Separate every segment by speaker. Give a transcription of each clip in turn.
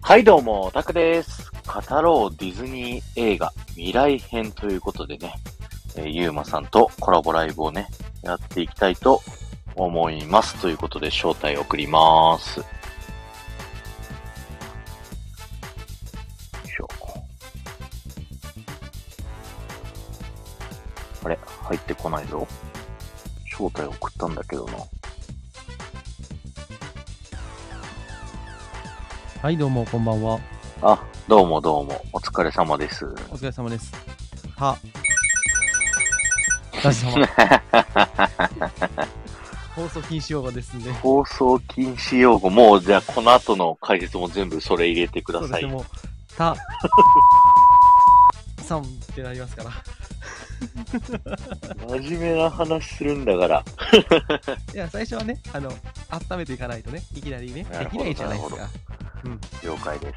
Speaker 1: はい、どうも、タクです。語ろうディズニー映画未来編ということでね、えーゆうまさんとコラボライブをね、やっていきたいと思います。ということで、招待を送ります。よいしょ。あれ、入ってこないぞ。招待送ったんだけどな。
Speaker 2: はい、どうも、こんばんは。
Speaker 1: あ、どうもどうも、お疲れ様です。
Speaker 2: お疲れ様です。は。お疲れ様。 放送禁止用語ですんで。
Speaker 1: 放送禁止用語、もうじゃあこの後の解説も全部それ入れてくだ
Speaker 2: そうで
Speaker 1: さ
Speaker 2: すね、
Speaker 1: い。
Speaker 2: もう、た、さんってなりますから。
Speaker 1: 真面目な話するんだから。
Speaker 2: いや、最初はね、あの、温めていかないとね、いきなりね、
Speaker 1: な
Speaker 2: で
Speaker 1: るほ
Speaker 2: き
Speaker 1: ど
Speaker 2: ないじゃないです
Speaker 1: な
Speaker 2: か。
Speaker 1: 了解で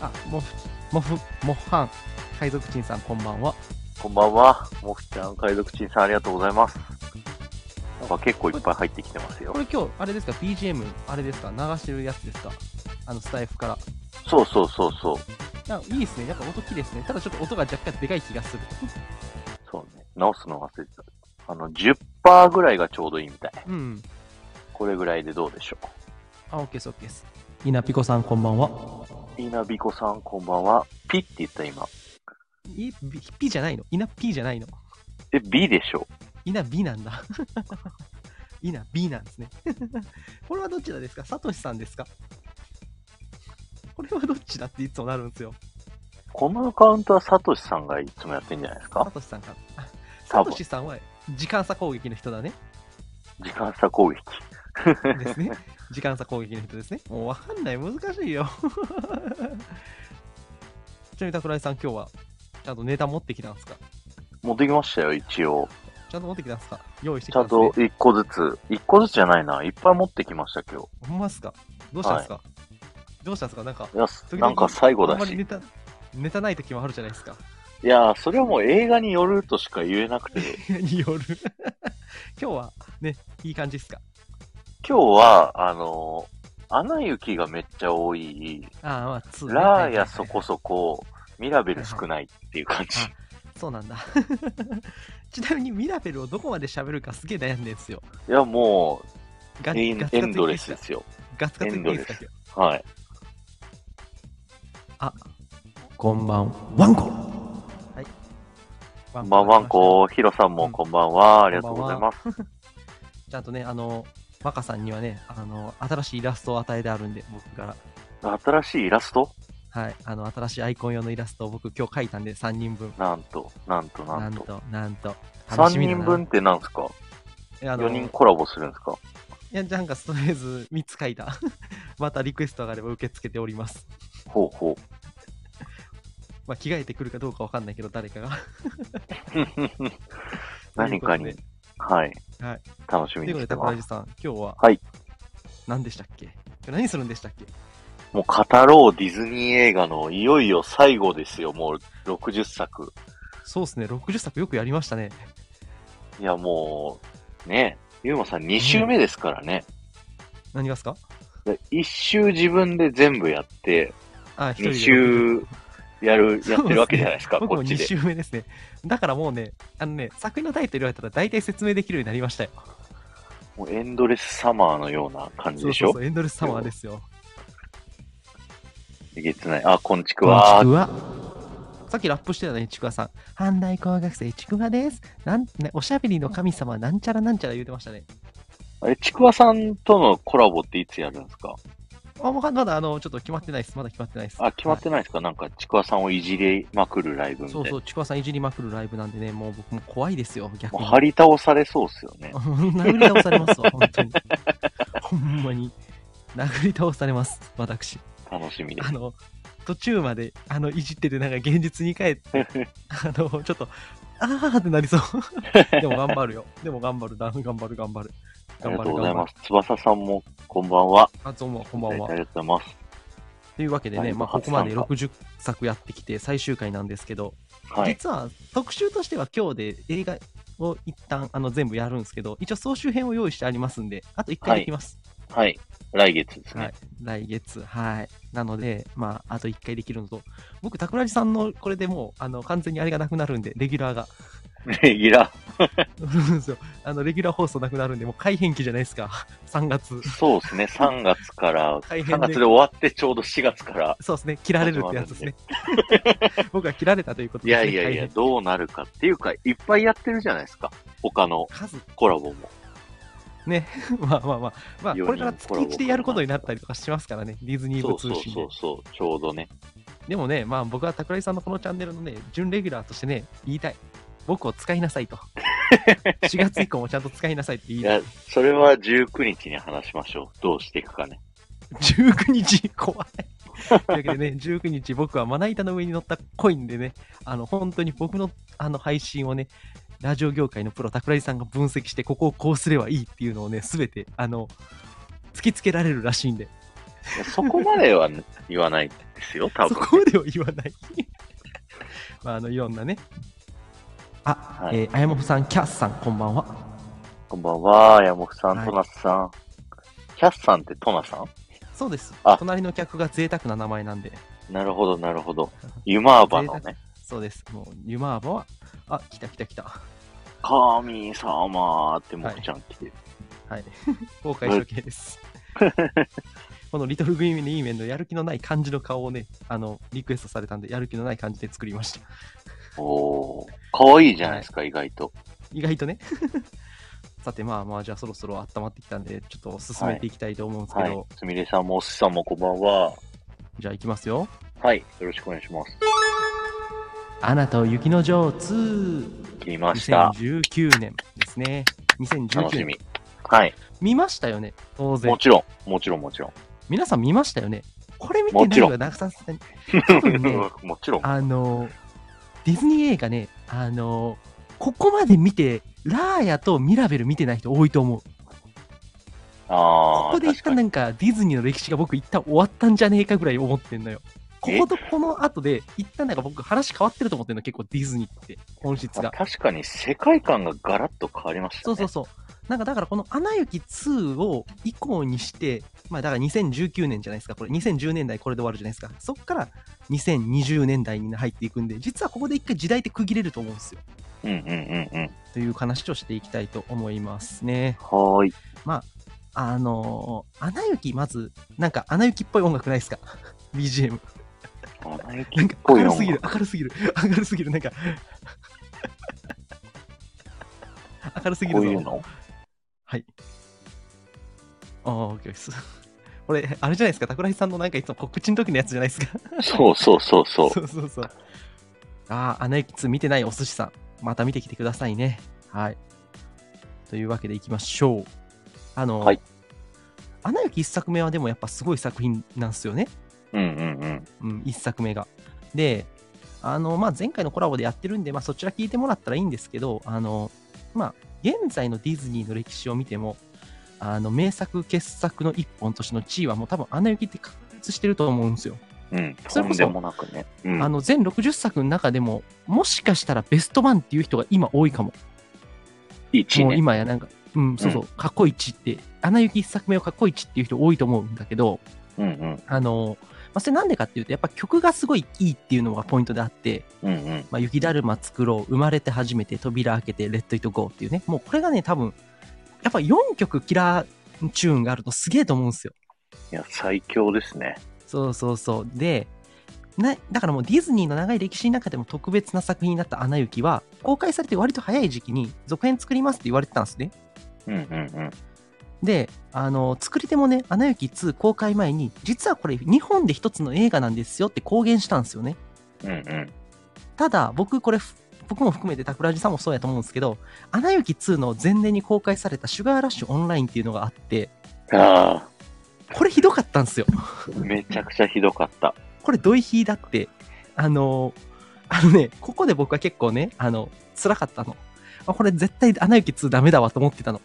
Speaker 2: あ、もふ、もふ、もっはん、海賊人さん、こんばんは。
Speaker 1: す。こんばんは。もふちゃん、海賊陳さんありがとうございます。なんか結構いっぱい入ってきてますよ
Speaker 2: こ。れ今日、あれですか、BGM、あれですか、流してるやつですか。あの、スタイフから。
Speaker 1: そうそうそうそう。
Speaker 2: あいいですね、やっぱ音きですね。ただちょっと音が若干でかい気がする。
Speaker 1: そうね。直すの忘れてた。あの、10%ぐらいがちょうどいいみたい。
Speaker 2: うん。
Speaker 1: これぐらいでどうでしょ
Speaker 2: あ、オッケーです、オッケーです。いなぴこさん、こんばんは。
Speaker 1: う。いなびこさん、こんばんは。ピって言った今。
Speaker 2: い、びぴじゃないのいなぴじゃないの
Speaker 1: え、B でしょ
Speaker 2: いなびなんだ。 いなびなんですね。 これはどちらですかさとしさんですかこれはどっちだっていつもなるんですよ。
Speaker 1: このアカウントはサトシさんがいつもやってんじゃないです
Speaker 2: さ
Speaker 1: か
Speaker 2: としさんか。あ
Speaker 1: 多
Speaker 2: さ
Speaker 1: 分
Speaker 2: としさんは時間差攻撃の人 だね。
Speaker 1: 時間差攻撃。
Speaker 2: ですね。時間差攻撃の人ですね。もうわかんない。難しいよ。 ちなみに桜井さん、今日はちゃんとネタ持ってきたんですか
Speaker 1: 持ってきましたよ、一応。
Speaker 2: ちゃんと持ってきたんですか用意して
Speaker 1: ち
Speaker 2: きた
Speaker 1: ゃ
Speaker 2: ん
Speaker 1: ん
Speaker 2: です、
Speaker 1: と、
Speaker 2: ね
Speaker 1: 一個ずつ。一個ずつじゃないな。いっぱい持ってきました、今日。
Speaker 2: ほんまっすかどうしたんですか、どうしたんですかなんか、
Speaker 1: いやす、
Speaker 2: 時々
Speaker 1: なんか最後
Speaker 2: あん
Speaker 1: だ
Speaker 2: まりネ
Speaker 1: し。
Speaker 2: タ、ネタない時もあるじゃないですか。
Speaker 1: いやー、それはもう映画によるとしか言えなく て。
Speaker 2: による。今日は、ね、いい感じっすか
Speaker 1: 今日は、あのー、アナ雪がめっちゃ多い、
Speaker 2: ああ、まあ、ツーね
Speaker 1: ラーヤそこそこ、ミラベル少ないっていう感じ。
Speaker 2: はいはいそうなんだ。 ちなみに、ミラベルをどこまで喋るかすげえ悩んでんすよ。
Speaker 1: いや、も
Speaker 2: ガ
Speaker 1: う、エンエンドレスですよ。
Speaker 2: ガツガツいっていいですか
Speaker 1: エンドレス
Speaker 2: 今
Speaker 1: はい。
Speaker 2: 日こんばん、ワンコはい。ワ
Speaker 1: こんばんはんこ、ヒロさん
Speaker 2: う
Speaker 1: も
Speaker 2: ん
Speaker 1: こんばんは。ありがとうございます。
Speaker 2: ちゃんとね、あの、マカさんにはね、あの、新しいイラストを与えてあるんで、僕から。
Speaker 1: 新しいイラスト
Speaker 2: はい、あの新しいアイコン用のイラストを僕今日描いたんで3人分。
Speaker 1: なんと、なんと、な
Speaker 2: なんん
Speaker 1: と。
Speaker 2: と、なんと。楽し
Speaker 1: 3
Speaker 2: みだ
Speaker 1: 人
Speaker 2: な
Speaker 1: 分ってなんすか
Speaker 2: えあの
Speaker 1: ?4 人コラボするんですか
Speaker 2: いや、なんかとりあえず3つ描いた。 またリクエストがあれば受け付けております。
Speaker 1: ほうほう。
Speaker 2: まあ、着替えてくるかどうかわかんないけど、誰かが。
Speaker 1: 何かに
Speaker 2: というこ
Speaker 1: はい。
Speaker 2: はい
Speaker 1: 楽し
Speaker 2: と
Speaker 1: み
Speaker 2: でとい
Speaker 1: にして
Speaker 2: うことで、高
Speaker 1: ま
Speaker 2: 橋
Speaker 1: す。
Speaker 2: さん、今日は。
Speaker 1: はい。
Speaker 2: 何でしたっけ何するんでしたっけ
Speaker 1: もう語ろうディズニー映画のいよいよ最後ですよ、もう60作。
Speaker 2: そうですね、60作よくやりましたね。
Speaker 1: いやもう、ね、ゆうまさん2週目ですからね。
Speaker 2: 何がっすか
Speaker 1: で一1週自分で全部やって、
Speaker 2: あ、一
Speaker 1: 2
Speaker 2: 人で
Speaker 1: 週や る、やってるわけじゃないですか、
Speaker 2: 僕
Speaker 1: こ
Speaker 2: も
Speaker 1: っち
Speaker 2: 2
Speaker 1: で。
Speaker 2: 週目ですね。だからもうね、あのね、作品のタイトル言われたら大体説明できるようになりましたよ。
Speaker 1: もうエンドレスサマーのような感じ
Speaker 2: そう
Speaker 1: でし
Speaker 2: そう
Speaker 1: ょ
Speaker 2: そう、エンドレスサマーですよ。
Speaker 1: えげつない。あ、こんちく
Speaker 2: こん
Speaker 1: わ
Speaker 2: ちくわさっきラップしてたね、ちくわさん。阪大工学生、ちくわです。なん、ね、おしゃべりの神様、なんちゃらなんちゃら言うてましたね。
Speaker 1: あれ、ちくわさんとのコラボっていつやるんですか
Speaker 2: あ、まだ、まだ、あの、ちょっと決まってないです。まだ決まってないです。
Speaker 1: あ、決まってないですか、なんか、ちくわさんをいじりまくるライブ
Speaker 2: は
Speaker 1: みたい
Speaker 2: いそ
Speaker 1: な。
Speaker 2: うそう、ちくわさんいじりまくるライブなんでね、もう僕も怖いですよ、逆
Speaker 1: もう
Speaker 2: に。
Speaker 1: 張り倒されそうっすよね。
Speaker 2: 殴り倒されますわ、本当に。 ほんまに。殴り倒されます、私。
Speaker 1: 楽しみで
Speaker 2: あ
Speaker 1: す。
Speaker 2: の、途中まで、あの、いじってて、なんか現実に帰 って、あの、ちょっと、あーってなりそう。 でも頑張るよ。でも頑張る、だ頑張る、頑張る。
Speaker 1: あ
Speaker 2: 頑
Speaker 1: りがと
Speaker 2: 張る、
Speaker 1: うござい
Speaker 2: 頑張
Speaker 1: ま
Speaker 2: る。
Speaker 1: す。翼さんも、こんばんは。
Speaker 2: あ、どうも、こんばん
Speaker 1: あ
Speaker 2: は。
Speaker 1: りがとうござい
Speaker 2: というわけで
Speaker 1: は
Speaker 2: ね、
Speaker 1: い
Speaker 2: まあ、ここまで60作やってきて、最終回なんですけど、
Speaker 1: ます。はい。
Speaker 2: 実は特集としては今日で映画を一旦あの全部やるんですけど、一応総集編を用意してありますんで、あと1回できます。
Speaker 1: はい。来月ですね。
Speaker 2: はい、来月、はい。なので、まあ、あと1回できるのと、僕、タクラジさんのこれでもう、あの、完全にあれがなくなるんで、レギュラーが。
Speaker 1: レギュラ
Speaker 2: そうなんですよ。あの、レギュラー放送なくなるんで、もう改変期じゃないですか。3月。
Speaker 1: ー。そうです ね。3月から、
Speaker 2: 大変で
Speaker 1: 3月で終わってちょうど4月から。
Speaker 2: そうですね。切られるってやつですね。僕は切られたということ
Speaker 1: い
Speaker 2: です
Speaker 1: や
Speaker 2: ね。
Speaker 1: いやいや、
Speaker 2: 改変
Speaker 1: どうなるかっていうか、いっぱいやってるじゃないですか。他の
Speaker 2: 数、
Speaker 1: コラボも。
Speaker 2: ね。まあまあまあ。まあ、
Speaker 1: 四人
Speaker 2: これから月1でやることになったりとかしますからね。ディズニー
Speaker 1: そ
Speaker 2: 部
Speaker 1: うそ
Speaker 2: 通
Speaker 1: う
Speaker 2: 信
Speaker 1: そ
Speaker 2: で
Speaker 1: う。そう、ちょうどね。
Speaker 2: でもね、まあ僕は桜井さんのこのチャンネルのね、準レギュラーとしてね、言いたい。僕を使いなさ いと。4月以降もちゃんと使いなさいって言い
Speaker 1: い
Speaker 2: たい。
Speaker 1: や、それは19日に話しましょう。どうしていくかね。
Speaker 2: 19日、怖い。というわけでね、19日僕はまな板の上に乗ったコインでね、あの、本当に僕のあの配信をね、ラジオ業界のプロ、桜井さんが分析して、ここをこうすればいいっていうのをね、すべて、あの、突きつけられるらしいんで、
Speaker 1: いやそこまでは言わないです よ、多
Speaker 2: そ
Speaker 1: 分。
Speaker 2: こまでは言わない。 まあ、あの、いろんなね。あ、
Speaker 1: はい
Speaker 2: えーあやもふさん、キャッスさん、こんばんは。
Speaker 1: こんばんは、山本さ
Speaker 2: は
Speaker 1: ん、
Speaker 2: い
Speaker 1: トナスさん。キャスさんってトナさん
Speaker 2: そうです
Speaker 1: あ。
Speaker 2: 隣の客が贅沢な名前なんで。
Speaker 1: なるほど、なるほ ど。ユマーバのね。
Speaker 2: そうです。もう、ユマーバは、あ、来た来た来た。
Speaker 1: 神様ってもくちゃん来てる。
Speaker 2: はい。公開処刑です。このリトルグリーンイーメンのやる気のない感じの顔をね、あの、リクエストされたんで、やる気のない感じで作りました。
Speaker 1: おー。かわいいじゃないですか、意外と。
Speaker 2: 意外とね。 さて、まあまあ、じゃあそろそろ温まってきたんで、ちょっと進めていきたいと思うんですけ
Speaker 1: は
Speaker 2: ど、
Speaker 1: い。すみれさんもおすしさんもこんばんは。
Speaker 2: じゃあ行きますよ。
Speaker 1: はい。よろしくお願いします。
Speaker 2: アナと雪の女王2。
Speaker 1: 切りました。
Speaker 2: 2019年ですね。2019
Speaker 1: 楽し
Speaker 2: 年。
Speaker 1: み。はい。
Speaker 2: 見ましたよね、当然
Speaker 1: も。ちろん、もちろん、もちろん。
Speaker 2: 皆さん見ましたよねこれ見てないのがなさすが に。多分ね
Speaker 1: もちろん。
Speaker 2: あの、ディズニー映画ね、あの、ここまで見て、ラーヤとミラベル見てない人多いと思う。こ
Speaker 1: あ
Speaker 2: こ
Speaker 1: あ、
Speaker 2: で一
Speaker 1: 確か
Speaker 2: 旦
Speaker 1: に。
Speaker 2: なんか、ディズニーの歴史が僕一旦終わったんじゃねえかぐらい思ってんのよ。こことこの後で、一旦なんか僕話変わってると思ってんの、結構ディズニーって、本質
Speaker 1: まあ
Speaker 2: が。
Speaker 1: 確かに世界観がガラッと変わりました
Speaker 2: そう
Speaker 1: ね。
Speaker 2: そうそう。なんかだからこの「アナ雪2」を以降にして、まあだから2019年じゃないですか、これ2010年代これで終わるじゃないですか、そっから2020年代に入っていくんで、実はここで一回時代って区切れると思うんですよ。
Speaker 1: うんうんうんうん。
Speaker 2: という話をしていきたいと思いますね。
Speaker 1: はーい。
Speaker 2: あのー、アナ雪、まず、なんかアナ雪っぽい音楽ないですか ?BGM。
Speaker 1: アナ
Speaker 2: な
Speaker 1: 雪
Speaker 2: ん
Speaker 1: っ
Speaker 2: か
Speaker 1: ぽい
Speaker 2: 明る
Speaker 1: 音
Speaker 2: すぎる
Speaker 1: 楽、
Speaker 2: 明るすぎる、明るすぎる、なんか。明るすぎる
Speaker 1: こ
Speaker 2: ぞ。
Speaker 1: ういうの
Speaker 2: はい。ああ、OK です。 これ、あれじゃないですか、桜井さんのなんかいつも告知の時のやつじゃないですか。
Speaker 1: そうそうそうそう。
Speaker 2: そうそうそう。ああ、アナ雪2見てないお寿司さん、また見てきてくださいね。はい。というわけでいきましょう。あの、
Speaker 1: はい
Speaker 2: アナ雪1作目はでもやっぱすごい作品なんですよね。
Speaker 1: うんうんうん。
Speaker 2: うん、1作目が。で、あの、まあ、前回のコラボでやってるんで、まあ、そちら聞いてもらったらいいんですけど、あの、まあ、現在のディズニーの歴史を見ても、あの、名作、傑作の一本としての地位はもう多分、アナ雪って確立してると思うんですよ。
Speaker 1: うん。と
Speaker 2: それこ
Speaker 1: ん
Speaker 2: そ
Speaker 1: でもなくね。うん。
Speaker 2: あの、全60作の中でも、もしかしたらベストワンっていう人が今多いかも。
Speaker 1: 1
Speaker 2: もう
Speaker 1: ね。
Speaker 2: 今やなんか、うん、そうそう、過去一って、アナ雪1作目を過去一っていう人多いと思うんだけど、
Speaker 1: うんうん。
Speaker 2: あの、まあ、それなんでかっていうと、やっぱ曲がすごいいいっていうのがポイントであって、
Speaker 1: うんうん。
Speaker 2: まあ、雪だるま作ろう、生まれて初めて、扉開けて、レッドイットゴーっていうね、もうこれがね、多分、やっぱ4曲キラーチューンがあるとすげえと思うんですよ。
Speaker 1: いや、最強ですね。
Speaker 2: そうそうそう。で、なだからもうディズニーの長い歴史の中でも特別な作品になったアナ雪は、公開されて割と早い時期に続編作りますって言われてたんですね。
Speaker 1: うんうん
Speaker 2: で、あの、作り手もね、アナ雪2公開前に、実はこれ日本で一つの映画なんですよって公言したんですよね。
Speaker 1: うん。うんうん。
Speaker 2: ただ僕これふ僕も含めて桜地さんもそうやと思うんですけど「アナ雪2」の前年に公開された「シュガーラッシュオンライン」っていうのがあって
Speaker 1: あ
Speaker 2: これひどかったんですよ
Speaker 1: あ、めちゃくちゃひどかった。
Speaker 2: これドイヒーだってあのーあのねここで僕は結構ねあの辛かったのあこれ絶対「アナ雪2」ダメだわと思ってたの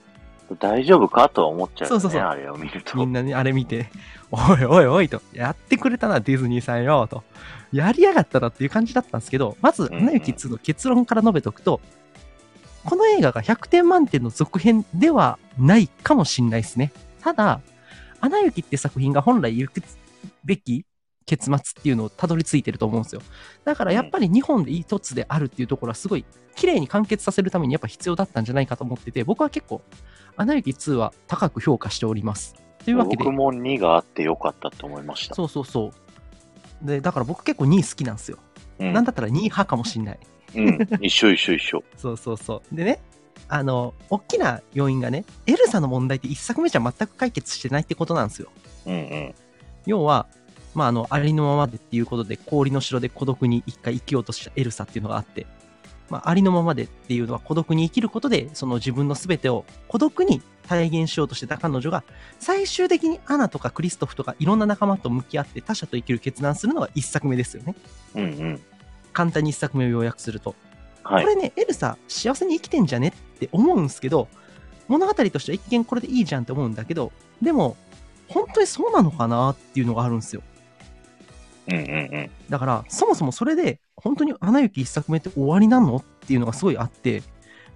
Speaker 1: 大丈夫かとは思っちゃうよね。
Speaker 2: そうそうそう
Speaker 1: あれを見ると。
Speaker 2: みんなねあれ見て「おいおいおい」と「やってくれたなディズニーさんよ」と「やりやがったな」っていう感じだったんですけどまず「
Speaker 1: んうん
Speaker 2: アナ雪2」の結論から述べとくとこの映画が100点満点の続編ではないかもしんないですねただ「アナ雪」って作品が本来行くべき結末っていうのをたどり着いてると思うんですよだからやっぱり日本で一つであるっていうところはすごい綺麗に完結させるためにやっぱ必要だったんじゃないかと思ってて僕は結構「アナ雪2」は高く評価しておりますというわけで
Speaker 1: 僕も2があってよかったと思いました。
Speaker 2: そうそうそうでだから僕結構2位好きなんですよ、
Speaker 1: うん、
Speaker 2: なんだったら2位派かもしんない
Speaker 1: うん、一緒一緒一緒。
Speaker 2: そうそうそう。でね、あの、大きな要因がね、エルサの問題って一作目じゃ全く解決してないってことなんですよ。
Speaker 1: うんうん。
Speaker 2: 要は、まあ、あの、ありのままでっていうことで、氷の城で孤独に一回生きようとしたエルサっていうのがあって、まあ、ありのままでっていうのは孤独に生きることで、その自分の全てを孤独に体現しようとしてた彼女が、最終的にアナとかクリストフとかいろんな仲間と向き合って他者と生きる決断するのが一作目ですよね。
Speaker 1: うんうん。
Speaker 2: 簡単に一作目を要約すると。
Speaker 1: はい
Speaker 2: こ。れね、エルサ、幸せに生きてんじゃねって思うんすけど、物語としては一見これでいいじゃんって思うんだけど、でも、本当にそうなのかなっていうのがあるんですよ。
Speaker 1: うんうん
Speaker 2: だから、そもそもそれで、本当にアナ雪一作目って終わりなのっていうのがすごいあって、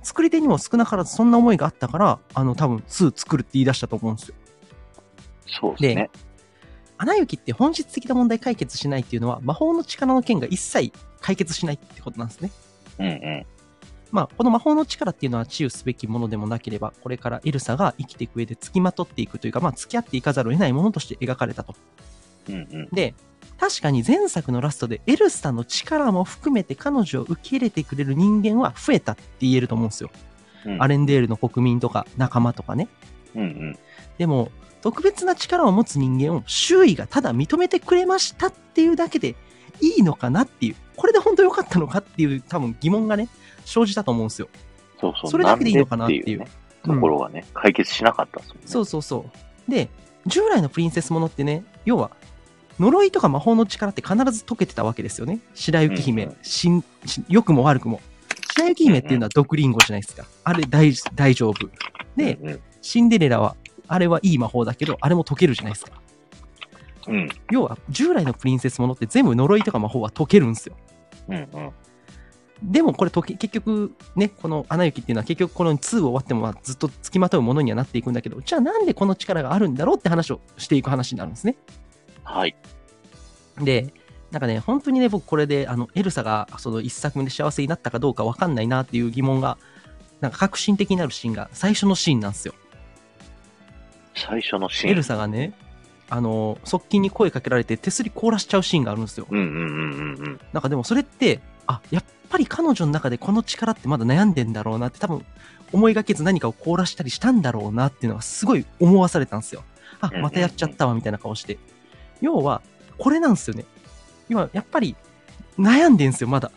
Speaker 2: 作り手にも少なからずそんな思いがあったから、あの、多分2作るって言い出したと思うんですよ。
Speaker 1: そうですね。
Speaker 2: アナ雪って本質的な問題解決しないっていうのは、魔法の力の剣が一切解決しないってことなんですね。
Speaker 1: うんうん。
Speaker 2: まあ、この魔法の力っていうのは治癒すべきものでもなければ、これからエルサが生きていく上で付きまとっていくというか、まあ、付き合っていかざるを得ないものとして描かれたと。
Speaker 1: うんうん。
Speaker 2: で、確かに前作のラストでエルサの力も含めて彼女を受け入れてくれる人間は増えたって言えると思うんですよ。
Speaker 1: うん
Speaker 2: アレンデールの国民とか仲間とかね。
Speaker 1: うんうん。
Speaker 2: でも、特別な力を持つ人間を周囲がただ認めてくれましたっていうだけでいいのかなっていう、これで本当良かったのかっていう多分疑問がね、生じたと思うんですよ。
Speaker 1: そうそう。
Speaker 2: それだけでいいのかなっていう
Speaker 1: なんでねところがね、解決しなかったですもんね。
Speaker 2: そうそうそう。で、従来のプリンセスものってね、要は、呪いとか魔法の力って必ず解けてたわけですよね。白雪姫、
Speaker 1: うんうん
Speaker 2: しんし良くも悪くも。白雪姫っていうのは毒リンゴじゃないですか。あれ大大丈夫。で、
Speaker 1: うんうん。
Speaker 2: シンデレラは、あれはいい魔法だけど、あれも解けるじゃないですか。
Speaker 1: うん
Speaker 2: 要は、従来のプリンセスものって全部呪いとか魔法は解けるんですよ。
Speaker 1: うんうん。
Speaker 2: でもこれとけ結局ねこの「アナ雪」っていうのは結局この2を終わってもまあずっと付きまとうものにはなっていくんだけどじゃあなんでこの力があるんだろうって話をしていく話になるんですね。
Speaker 1: はい。
Speaker 2: でなんかね本当にね僕これであのエルサがその1作目で幸せになったかどうか分かんないなっていう疑問がなんか革新的になるシーンが最初のシーンなんですよ。
Speaker 1: 最初のシ
Speaker 2: エ
Speaker 1: ー
Speaker 2: ル
Speaker 1: ン。
Speaker 2: サがねあの側近に声かけられて手すり凍らしちゃうシーンがあるんですよ。
Speaker 1: うんうんうんうんうん。
Speaker 2: なんかでもそれって、あ、やっぱり彼女の中でこの力ってまだ悩んでんだろうなって多分思いがけず何かを凍らしたりしたんだろうなっていうのがすごい思わされたんですよ。あ、またやっちゃったわみたいな顔して。要は、これなんですよね。今、やっぱり悩んでんすよ、まだ。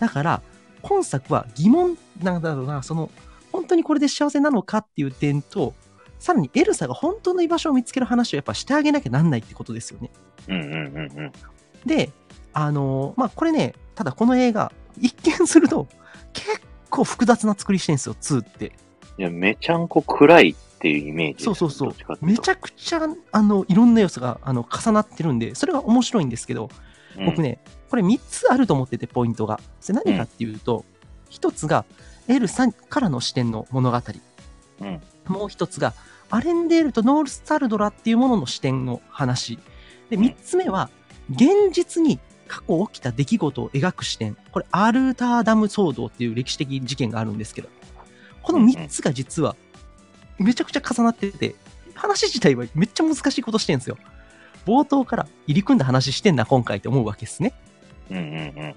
Speaker 2: だから、今作は疑問なんだろうな、その、本当にこれで幸せなのかっていう点と、さらにエルサが本当の居場所を見つける話をやっぱしてあげなきゃなんないってことですよね。
Speaker 1: うんうんうんうん。
Speaker 2: で、あのーまあ、これね、ただこの映画、一見すると、結構複雑な作りしてんですよ、2って。
Speaker 1: いや、めちゃんこ暗いっていうイメージです。
Speaker 2: そうそうそう
Speaker 1: どっちかってい
Speaker 2: め
Speaker 1: うと
Speaker 2: ちゃくちゃ、あの、いろんな要素が、あの、重なってるんで、それが面白いんですけど、僕。ね、これ3つあると思ってて、ポイントが。それ何かっていうと、1つが、エルさんからの視点の物語。
Speaker 1: うん
Speaker 2: もう1つが、アレンデールとノールスタルドラっていうものの視点の話。で、3つ目は、現実に過去起きた出来事を描く視点。これ、アルターダム騒動っていう歴史的事件があるんですけど、この3つが実は、めちゃくちゃ重なってて、話自体はめっちゃ難しいことしてるんですよ。冒頭から入り組んだ話してんな、今回って思うわけですね。
Speaker 1: うんうんうん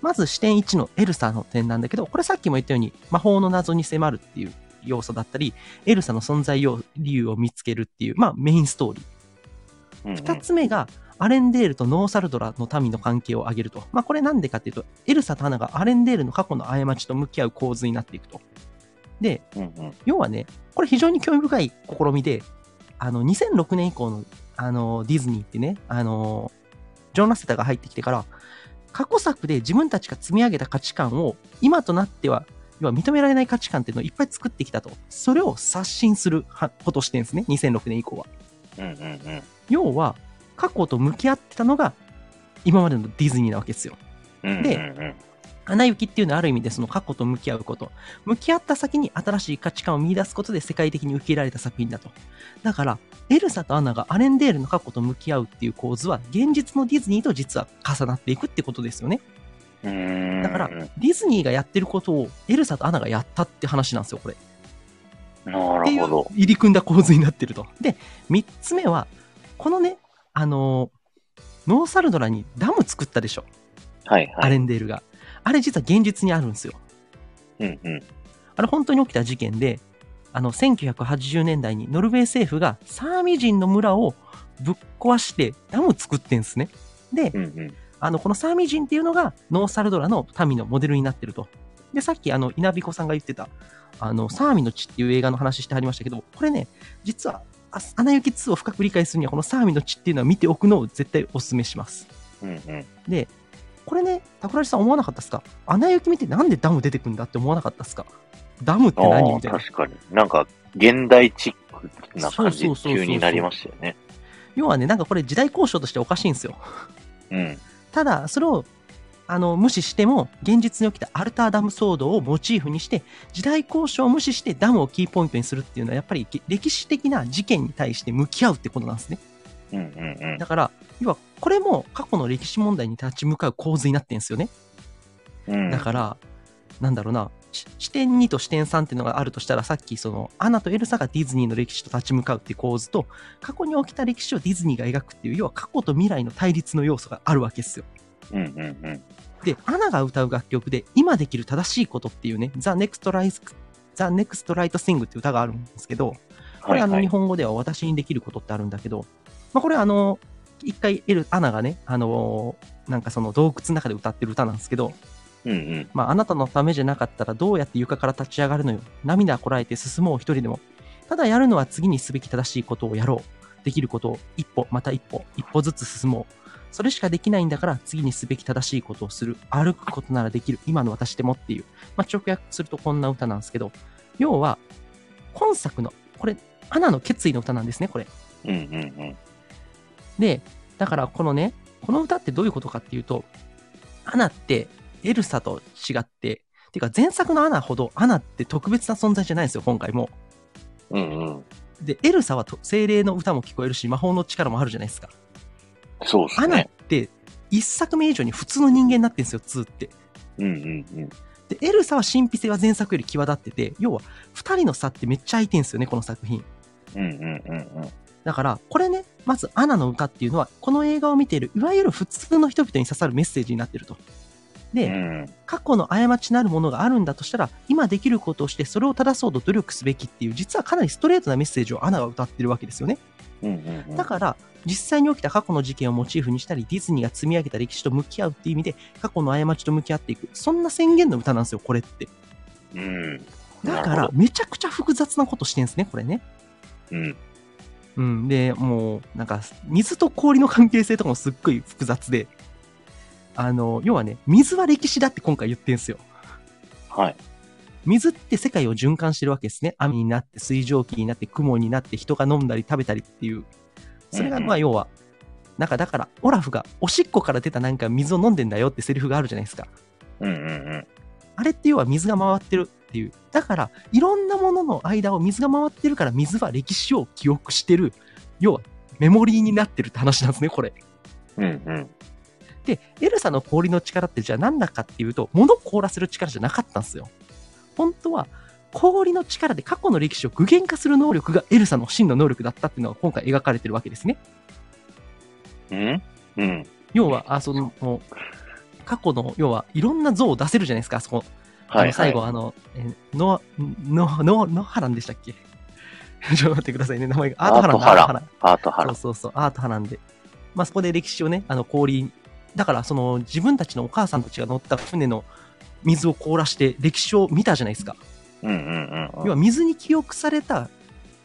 Speaker 2: まず視点1のエルサの点なんだけど、これさっきも言ったように魔法の謎に迫るっていう要素だったり、エルサの存在要理由を見つけるっていう、まあメインストーリー。
Speaker 1: うんうん。
Speaker 2: 二つ目が、アレンデールとノーサルドラの民の関係を挙げると。まあこれなんでかっていうと、エルサとアナがアレンデールの過去の過ちと向き合う構図になっていくと。で、
Speaker 1: うんうん。
Speaker 2: 要はね、これ非常に興味深い試みで、あの、2006年以降の、あの、ディズニーってね、あの、ジョン・ラセタが入ってきてから、過去作で自分たちが積み上げた価値観を、今となっては、要は認められない価値観っていうのをいっぱい作ってきたと。それを刷新するはことをしてるんですね、2006年以降は。
Speaker 1: うんうんうん。
Speaker 2: 要は、過去と向き合ってたのが、今までのディズニーなわけですよ。
Speaker 1: うんうんうん
Speaker 2: でアナ雪っていうのはある意味でその過去と向き合うこと。向き合った先に新しい価値観を見出すことで世界的に受け入れられた作品だと。だから、エルサとアナがアレンデールの過去と向き合うっていう構図は現実のディズニーと実は重なっていくってことですよね。
Speaker 1: うーん。
Speaker 2: だから
Speaker 1: なる
Speaker 2: ディズニーがやってることをエルサとアナがやったって話なんですよ、これ。っていう
Speaker 1: ほど。
Speaker 2: 入り組んだ構図になってると。で、3つ目は、このね、あのーノーサルドラにダム作ったでしょ、
Speaker 1: はいは
Speaker 2: ア
Speaker 1: い。
Speaker 2: レンデールが。あれ実は現実にあるんですよ。
Speaker 1: うんうん。
Speaker 2: あれ本当に起きた事件で、あの、1980年代にノルウェー政府がサーミ人の村をぶっ壊してダム作ってんすね。で、
Speaker 1: うんうん。
Speaker 2: あの、このサーミ人っていうのがノーサルドラの民のモデルになってると。で、さっきあの、稲彦さんが言ってた、あの、サーミの地っていう映画の話してはりましたけど、これね、実は、あアナ雪2を深く理解するには、このサーミの地っていうのは見ておくのを絶対お勧めします。
Speaker 1: うんうん。
Speaker 2: で、これね、桜地さん思わなかったですかアナ雪見てなんでダム出てくるんだって思わなかったですかダムって何
Speaker 1: ああ
Speaker 2: みたいな。
Speaker 1: 確かに。なんか、現代チックな感
Speaker 2: そ
Speaker 1: じ
Speaker 2: うそうそうそ
Speaker 1: 急
Speaker 2: う
Speaker 1: になりましたよね。
Speaker 2: 要はね、なんかこれ時代交渉としておかしいんですよ。
Speaker 1: うん。
Speaker 2: ただ、それを、あの、無視しても、現実に起きたアルターダム騒動をモチーフにして、時代交渉を無視してダムをキーポイントにするっていうのは、やっぱりげ歴史的な事件に対して向き合うってことなんですね。
Speaker 1: うんうんうん
Speaker 2: だから、要は、これも過去の歴史問題に立ち向かう構図になってるんですよね。
Speaker 1: うん。
Speaker 2: だから、なんだろうな、し視点2と視点3っていうのがあるとしたら、さっきその、アナとエルサがディズニーの歴史と立ち向かうっていう構図と、過去に起きた歴史をディズニーが描くっていう、要は過去と未来の対立の要素があるわけですよ。
Speaker 1: うんうんうん。
Speaker 2: で、アナが歌う楽曲で、今できる正しいことっていうね、The Next Right, The Next Right Thing っていう歌があるんですけど、こ
Speaker 1: は
Speaker 2: れ
Speaker 1: い
Speaker 2: あの
Speaker 1: は
Speaker 2: 日
Speaker 1: い。
Speaker 2: 本語では私にできることってあるんだけど、まあ、これあの、一回エル、アナがね、あのーなんかその洞窟の中で歌ってる歌なんですけど、
Speaker 1: うんうん。
Speaker 2: まあ、あなたのためじゃなかったらどうやって床から立ち上がるのよ。涙こらえて進もう一人でも。ただやるのは次にすべき正しいことをやろう。できることを一歩、また一歩、一歩ずつ進もう。それしかできないんだから次にすべき正しいことをする。歩くことならできる。今の私でもっていう。まあ、直訳するとこんな歌なんですけど、要は、今作の、これ、アナの決意の歌なんですね、これ。
Speaker 1: うんうん
Speaker 2: で、だからこのね、この歌ってどういうことかっていうと、アナってエルサと違って、てか前作のアナほどアナって特別な存在じゃないんですよ、今回も。
Speaker 1: うん。うんうん。
Speaker 2: で、エルサはと精霊の歌も聞こえるし、魔法の力もあるじゃないですか。
Speaker 1: そうです
Speaker 2: アナっ
Speaker 1: ね。
Speaker 2: て一作目以上に普通の人間になってるんですよ、2って。
Speaker 1: うんうんうん。
Speaker 2: で、エルサは神秘性は前作より際立ってて、要は2人の差ってめっちゃ空いてるんですよね、この作品。
Speaker 1: うんうんうんうん。
Speaker 2: だから、これね、まずアナの歌っていうのは、この映画を見ている、いわゆる普通の人々に刺さるメッセージになってると。で、
Speaker 1: うん
Speaker 2: 過去の過ちなるものがあるんだとしたら、今できることをしてそれを正そうと努力すべきっていう、実はかなりストレートなメッセージをアナが歌ってるわけですよね。
Speaker 1: うんうんうん。
Speaker 2: だから、実際に起きた過去の事件をモチーフにしたり、ディズニーが積み上げた歴史と向き合うっていう意味で、過去の過ちと向き合っていく。そんな宣言の歌なんですよ、これって。
Speaker 1: うん。
Speaker 2: だ
Speaker 1: な
Speaker 2: か
Speaker 1: る
Speaker 2: ら
Speaker 1: ほ、
Speaker 2: めちゃくちゃ複雑なことしてんですね、これね。
Speaker 1: うん。
Speaker 2: うん。で、もう、なんか、水と氷の関係性とかもすっごい複雑で、あの、要はね、水は歴史だって今回言ってんすよ。
Speaker 1: はい。
Speaker 2: 水って世界を循環してるわけですね。雨になって、水蒸気になって、雲になって、人が飲んだり食べたりっていう。それが、
Speaker 1: うんうん
Speaker 2: まあ、要は、なんかだから、オラフがおしっこから出たなんか水を飲んでんだよってセリフがあるじゃないですか。
Speaker 1: うんうん
Speaker 2: あれって要は水が回ってるっていう。だから、いろんなものの間を水が回ってるから、水は歴史を記憶してる。要は、メモリーになってるって話なんですね、これ。
Speaker 1: うん。うんうん。
Speaker 2: で、エルサの氷の力ってじゃあ何だかっていうと、物を凍らせる力じゃなかったんですよ。本当は、氷の力で過去の歴史を具現化する能力がエルサの真の能力だったっていうのが今回描かれてるわけですね。
Speaker 1: うんうん。
Speaker 2: 要は、あその、もう過去の、要は、いろんな像を出せるじゃないですか、あそこ。
Speaker 1: は
Speaker 2: あ
Speaker 1: い。
Speaker 2: の最後、。あの、えーノア、ノア、ノア、ノアハランでしたっけ ちょっと待ってくださいね、名前が。アートハランだ、
Speaker 1: アートハラン
Speaker 2: アー
Speaker 1: ハ
Speaker 2: トハラン。
Speaker 1: ートハラ
Speaker 2: そうそうそう、アート派なんで。まあ、そこで歴史をね、あの氷、だからその自分たちのお母さんたちが乗った船の水を凍らして歴史を見たじゃないですか。
Speaker 1: うんうんうん。
Speaker 2: 要は水に記憶された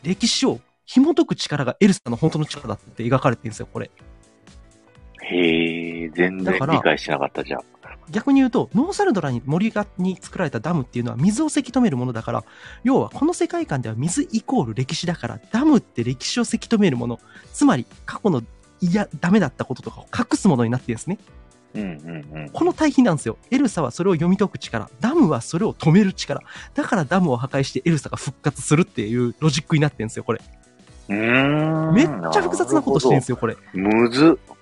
Speaker 2: 歴史を紐解く力がエルサの本当の力だって描かれてるんですよ、これ。
Speaker 1: へえ、全然
Speaker 2: だから
Speaker 1: 理解しなかったじゃん。
Speaker 2: 逆に言うと、ノーサルドラに森がに作られたダムっていうのは水をせき止めるものだから、要はこの世界観では水イコール歴史だから、ダムって歴史をせき止めるもの、つまり過去のいや、ダメだったこととかを隠すものになってるんですね。
Speaker 1: うんうん
Speaker 2: この対比なんですよ。エルサはそれを読み解く力、ダムはそれを止める力。だからダムを破壊してエルサが復活するっていうロジックになってんですよ、これ。
Speaker 1: うん。うーん
Speaker 2: めっちゃ複雑なことしてるんです
Speaker 1: よ。
Speaker 2: よ、これ。
Speaker 1: むずっ。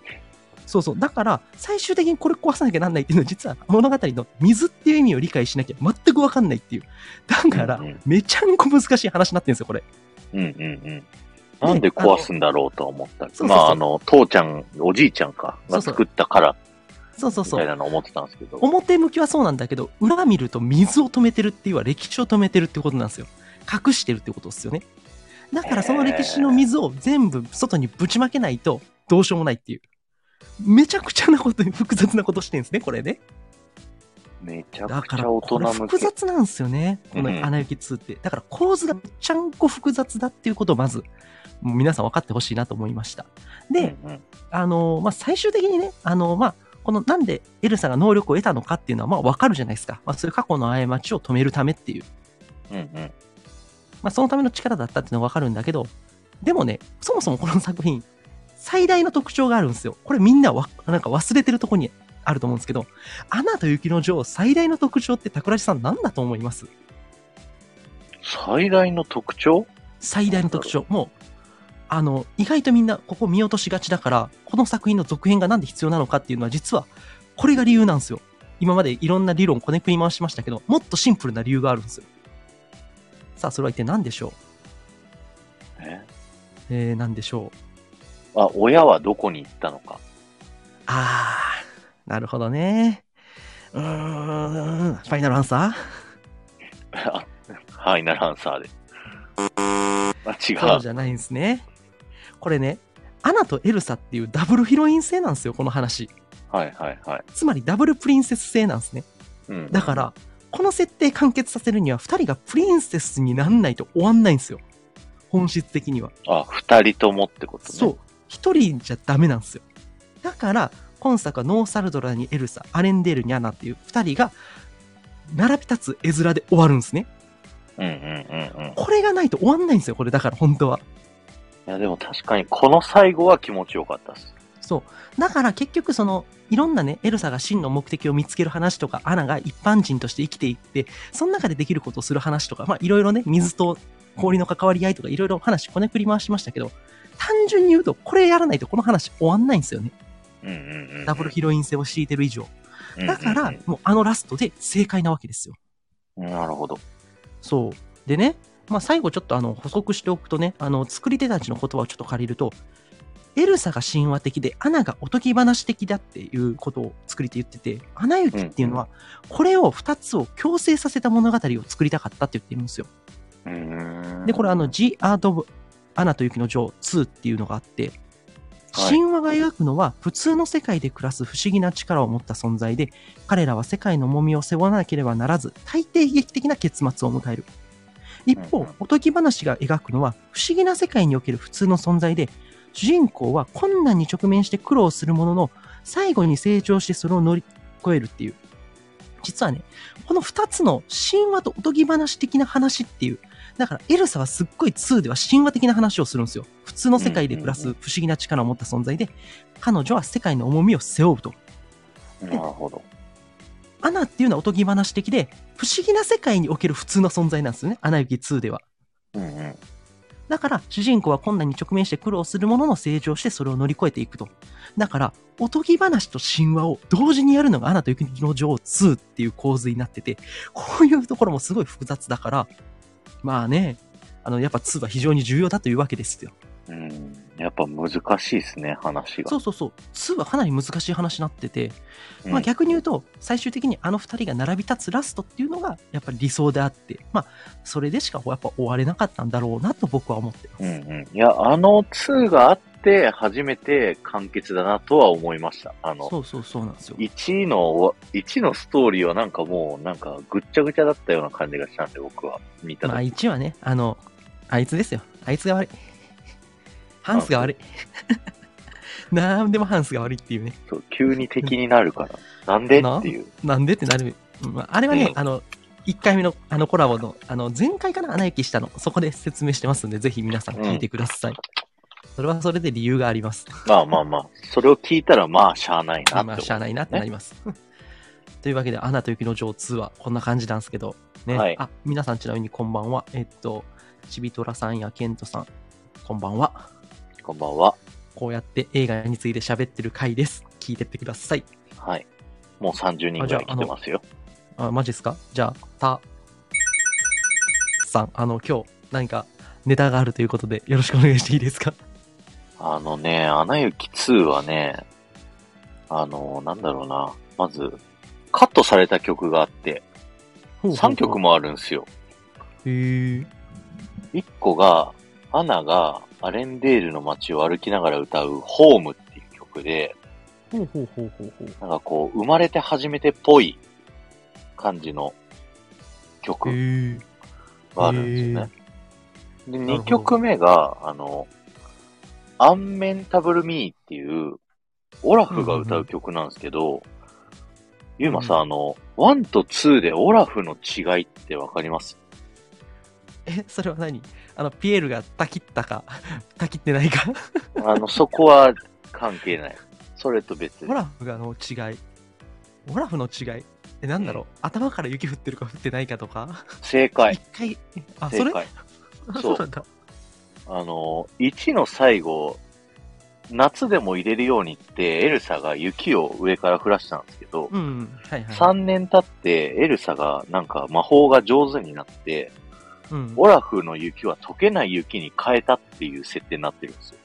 Speaker 2: そうそう。だから、最終的にこれ壊さなきゃなんないっていうのは、実は物語の水っていう意味を理解しなきゃ全くわかんないっていう。だから
Speaker 1: うんうん、
Speaker 2: めちゃんこ難しい話になってんですよ、これ。
Speaker 1: うんうんうん。なんで壊すんだろうとは思ったんです
Speaker 2: そうそうそう
Speaker 1: まあ、あの、父ちゃん、おじいちゃんか、
Speaker 2: そ
Speaker 1: が
Speaker 2: うそう
Speaker 1: 作ったから、
Speaker 2: そうそう
Speaker 1: み
Speaker 2: そ。
Speaker 1: たいうなの思ってたんですけど。
Speaker 2: 表向きはそうなんだけど、裏見ると水を止めてるっていうは歴史を止めてるってことなんですよ。隠してるってことですよね。だからその歴史の水を全部外にぶちまけないとどうしようもないっていう。めちゃくちゃなことに複雑なことしてるんですね、これね。
Speaker 1: めちゃ
Speaker 2: だか
Speaker 1: くち
Speaker 2: ら
Speaker 1: ゃ大人
Speaker 2: これ
Speaker 1: 向
Speaker 2: 複
Speaker 1: け。
Speaker 2: 雑なんですよね、こ
Speaker 1: うん
Speaker 2: の「アナ雪2」って。だから構図がめちゃんこ複雑だっていうことをまず、もう皆さん分かってほしいなと思いました。で、
Speaker 1: うんうん
Speaker 2: あのまあ、最終的にね、あのまあ、このなんでエルサが能力を得たのかっていうのはまあ分かるじゃないですか。まあ、そういう過去の過ちを止めるためっていう、
Speaker 1: うんうん。
Speaker 2: まあ、そのための力だったっていうのは分かるんだけど、でもね、そもそもこの作品、最大の特徴があるんですよ。これみんなわなんか忘れてるとこにあると思うんですけど、アナと雪の女王最大の特徴って桜地さん何だと思います
Speaker 1: 最大の特徴
Speaker 2: 最大の特徴。もう、あの、意外とみんなここ見落としがちだから、この作品の続編がなんで必要なのかっていうのは実は、これが理由なんですよ。今までいろんな理論こねくり回しましたけど、もっとシンプルな理由があるんですよ。さあ、それは一体何でしょう
Speaker 1: え
Speaker 2: えー、何でしょう
Speaker 1: あ、親はどこに行ったのか。
Speaker 2: あー、なるほどね。うーん、ファイナルアンサ
Speaker 1: あはい、ならアンサーで。あ、違
Speaker 2: ーそう
Speaker 1: う。
Speaker 2: じゃないんですね。これね、アナとエルサっていうダブルヒロイン性なんですよ、この話。
Speaker 1: はいはいはい。
Speaker 2: つまりダブルプリンセス性なんですね。
Speaker 1: うん、
Speaker 2: だから、この設定完結させるには、2人がプリンセスになんないと終わんないんですよ。本質的には。
Speaker 1: あ、二人ともってことね。
Speaker 2: そう。1人じゃダメなんですよ。だから、今作はノーサルドラにエルサ、アレンデールにアナっていう2人が、並び立つ絵面で終わるんですね。
Speaker 1: うんうんうんうん。い
Speaker 2: これがないと終わんないんですよ、これ。だから、本当は。
Speaker 1: や、でも確かに、この最後は気持ちよかったっす。
Speaker 2: そう。だから結局その、いろんなね、エルサが真の目的を見つける話とか、アナが一般人として生きていって、その中でできることをする話とか、まあいろいろね、水と氷の関わり合いとかいろいろ話こねくり回しましたけど、単純に言うと、これやらないとこの話終わんないんですよね。
Speaker 1: うんうんうんうん。
Speaker 2: ダブルヒロイン性を敷いてる以上。
Speaker 1: うんうんう
Speaker 2: だ
Speaker 1: ん
Speaker 2: から、もうあのラストで正解なわけですよ。
Speaker 1: なるほど。
Speaker 2: そう。でね、まあ、最後ちょっとあの補足しておくとね、あの作り手たちの言葉をちょっと借りると、エルサが神話的で、アナがおとぎ話的だっていうことを作り手言ってて、アナ雪っていうのは、これを2つを共生させた物語を作りたかったって言ってるんですよ。
Speaker 1: うーん
Speaker 2: で、これあの、The Art of アナと雪の女王2っていうのがあって、神話が描くのは普通の世界で暮らす不思議な力を持った存在で、彼らは世界の重みを背負わなければならず、大抵悲劇的な結末を迎える。一
Speaker 1: うんう
Speaker 2: 方
Speaker 1: ん、
Speaker 2: おとぎ話が描くのは不思議な世界における普通の存在で、主人公は困難に直面して苦労するものの、最後に成長してそれを乗り越えるっていう。実はね、この二つの神話とおとぎ話的な話っていう、だからエルサはすっごい2では神話的な話をするんですよ。普通の世界で暮らす不思議な力を持った存在で、彼女は世界の重みを背負うと。
Speaker 1: なるほど。
Speaker 2: アナっていうのはおとぎ話的で、不思議な世界における普通の存在なんですよね。アナ雪2では。
Speaker 1: うんうん。
Speaker 2: だから、主人公は困難に直面して苦労するものの成長してそれを乗り越えていくと。だから、おとぎ話と神話を同時にやるのがアナと雪の女王2っていう構図になってて、こういうところもすごい複雑だから、まあね、あの、やっぱ2は非常に重要だというわけですよ。
Speaker 1: うん、やっぱ難しいですね、話が。
Speaker 2: そうそうそう。2はかなり難しい話になってて、
Speaker 1: うん
Speaker 2: まあ、逆に言うと、最終的にあの2人が並び立つラストっていうのが、やっぱり理想であって、まあ、それでしかやっぱ終われなかったんだろうなと僕は思ってます。
Speaker 1: うんうん。いや、あの2があって、初めて完結だなとは思いました。あの、
Speaker 2: そうそうそうなんですよ。
Speaker 1: 1の、1のストーリーはなんかもう、なんかぐっちゃぐちゃだったような感じがしたんで、僕は見た
Speaker 2: まあ、
Speaker 1: 時。
Speaker 2: 1はね、あの、あいつですよ。あいつが 悪い。ハンスが悪い。なんでもハンスが悪いっていうね。
Speaker 1: そう急に敵になる から。なんで
Speaker 2: な
Speaker 1: っていう。
Speaker 2: なんでってなる。まあ、あれはね、
Speaker 1: うん
Speaker 2: あの、1回目のあのコラボの、あの、前回かな、穴行きしたの、そこで説明してますんで、ぜひ皆さん聞いてください。それはそれで理由があります。
Speaker 1: まあまあまあ、それを聞いたらまあしゃあないなって思
Speaker 2: ま
Speaker 1: う、
Speaker 2: あ、しゃあないなってなります。 というわけで、アナと雪の女王2はこんな感じなんですけど、ね。
Speaker 1: はい
Speaker 2: あ、皆さんちなみにこんばんは。えっと、ちびとらさんやケントさん、こんばんは。
Speaker 1: こんばんは。
Speaker 2: こうやって映画について喋ってる回です。聞いてってください。
Speaker 1: はい。もう30人
Speaker 2: あ
Speaker 1: ぐ
Speaker 2: じゃあ
Speaker 1: らい来てますよ。
Speaker 2: あ、マジですかじゃあ、た、さん、あの、今日何かネタがあるということで、よろしくお願いしていいです か
Speaker 1: あのね、アナ雪2はね、あの、なんだろうな。まず、カットされた曲があって、3曲
Speaker 2: も。
Speaker 1: もあるんですよ。
Speaker 2: へー
Speaker 1: 1個が、アナがアレンデールの街を歩きながら歌うホームっていう曲で、
Speaker 2: ほうほうほうほうほう。
Speaker 1: なんかこう、生まれて初めてっぽい感じの曲
Speaker 2: へー
Speaker 1: があるんですよね。で、
Speaker 2: なるほど
Speaker 1: 2曲目が、あの、アンメンタブルミーっていう、オラフが歌う曲なんですけど、ユーマさん、あの、1と2でオラフの違いってわかります
Speaker 2: え、それは何あの、ピエールがたきったか、 たきってないか。
Speaker 1: あの、そこは関係ない。それと別
Speaker 2: オ
Speaker 1: に。
Speaker 2: ラフがの違い。オラフの違い。え、なんだろう、頭から雪降ってるか降ってないかとか。
Speaker 1: 正解。
Speaker 2: 一回、あ、そ
Speaker 1: 正
Speaker 2: れ
Speaker 1: 解。
Speaker 2: あ
Speaker 1: そう
Speaker 2: そうなんだ。
Speaker 1: あの、1の最後、夏でも入れるようにって、エルサが雪を上から降らしたんですけど、
Speaker 2: うん。はいはい。
Speaker 1: 3年経って、エルサがなんか魔法が上手になって、
Speaker 2: うん、
Speaker 1: オラフの雪は溶けない雪に変えたっていう設定になってるんですよ。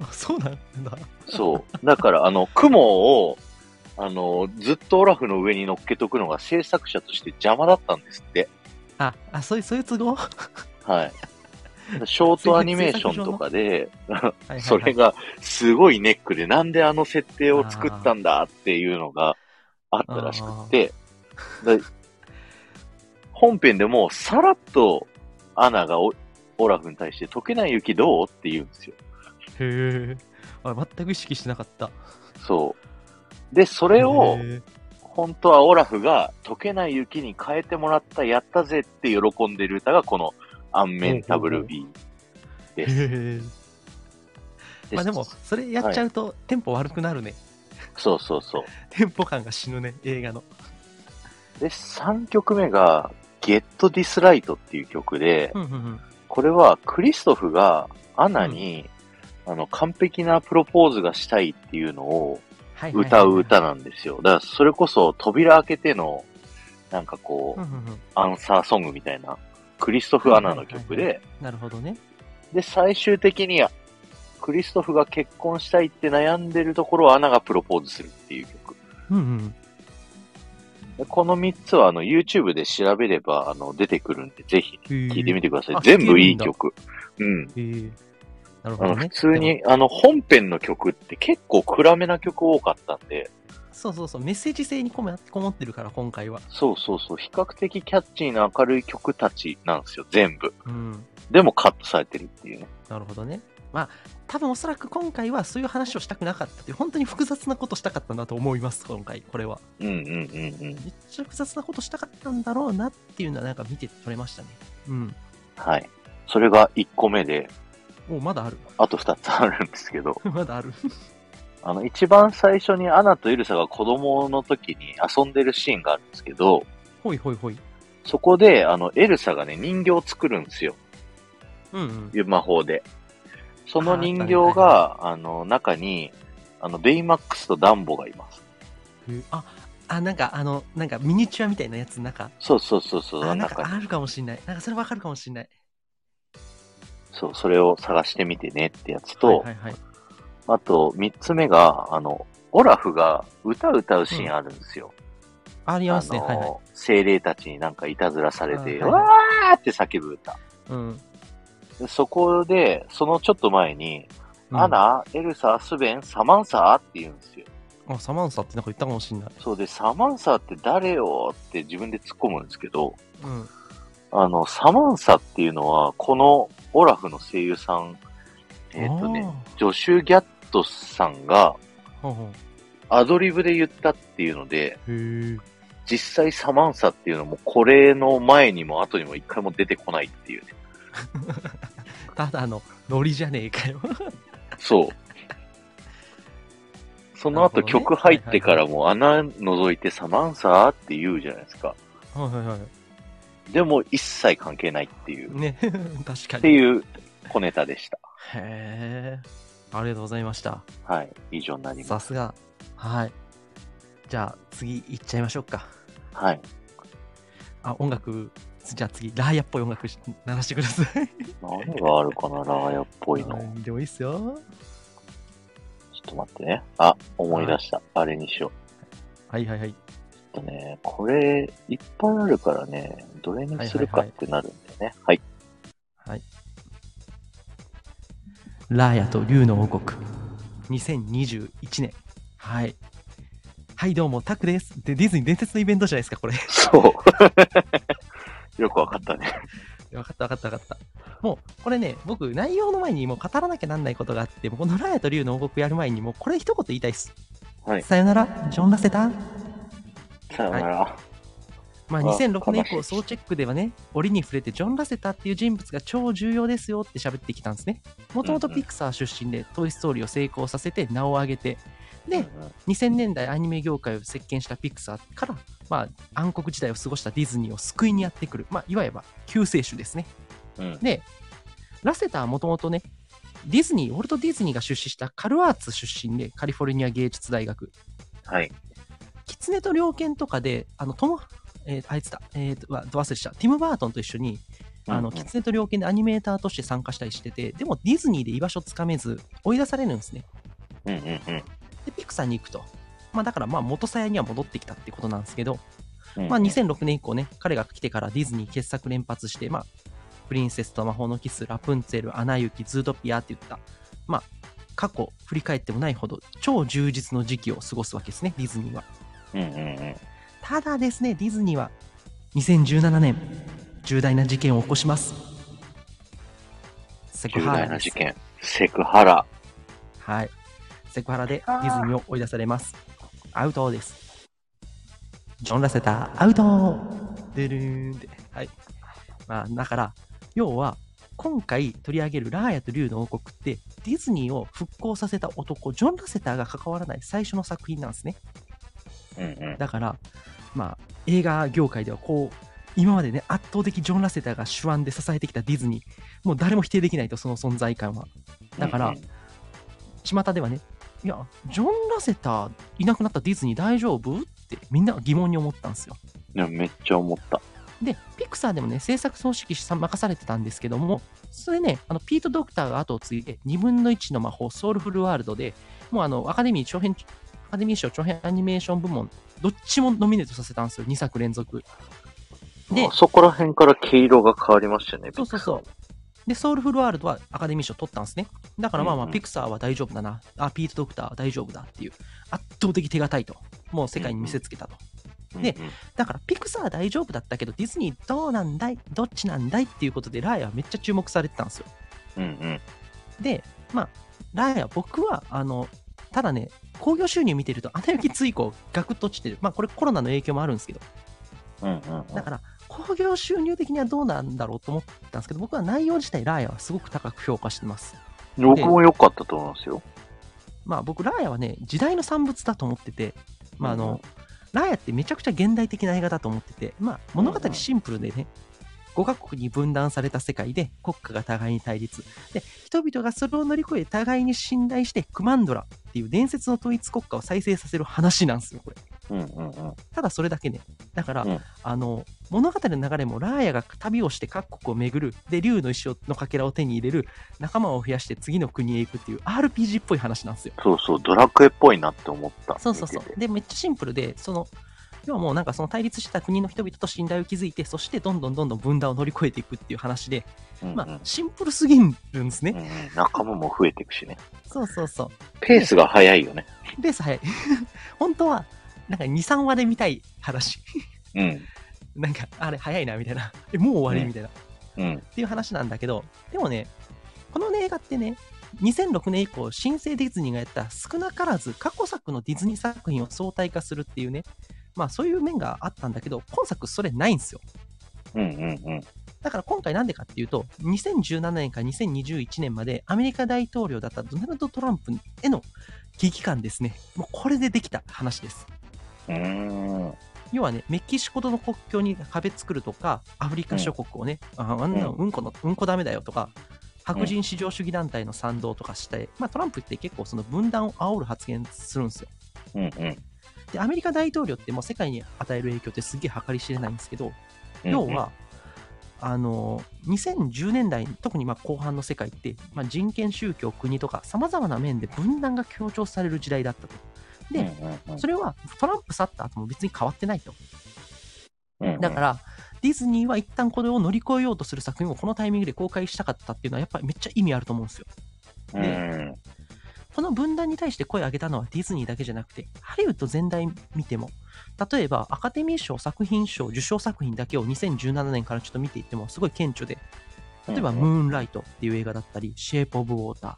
Speaker 2: あそうなんだ。
Speaker 1: そう。 だから、あの、雲を、あの、ずっとオラフの上に乗っけとくのが制作者として邪魔だったんですって。
Speaker 2: あ、あそういう、そういう都合 は
Speaker 1: はい。ショートアニメーションとかで、
Speaker 2: いはいはい
Speaker 1: それがすごいネックで、なんであの設定を作ったんだっていうのがあったらしくって、で本編でもさらっとアナがオオラフに対して溶けない雪どうって言うんですよ。
Speaker 2: へえ。あ、全く意識してなかった。
Speaker 1: そう。で、それを
Speaker 2: へ、ー
Speaker 1: 本当はオラフが溶けない雪に変えてもらった、やったぜって喜んでる歌がこのアンメンタブルビー
Speaker 2: へ
Speaker 1: です。
Speaker 2: え。まあでも、それやっちゃうと、テンポ悪くなるね。
Speaker 1: そうそうそう。
Speaker 2: テンポ感が死ぬね、映画の。
Speaker 1: で、3曲目が、Get This Right っていう曲で、
Speaker 2: うんうんうん。
Speaker 1: これはクリストフがアナに、あの、完璧なプロポーズがしたいっていうのを
Speaker 2: はいはいはいは
Speaker 1: 歌
Speaker 2: い
Speaker 1: う歌なんですよ。だからそれこそ扉開けての、なんかこ
Speaker 2: う
Speaker 1: う、
Speaker 2: んうんうん。
Speaker 1: アンサーソングみたいな、クリストフ・アナの曲
Speaker 2: はい
Speaker 1: で、
Speaker 2: なるほどね。
Speaker 1: で、最終的に、クリストフが結婚したいって悩んでるところをアナがプロポーズするっていう曲。
Speaker 2: うんうん。
Speaker 1: でこの3つはあの YouTube で調べればあの出てくるんで、ぜひ
Speaker 2: 聞
Speaker 1: 聴いてみてください
Speaker 2: あ。
Speaker 1: 全部いい
Speaker 2: 聞けるんだ
Speaker 1: 曲。うん。
Speaker 2: えーなるほ
Speaker 1: あ
Speaker 2: ど
Speaker 1: の
Speaker 2: ね。
Speaker 1: 普通
Speaker 2: で
Speaker 1: に、あの、本編の曲って結構暗めな曲多かったんで、
Speaker 2: も。そうそうそう、メッセージ性にこもこもってるから、今回は。
Speaker 1: そうそうそう、比較的キャッチーな明るい曲たちなんですよ、全部。
Speaker 2: うん。
Speaker 1: でもカットされてるっていうね。
Speaker 2: なるほどね。まあ、多分おそらく今回はそういう話をしたくなかったっていう、本当に複雑なことしたかったなと思います、今回、これは。
Speaker 1: うんうんうんうん。
Speaker 2: めっちゃ複雑なことしたかったんだろうなっていうのは、なんか見て取れましたね。うん。
Speaker 1: はい。それが1個目で、
Speaker 2: おまだある。
Speaker 1: あと2つあるんですけど、
Speaker 2: まだある。
Speaker 1: あの、一番最初にアナとエルサが子供の時に遊んでるシーンがあるんですけど、
Speaker 2: ほいほいほい。
Speaker 1: そこで、あの、エルサがね、人形を作るんですよ。
Speaker 2: うんうん。
Speaker 1: 魔法で。その人形
Speaker 2: あ
Speaker 1: が、あの、中に、あの、ベイマックスとダンボがいます。
Speaker 2: へあ、あ、なんかあの、なんかミニチュアみたいなやつ、なんか、
Speaker 1: そうそうそうそう、
Speaker 2: あ、なん
Speaker 1: 中に
Speaker 2: かあるかもしんない。なんかそれわかるかもしんない。
Speaker 1: そう、それを探してみてねってやつと、
Speaker 2: はいはいはい。
Speaker 1: あと、三つ目が、あの、オラフが歌歌うシーンあるんですよ。
Speaker 2: あり
Speaker 1: あ
Speaker 2: ますね。はいはい。
Speaker 1: の、精霊たちになんかいたずらされて、
Speaker 2: あはいは
Speaker 1: わ
Speaker 2: い
Speaker 1: ーって叫ぶ歌。
Speaker 2: うん。
Speaker 1: でそこで、そのちょっと前に、
Speaker 2: うん
Speaker 1: アナ、エルサ、スベン、サマンサーって言うんですよ。
Speaker 2: あ、サマンサってなんか言ったかもしんない。
Speaker 1: そうで、サマンサって誰よって自分で突っ込むんですけど、
Speaker 2: うん。
Speaker 1: あの、サマンサっていうのは、このオラフの声優さん、えっ、とね、ジョシュ・ギャットさんが
Speaker 2: あー。ほうほ
Speaker 1: アドリブで言ったっていうので、
Speaker 2: うへえ。
Speaker 1: 実際サマンサっていうのもこれの前にも後にも一回も出てこないっていうね。
Speaker 2: ただのノリじゃねえかよ。
Speaker 1: そう。その後、
Speaker 2: なるほどね
Speaker 1: 曲入ってからも穴覗いてサマンサーって言うじゃないですか。
Speaker 2: はいはいはい。
Speaker 1: でも一切関係ないっていう、っ
Speaker 2: ね、 確か
Speaker 1: て
Speaker 2: に。へ
Speaker 1: いう小ネタでした。
Speaker 2: え。ありがとうございました。
Speaker 1: はい。以上になりま
Speaker 2: さ
Speaker 1: す。
Speaker 2: すが。はい。じゃあ、次行っちゃいましょうか。
Speaker 1: はい。
Speaker 2: あ、音楽、じゃあ次、ラーヤっぽい音楽し鳴らしてください。
Speaker 1: 何があるかな、ラーヤっぽいの。ちょ
Speaker 2: 何でもいいっすよ。
Speaker 1: っと待ってね。あ、思い出した。あれにしよう。
Speaker 2: はいはいはい。
Speaker 1: ちょっとね、これ、いっぱいあるからね、どれにするかってなるんだよね。はい。
Speaker 2: はい。ラーヤと竜の王国、2021年。はい。はい、どうも、タクです。で、ディズニー伝説のイベントじゃないですか、これ。
Speaker 1: そう。 よくわかったね。
Speaker 2: 分かった分かった分かった。もう、これね、僕、内容の前にもう語らなきゃなんないことがあって、もうこのラーヤと竜の王国やる前に、もうこれ一言言いたいっす。
Speaker 1: はい
Speaker 2: さよなら、ジョン・ラセターン。
Speaker 1: さよなら。
Speaker 2: まあ、
Speaker 1: あ
Speaker 2: 2006年以降、
Speaker 1: 悲しい
Speaker 2: 総チェックではね、折に触れてジョン・ラセターっていう人物が超重要ですよって喋ってきたんですね。もともと
Speaker 1: うんうん
Speaker 2: ピクサー出身で、トイ・ストーリーを成功させて名を上げて、
Speaker 1: う
Speaker 2: で
Speaker 1: ん、
Speaker 2: 2000年代アニメ業界を席巻したピクサーから、まあ、暗黒時代を過ごしたディズニーを救いにやってくる、まあ、いわゆる救世主ですね。
Speaker 1: うんうん
Speaker 2: で、ラセターはもともとね、ディズニー、ウォルト・ディズニーが出資したカルアーツ出身で、カリフォルニア芸術大学。
Speaker 1: はい。
Speaker 2: キツネと猟犬とかで、あの、トム、えーあいつだ、えーと、うわど忘れした、ティム・バートンと一緒に、あの、
Speaker 1: うんうん
Speaker 2: キツネと猟犬でアニメーターとして参加したりしてて、でもディズニーで居場所つかめず、追い出されるんですね。
Speaker 1: うんうんうん
Speaker 2: で、ピクサーに行くと。まあ、だから、まあ、元さやには戻ってきたってことなんですけど、
Speaker 1: うん。
Speaker 2: まあ、2006年以降ね、彼が来てからディズニー傑作連発して、まあ、プリンセスと魔法のキス、ラプンツェル、アナ雪、ズートピアっていった、まあ、過去振り返ってもないほど超充実の時期を過ごすわけですね、ディズニーは。
Speaker 1: うんうんうん。
Speaker 2: ただですね、ディズニーは2017年、重大な事件を起こします。セク
Speaker 1: 重
Speaker 2: ハラ
Speaker 1: 大
Speaker 2: です
Speaker 1: な事。件。セクハラ。
Speaker 2: はい。セクハラでディズニーを追い出されます。アウトです。ジョン・ラセター、アウトでるーんって。はい。まあ、だから、要は、今回取り上げるラーヤと竜の王国って、ディズニーを復興させた男、ジョン・ラセターが関わらない最初の作品なんですね。
Speaker 1: うんうん。
Speaker 2: だから、まあ、映画業界ではこう、今までね、圧倒的ジョン・ラセターが手腕で支えてきたディズニー、もう誰も否定できないと、その存在感は。だから
Speaker 1: うんうん、
Speaker 2: 巷ではね、いや、ジョン・ラセターいなくなったディズニー大丈夫ってみんなが疑問に思ったんですよ。
Speaker 1: いやめっちゃ思った。
Speaker 2: で、ピクサーでもね、制作総指揮さん任されてたんですけども、それね、あのピート・ドクターが後を継いで、2分の1の魔法、ソウルフルワールドで、もうあのアカデミー長編、アカデミー賞長編アニメーション部門、どっちもノミネートさせたんですよ、2作連続。で
Speaker 1: あ、そこら辺から毛色が変わりましたね。
Speaker 2: そうそうそう。で、ソウルフルワールドはアカデミー賞取ったんですね。だからまあまあ、
Speaker 1: うんうん
Speaker 2: ピクサーは大丈夫だな、あ、ピート・ドクターは大丈夫だっていう、圧倒的手堅いと、もう世界に見せつけた
Speaker 1: う
Speaker 2: と。
Speaker 1: んうん。
Speaker 2: でだからピクサーは大丈夫だったけどディズニーどうなんだいどっちなんだいっていうことでラーヤはめっちゃ注目されてたんですよ
Speaker 1: うんうん。
Speaker 2: でまあラーヤ僕はあのただね興行収入見てると穴行き追降ガクッと落ちてるまあこれコロナの影響もあるんですけど
Speaker 1: うんうんうん。
Speaker 2: だから興行収入的にはどうなんだろうと思ったんですけど僕は内容自体ラーヤはすごく高く評価してます
Speaker 1: 僕も良かったと思うんですよ。
Speaker 2: まあ僕ラーヤはね時代の産物だと思っててまああ
Speaker 1: うんう
Speaker 2: の
Speaker 1: ん、
Speaker 2: ラーヤってめちゃくちゃ現代的な映画だと思ってて、まあ、物語シンプルでね、5カ国に分断された世界で国家が互いに対立。で、人々がそれを乗り越え互いに信頼してクマンドラっていう伝説の統一国家を再生させる話なんですよ、これ。
Speaker 1: うんうんうん。
Speaker 2: ただそれだけね。だから、
Speaker 1: うん
Speaker 2: あの、物語の流れもラーヤが旅をして各国を巡る、で、竜の石のかけらを手に入れる、仲間を増やして次の国へ行くっていう RPG っぽい話なんですよ。
Speaker 1: そうそう、ドラクエっぽいなって思った。
Speaker 2: そうそうそ
Speaker 1: 見て
Speaker 2: う。
Speaker 1: て
Speaker 2: で、めっちゃシンプルで、その、要はもうなんかその対立してた国の人々と信頼を築いて、そしてどんどんどんどん分断を乗り越えていくっていう話で、
Speaker 1: うんうん
Speaker 2: まあ、シンプルすぎるんです
Speaker 1: うん
Speaker 2: ね。
Speaker 1: うん仲間も増えていくし ね。
Speaker 2: そうそうそう。
Speaker 1: ペースが早いよね。
Speaker 2: レース早い。 本当は、なんか2、3話で見たい話。
Speaker 1: うん。
Speaker 2: なんか、あれ早いな、みたいな。え、もう終わり
Speaker 1: ね
Speaker 2: みたいな。っ
Speaker 1: うん。
Speaker 2: ていう話なんだけど、でもね、この映画ってね、2006年以降、新生ディズニーがやった少なからず過去作のディズニー作品を相対化するっていうね、まあそういう面があったんだけど、今作それないんですよ。
Speaker 1: うんうんうん。
Speaker 2: だから今回なんでかっていうと、2017年から2021年までアメリカ大統領だったドナルド・トランプへの危機感ですね。もうこれでできた話です。
Speaker 1: うーん。
Speaker 2: 要はね、メキシコとの国境に壁作るとか、アフリカ諸国をね、ああんなのうんこの、うんこダメだよとか、白人至上主義団体の賛同とかして、まあトランプって結構その分断を煽る発言するんですよ。
Speaker 1: うんうん。
Speaker 2: で、アメリカ大統領ってもう世界に与える影響ってすげえ計り知れないんですけど、要は、あの2010年代特にまあ後半の世界って、まあ、人権宗教国とかさまざまな面で分断が強調される時代だったと
Speaker 1: うんうん、
Speaker 2: でそれはトランプ去った後も別に変わってないと
Speaker 1: うんうん、
Speaker 2: だからディズニーは一旦これを乗り越えようとする作品をこのタイミングで公開したかったっていうのはやっぱりめっちゃ意味あると思うんですよ
Speaker 1: うんうん
Speaker 2: この分断に対して声を上げたのはディズニーだけじゃなくて、ハリウッド全体見ても、例えばアカデミー賞作品賞受賞作品だけを2017年からちょっと見ていってもすごい顕著で、例えば、
Speaker 1: うん
Speaker 2: ムーンライトっていう映画だったり、シェイプ・オブ・ウォータ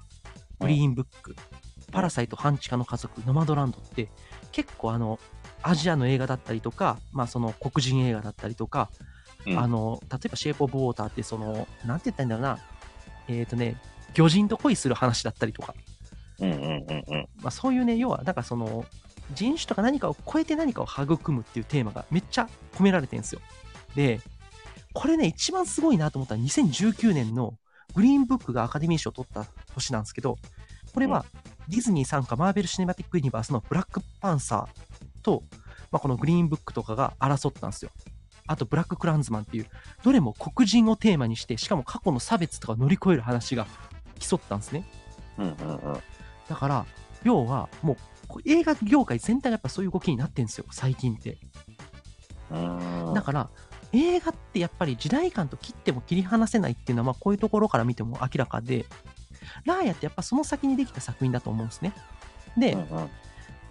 Speaker 2: ー、グリーンブック、パラサイト、半地下の家族、ノマドランドって、結構あの、アジアの映画だったりとか、まあその黒人映画だったりとか、
Speaker 1: うん
Speaker 2: あの、例えばシェイプ・オブ・ウォーターってその、なんて言ったらいいんだろうな、えっ、とね、魚人と恋する話だったりとか、
Speaker 1: うんうんうんうん。
Speaker 2: まあそういうね、要はなんかその、人種とか何かを超えて何かを育むっていうテーマがめっちゃ込められてるんですよ。で、これね、一番すごいなと思ったのは2019年のグリーンブックがアカデミー賞を取った年なんですけど、これはディズニー傘下マーベル・シネマティック・ユニバースのブラックパンサーと、まあ、このグリーンブックとかが争ったんですよ。あと、ブラック・クランズマンっていう、どれも黒人をテーマにして、しかも過去の差別とかを乗り越える話が競ったんですね。
Speaker 1: うんうんうん。
Speaker 2: だから、要は、もう、こう映画業界全体がやっぱそういう動きになってんですよ、最近って。
Speaker 1: うーん
Speaker 2: だから、映画ってやっぱり時代感と切っても切り離せないっていうのは、まあ、こういうところから見ても明らかで、ラーヤってやっぱその先にできた作品だと思うんですね。で、
Speaker 1: うん
Speaker 2: ま
Speaker 1: うん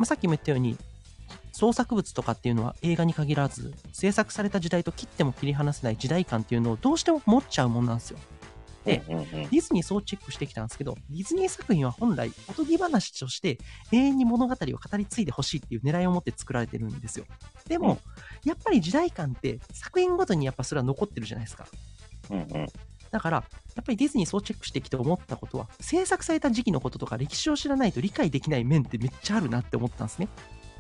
Speaker 2: あ、さっきも言ったように、創作物とかっていうのは映画に限らず、制作された時代と切っても切り離せない時代感っていうのをどうしても持っちゃうもんなんですよ。で
Speaker 1: うんうんうん
Speaker 2: ディズニーそうチェックしてきたんですけど、ディズニー作品は本来、おとぎ話として永遠に物語を語り継いでほしいっていう狙いを持って作られてるんですよ。でも、やっぱり時代感って作品ごとにやっぱそれは残ってるじゃないですか。
Speaker 1: うんうん
Speaker 2: だから、やっぱりディズニーそうチェックしてきて思ったことは、制作された時期のこととか歴史を知らないと理解できない面ってめっちゃあるなって思ったんですね。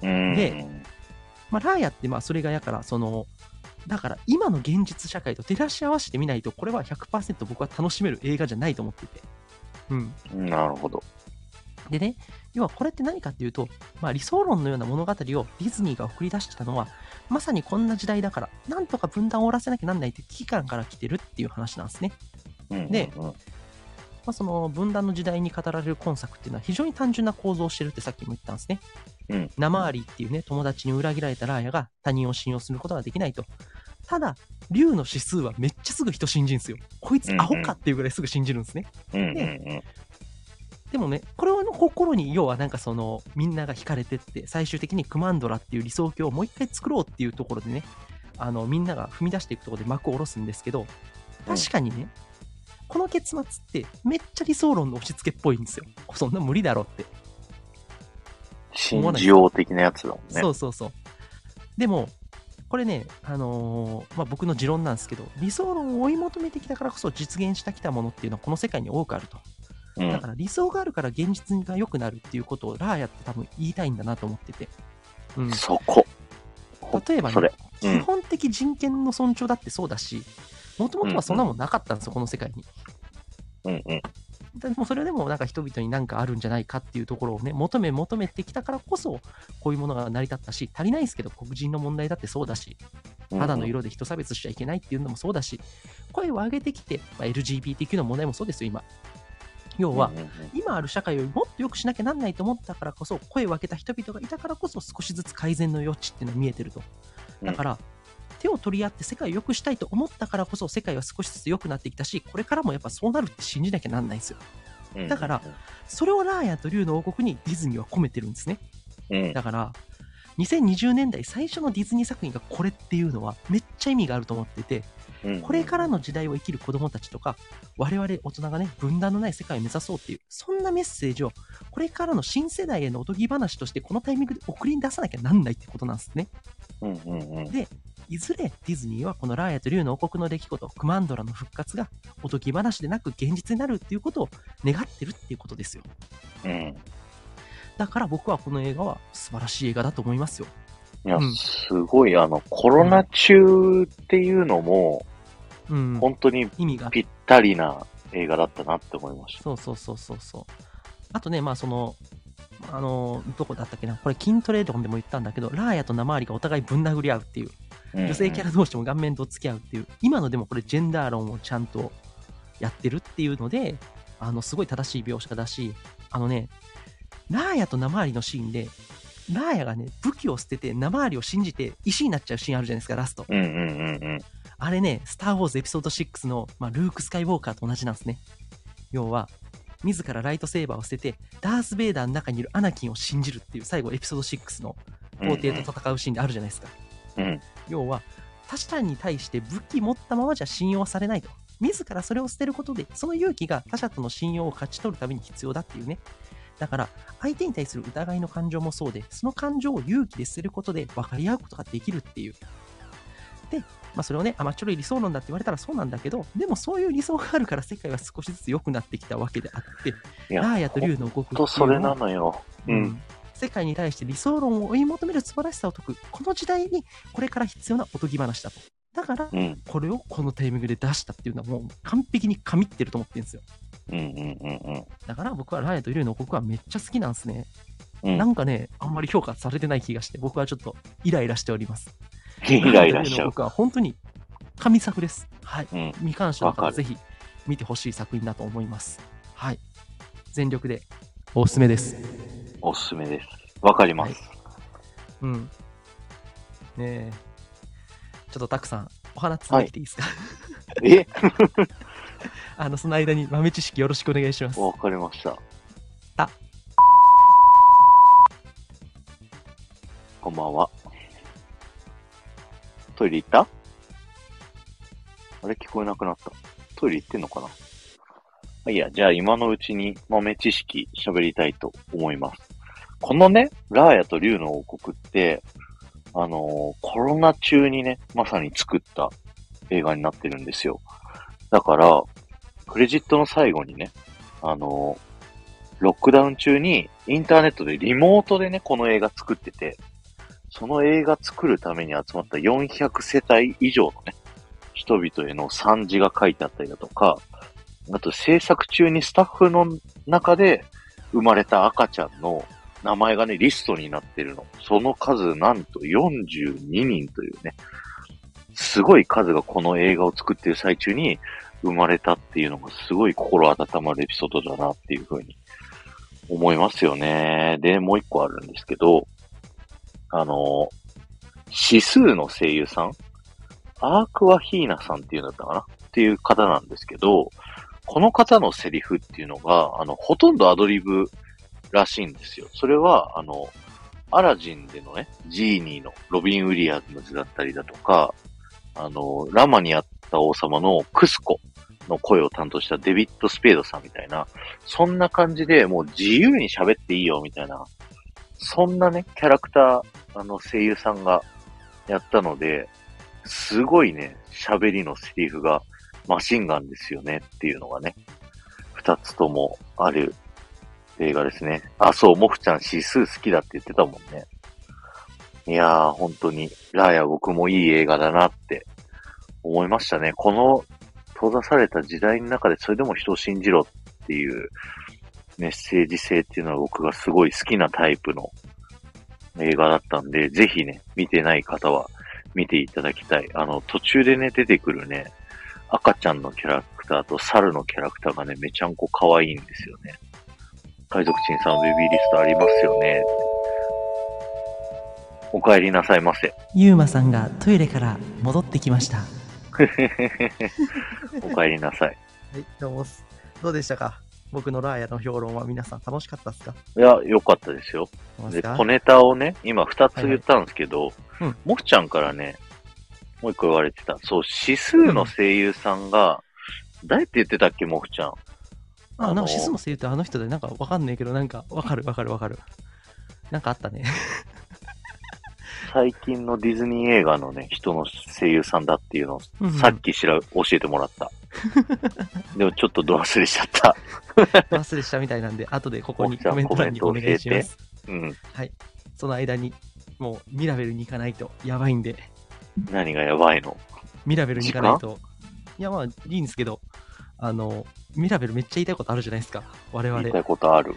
Speaker 1: うん
Speaker 2: でまあ、ラーヤってまあそれがやからそのだから今の現実社会と照らし合わせてみないとこれは100%僕は楽しめる映画じゃないと思ってて、うん、
Speaker 1: なるほど。
Speaker 2: でね要はこれって何かっていうと、まあ、理想論のような物語をディズニーが送り出してたのはまさにこんな時代だからなんとか分断を終わらせなきゃなんないって危機感から来てるっていう話なんですね、で
Speaker 1: うんうん
Speaker 2: まあ、その分断の時代に語られる今作っていうのは非常に単純な構造をしてるってさっきも言ったんですね
Speaker 1: うん
Speaker 2: 生ありっていうね、友達に裏切られたラーヤが他人を信用することができないと。ただ、竜の指数はめっちゃすぐ人信じるんですよ。こいつアホかっていうぐらいすぐ信じるんですね。
Speaker 1: うんうんうん
Speaker 2: でもね、これの心に、要はなんかその、みんなが惹かれてって、最終的にクマンドラっていう理想郷をもう一回作ろうっていうところでね、あの、みんなが踏み出していくところで幕を下ろすんですけど、確かにね、この結末ってめっちゃ理想論の押し付けっぽいんですよ。そんな無理だろって。
Speaker 1: 信じよう的なやつだもんね。
Speaker 2: そうそうそう。でも、これね、あのーまあ、僕の持論なんですけど、理想論を追い求めてきたからこそ実現してきたものっていうのはこの世界に多くあると。
Speaker 1: うん
Speaker 2: だから理想があるから現実が良くなるっていうことをラーヤって多分言いたいんだなと思ってて。うん。
Speaker 1: そこ。
Speaker 2: 例えばね
Speaker 1: それ。う
Speaker 2: 基
Speaker 1: ん
Speaker 2: 本的人権の尊重だってそうだし、もともとはそんなもんなかったんですよ、この世界に。
Speaker 1: うんうん。
Speaker 2: でもそれでもなんか人々に何かあるんじゃないかっていうところをね求め求めてきたからこそこういうものが成り立ったし足りないですけど黒人の問題だってそうだし肌の色で人差別しちゃいけないっていうのもそうだし声を上げてきて、まあ LGBTQ の問題もそうですよ今要は
Speaker 1: うんうん
Speaker 2: 今ある社会をもっと良くしなきゃなんないと思ったからこそ声を上げた人々がいたからこそ少しずつ改善の余地っていうのは見えてるとだから、手を取り合って世界を良くしたいと思ったからこそ世界は少しずつ良くなってきたしこれからもやっぱそうなるって信じなきゃなんないんですよ
Speaker 1: うん
Speaker 2: だから、それをラーヤと竜の王国にディズニーは込めてるんですね。
Speaker 1: うん
Speaker 2: だから、2020年代最初のディズニー作品がこれっていうのはめっちゃ意味があると思って
Speaker 1: う
Speaker 2: て、
Speaker 1: ん
Speaker 2: これからの時代を生きる子供たちとか、我々大人がね、分断のない世界を目指そうっていう、そんなメッセージを、これからの新世代へのおとぎ話として、このタイミングで送り出さなきゃなんないってことなんですね。
Speaker 1: うんうんうん
Speaker 2: いずれディズニーはこのラーヤと竜の王国の出来事、クマンドラの復活がおとぎ話でなく現実になるっていうことを願ってるっていうことですよ。
Speaker 1: うん
Speaker 2: だから僕はこの映画は素晴らしい映画だと思いますよ。
Speaker 1: いや、
Speaker 2: うん
Speaker 1: すごい、あの、コロナ中っていうのも、
Speaker 2: うん。
Speaker 1: 本当に
Speaker 2: 意味が。
Speaker 1: ぴったりな映画だったなって思いました。
Speaker 2: そうそうそうそうそう。あとね、まあその、あの、どこだったっけな、これ筋トレとかでも言ったんだけど、ラーヤとナマーリがお互いぶん殴り合うっていう、女性キャラ同士も顔面と付き合うっていう、今のでもこれジェンダー論をちゃんとやってるっていうので、あの、すごい正しい描写だし、あのね、ラーヤとナマーリのシーンで、ラーヤがね、武器を捨てて、ナマーリを信じて、石になっちゃうシーンあるじゃないですか、ラスト。
Speaker 1: うんうんうんうん
Speaker 2: あれね、スター・ウォーズエピソード6の、まあ、ルーク・スカイウォーカーと同じなんですね。要は、自らライトセーバーを捨てて、ダース・ベイダーの中にいるアナキンを信じるっていう、最後エピソード6の
Speaker 1: うん。
Speaker 2: 皇帝と戦うシーンであるじゃないですか。
Speaker 1: うん
Speaker 2: 要は、他者に対して武器持ったままじゃ信用されないと。自らそれを捨てることで、その勇気が他者との信用を勝ち取るために必要だっていうね。だから、相手に対する疑いの感情もそうで、その感情を勇気で捨てることで分かり合うことができるっていう。で、まあ、それをね、甘っちょろい理想論だって言われたらそうなんだけど、でもそういう理想があるから世界は少しずつ良くなってきたわけであって、
Speaker 1: い
Speaker 2: ラ
Speaker 1: や、
Speaker 2: ーヤと竜の動く
Speaker 1: ほんとそれなのよ。うん。
Speaker 2: 世界に対して理想論を追い求める素晴らしさを解くこの時代にこれから必要なおとぎ話だとだから
Speaker 1: うん
Speaker 2: これをこのタイミングで出したっていうのはもう完璧に神ってると思ってるんですよ
Speaker 1: うんうんうん
Speaker 2: だから僕はラーヤとユリの僕はめっちゃ好きなんですね、
Speaker 1: うん
Speaker 2: なんかねあんまり評価されてない気がして僕はちょっとイライラしております
Speaker 1: うん。イライラしちゃう。
Speaker 2: 僕は本当に神作ですはい
Speaker 1: うん。
Speaker 2: 未完成の方
Speaker 1: わ
Speaker 2: は
Speaker 1: かる
Speaker 2: ぜひ見てほしい作品だと思いますはい全力でおすすめです
Speaker 1: おすすめです。わかります。
Speaker 2: うん。ねえ。ちょっとたくさん、お話続けていいですか、
Speaker 1: え
Speaker 2: あの、その間に豆知識よろしくお願いします。
Speaker 1: わかりました。
Speaker 2: あ
Speaker 1: こんばんは。トイレ行ったあれ聞こえなくなった。トイレ行ってんのかなあいいや、じゃあ今のうちに豆知識喋りたいと思います。このね、ラーヤと竜の王国って、あのーコロナ中にね、まさに作った映画になってるんですよ。だから、クレジットの最後にね、あのーロックダウン中にインターネットでリモートでね、この映画作ってて、その映画作るために集まった400世帯以上のね、人々への賛辞が書いてあったりだとか、あと制作中にスタッフの中で生まれた赤ちゃんの名前がね、リストになってるの。その数なんと42人というね、すごい数がこの映画を作ってる最中に生まれたっていうのがすごい心温まるエピソードだなっていうふうに思いますよね。で、もう一個あるんですけど、あの、指数の声優さん、アークワヒーナさんっていうのだったかなっていう方なんですけど、この方のセリフっていうのが、あの、ほとんどアドリブらしいんですよ。それは、あの、アラジンでのね、ジーニーのロビン・ウィリアムズだったりだとか、あの、ラマにあった王様のクスコの声を担当したデビッド・スペードさんみたいな、そんな感じでもう自由に喋っていいよみたいな、そんなね、キャラクター、あの声優さんがやったので、すごいね、喋りのセリフがマシンガンですよねっていうのがね、二つともある映画ですね。あ、そう、モフちゃん指数好きだって言ってたもんね。いやー、本当に、ラーヤ僕もいい映画だなって思いましたね。この閉ざされた時代の中でそれでも人を信じろっていうメッセージ性っていうのは僕がすごい好きなタイプの映画だったんで、ぜひね、見てない方は見ていただきたい。あの、途中でね、出てくるね、赤ちゃんのキャラクターと猿のキャラクターがね、めちゃんこ可愛いんですよね。海賊人さんベビーリストありますよね。お帰りなさいませ。
Speaker 2: ゆうまさんがトイレから戻ってきました。は
Speaker 1: お帰りなさい。
Speaker 2: い、どうもっす。どうでしたか僕のラーヤの評論は皆さん楽しかったですか
Speaker 1: いや、良かったですよ。
Speaker 2: どう
Speaker 1: で、
Speaker 2: ですか
Speaker 1: 小ネタをね、今2つ言ったんですけど、
Speaker 2: いはいうん
Speaker 1: もふちゃんからね、もう一個言われてた。そう、指数の声優さんが、誰って言ってたっけ、モフちゃん。
Speaker 2: あ、
Speaker 1: あ
Speaker 2: なん
Speaker 1: の
Speaker 2: かシスの声優ってあの人で、なんかわかんないけど、なんかわかるわかるわかる。なんかあ ったね。
Speaker 1: 最近のディズニー映画のね、人の声優さんだっていうのを、
Speaker 2: うん
Speaker 1: さっき知ら、教えてもら った。でもちょっとど忘れしちゃった。
Speaker 2: 忘れしたみたいなんで、後でここに
Speaker 1: じゃあ
Speaker 2: コメント欄にお
Speaker 1: コメント
Speaker 2: 願
Speaker 1: 教え
Speaker 2: いしてます。
Speaker 1: うん。
Speaker 2: はい。その間に、もうミラベルに行かないとやばいんで、
Speaker 1: 何がやばいの
Speaker 2: ミラベルに行かないと。いや、まあ、いいんですけど、あの、ミラベルめっちゃ言いたいことあるじゃないですか。我々。
Speaker 1: 言い
Speaker 2: い
Speaker 1: たいことある。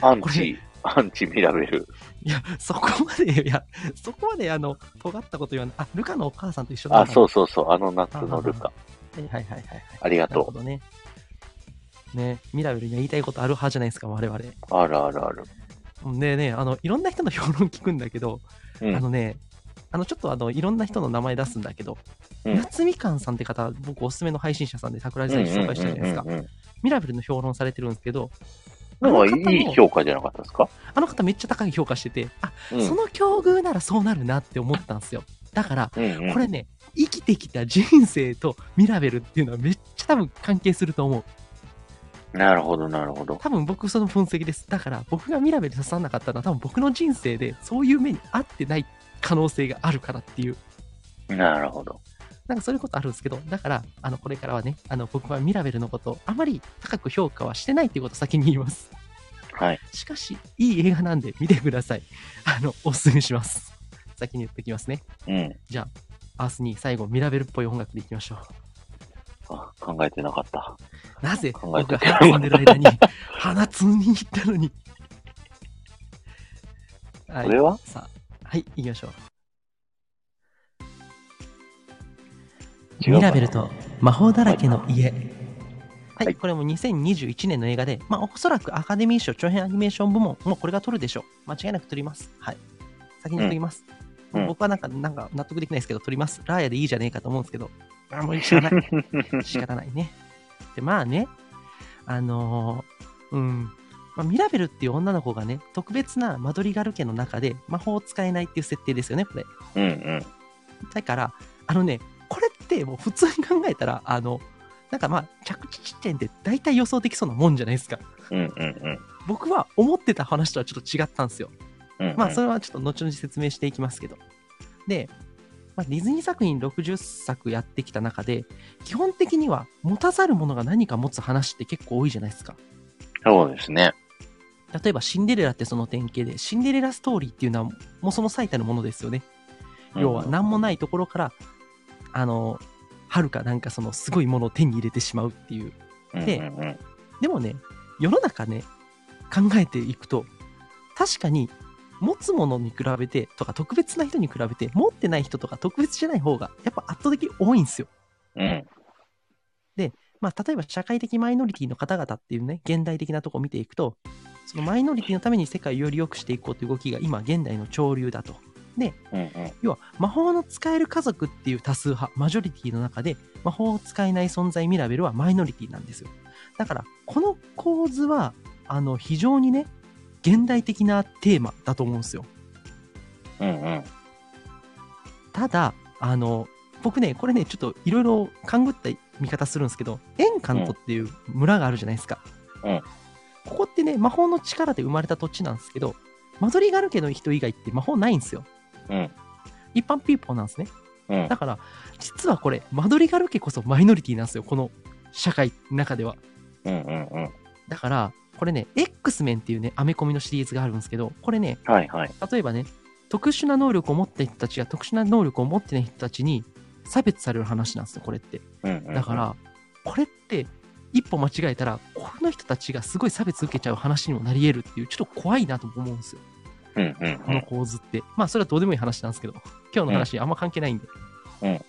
Speaker 1: アン
Speaker 2: こ
Speaker 1: チ
Speaker 2: れ、
Speaker 1: アンチミラベル。
Speaker 2: や、そこまで、いや、そこまで、あの、尖ったこと言わない。あ、ルカのお母さんと一緒。
Speaker 1: あ、そううそうそう、あの夏のルカ。
Speaker 2: はいはいはいはい。
Speaker 1: ありが
Speaker 2: なる
Speaker 1: と
Speaker 2: ほどね。ね、ミラベルには言いたいことある派じゃないですか、我々。
Speaker 1: う。あるあるある。
Speaker 2: でね、あの、いろんな人の評論聞くんだけど、
Speaker 1: うん
Speaker 2: あのね、あの、ちょっとあの、いろんな人の名前出すんだけど、
Speaker 1: うん
Speaker 2: 夏みかんさんって方、僕おすすめの配信者さんで桜井さんに紹介したじゃないですか
Speaker 1: うん。うんうんうん
Speaker 2: ミラベルの評論されてるんですけど、あ
Speaker 1: なん
Speaker 2: の
Speaker 1: か
Speaker 2: 方も
Speaker 1: いい評価じゃなかったですか、
Speaker 2: あの方めっちゃ高い評価してて、あ、
Speaker 1: うん、
Speaker 2: その境遇ならそうなるなって思ったんですよ。だから、
Speaker 1: うんうん
Speaker 2: これね、生きてきた人生とミラベルっていうのはめっちゃ多分関係すると思う。
Speaker 1: なるほど、なるほど。
Speaker 2: 多分僕その分析です。だから僕がミラベル刺さなかったのは多分僕の人生でそういう目に合ってない可能性があるからっていう。
Speaker 1: なるほど。
Speaker 2: なんかそういうことあるんですけど、だから、あの、これからはね、あの、僕はミラベルのことをあまり高く評価はしてないっていうことを先に言います。
Speaker 1: はい。
Speaker 2: しかし、いい映画なんで見てください。あの、おすすめします。先に言ってきますね。
Speaker 1: うん。
Speaker 2: アースに最後、ミラベルっぽい音楽でいきましょ
Speaker 1: あ考えてなかった。
Speaker 2: う。なぜ
Speaker 1: 考え
Speaker 2: 僕
Speaker 1: てた
Speaker 2: が鼻つんでる間に、 鼻つんに行ったのに。は
Speaker 1: これは
Speaker 2: さあ、はい、行きましょう。
Speaker 1: 違うかな
Speaker 2: ミラベルと魔法だらけの家。はい、
Speaker 1: はい
Speaker 2: これも2021年の映画で、まあ、おそらくアカデミー賞長編アニメーション部門、もうこれが取るでしょう。間違いなく取ります。はい。先に取ります。
Speaker 1: うんうん
Speaker 2: 僕はなんか、なんか納得できないですけど、取ります。ラーヤでいいじゃねえかと思うんですけど、あもう知らない。 仕方ないね。で、まあね、あのーうん、まあ、ミラベルっていう女の子がね、特別なマドリガル家の中で魔法を使えないっていう設定ですよね、これ。
Speaker 1: うんうん。
Speaker 2: だから、あのね、これってもう普通に考えたら、あの、なんかまあ、着地地点で大体予想できそうなもんじゃないですか。
Speaker 1: うんうん
Speaker 2: 僕は思ってた話とはちょっと違ったんですよ。
Speaker 1: うん。うん
Speaker 2: まあ、それはちょっと後々説明していきますけど。で、まあ、ディズニー作品60作やってきた中で、基本的には持たざるものが何か持つ話って結構多いじゃないですか。
Speaker 1: そうですね。
Speaker 2: 例えばシンデレラってその典型で、シンデレラストーリーっていうのはもうその最たるものですよね。要は何もないところから、あの、はるかなんかそのすごいものを手に入れてしまうっていう。
Speaker 1: うん
Speaker 2: で
Speaker 1: うんうん
Speaker 2: でもね、世の中ね、考えていくと、確かに持つものに比べてとか特別な人に比べて持ってない人とか特別じゃない方がやっぱ圧倒的に多いんですよ。
Speaker 1: うん
Speaker 2: まあ、例えば社会的マイノリティの方々っていうね、現代的なとこを見ていくと、そのマイノリティのために世界をより良くしていこうという動きが今現代の潮流だと。
Speaker 1: うんうん
Speaker 2: 要は魔法の使える家族っていう多数派マジョリティの中で魔法を使えない存在ミラベルはマイノリティなんですよだからこの構図はあの非常にね現代的なテーマだと思うんですよ
Speaker 1: うんうん。
Speaker 2: ただあの僕ねこれねちょっといろいろ勘ぐった見方するんですけどエンカントっていう村があるじゃないですか、
Speaker 1: うん
Speaker 2: ここってね魔法の力で生まれた土地なんですけどマドリガル家の人以外って魔法ないんですよ
Speaker 1: うん
Speaker 2: 一般ピーポーなんですね
Speaker 1: うん
Speaker 2: だから、実はこれ、マドリガル家こそマイノリティなんですよ、この社会の中では。
Speaker 1: うんうんうん。
Speaker 2: だから、これね、X メンっていうね、アメコミのシリーズがあるんですけど、これね、
Speaker 1: はいはい。
Speaker 2: 例えばね、特殊な能力を持った人たちが特殊な能力を持ってない人たちに差別される話なんですよ、これって。
Speaker 1: うんうんうん
Speaker 2: だか、ら、これって、一歩間違えたら、この人たちがすごい差別受けちゃう話にもなり得るっていう、ちょっと怖いなとも思うんですよ、
Speaker 1: うんうん
Speaker 2: この構図って。まあ、それはどうでもいい話なんですけど、今日の話あんま関係ないんで。
Speaker 1: うん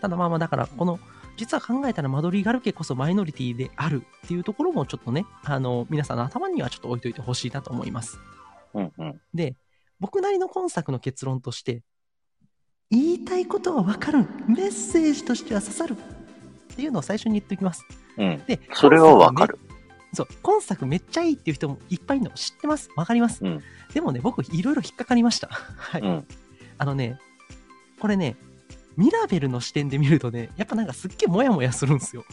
Speaker 2: ただまあまあだからこの実は考えたらマドリガル家こそマイノリティであるっていうところもちょっとねあの皆さんの頭にはちょっと置いといてほしいなと思います
Speaker 1: うんうんうん。
Speaker 2: で僕なりの今作の結論として言いたいことは分かるメッセージとしては刺さるっていうのを最初に言っておきます
Speaker 1: うん。
Speaker 2: で
Speaker 1: それはわかる。
Speaker 2: そう今作めっちゃいいっていう人もいっぱいいるの知ってます分かります、
Speaker 1: うん
Speaker 2: でもね僕いろいろ引っかかりましたはい、
Speaker 1: うん
Speaker 2: あのねこれねミラベルの視点で見るとね、やっぱなんかすっげえモヤモヤするんですよ。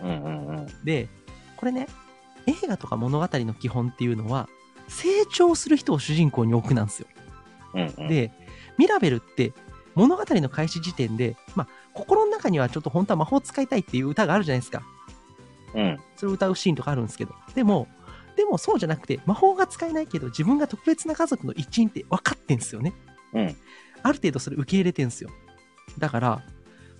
Speaker 1: うんうんうん。
Speaker 2: で、これね、映画とか物語の基本っていうのは、成長する人を主人公に置くなんですよ。
Speaker 1: うんうん、
Speaker 2: で、ミラベルって物語の開始時点で、まあ、心の中にはちょっと本当は魔法使いたいっていう歌があるじゃないですか。
Speaker 1: うん。
Speaker 2: それを歌うシーンとかあるんですけど、でも、でもそうじゃなくて、魔法が使えないけど、自分が特別な家族の一員って分かってんすよね。
Speaker 1: うん。
Speaker 2: ある程度それ受け入れてんすよ。だから、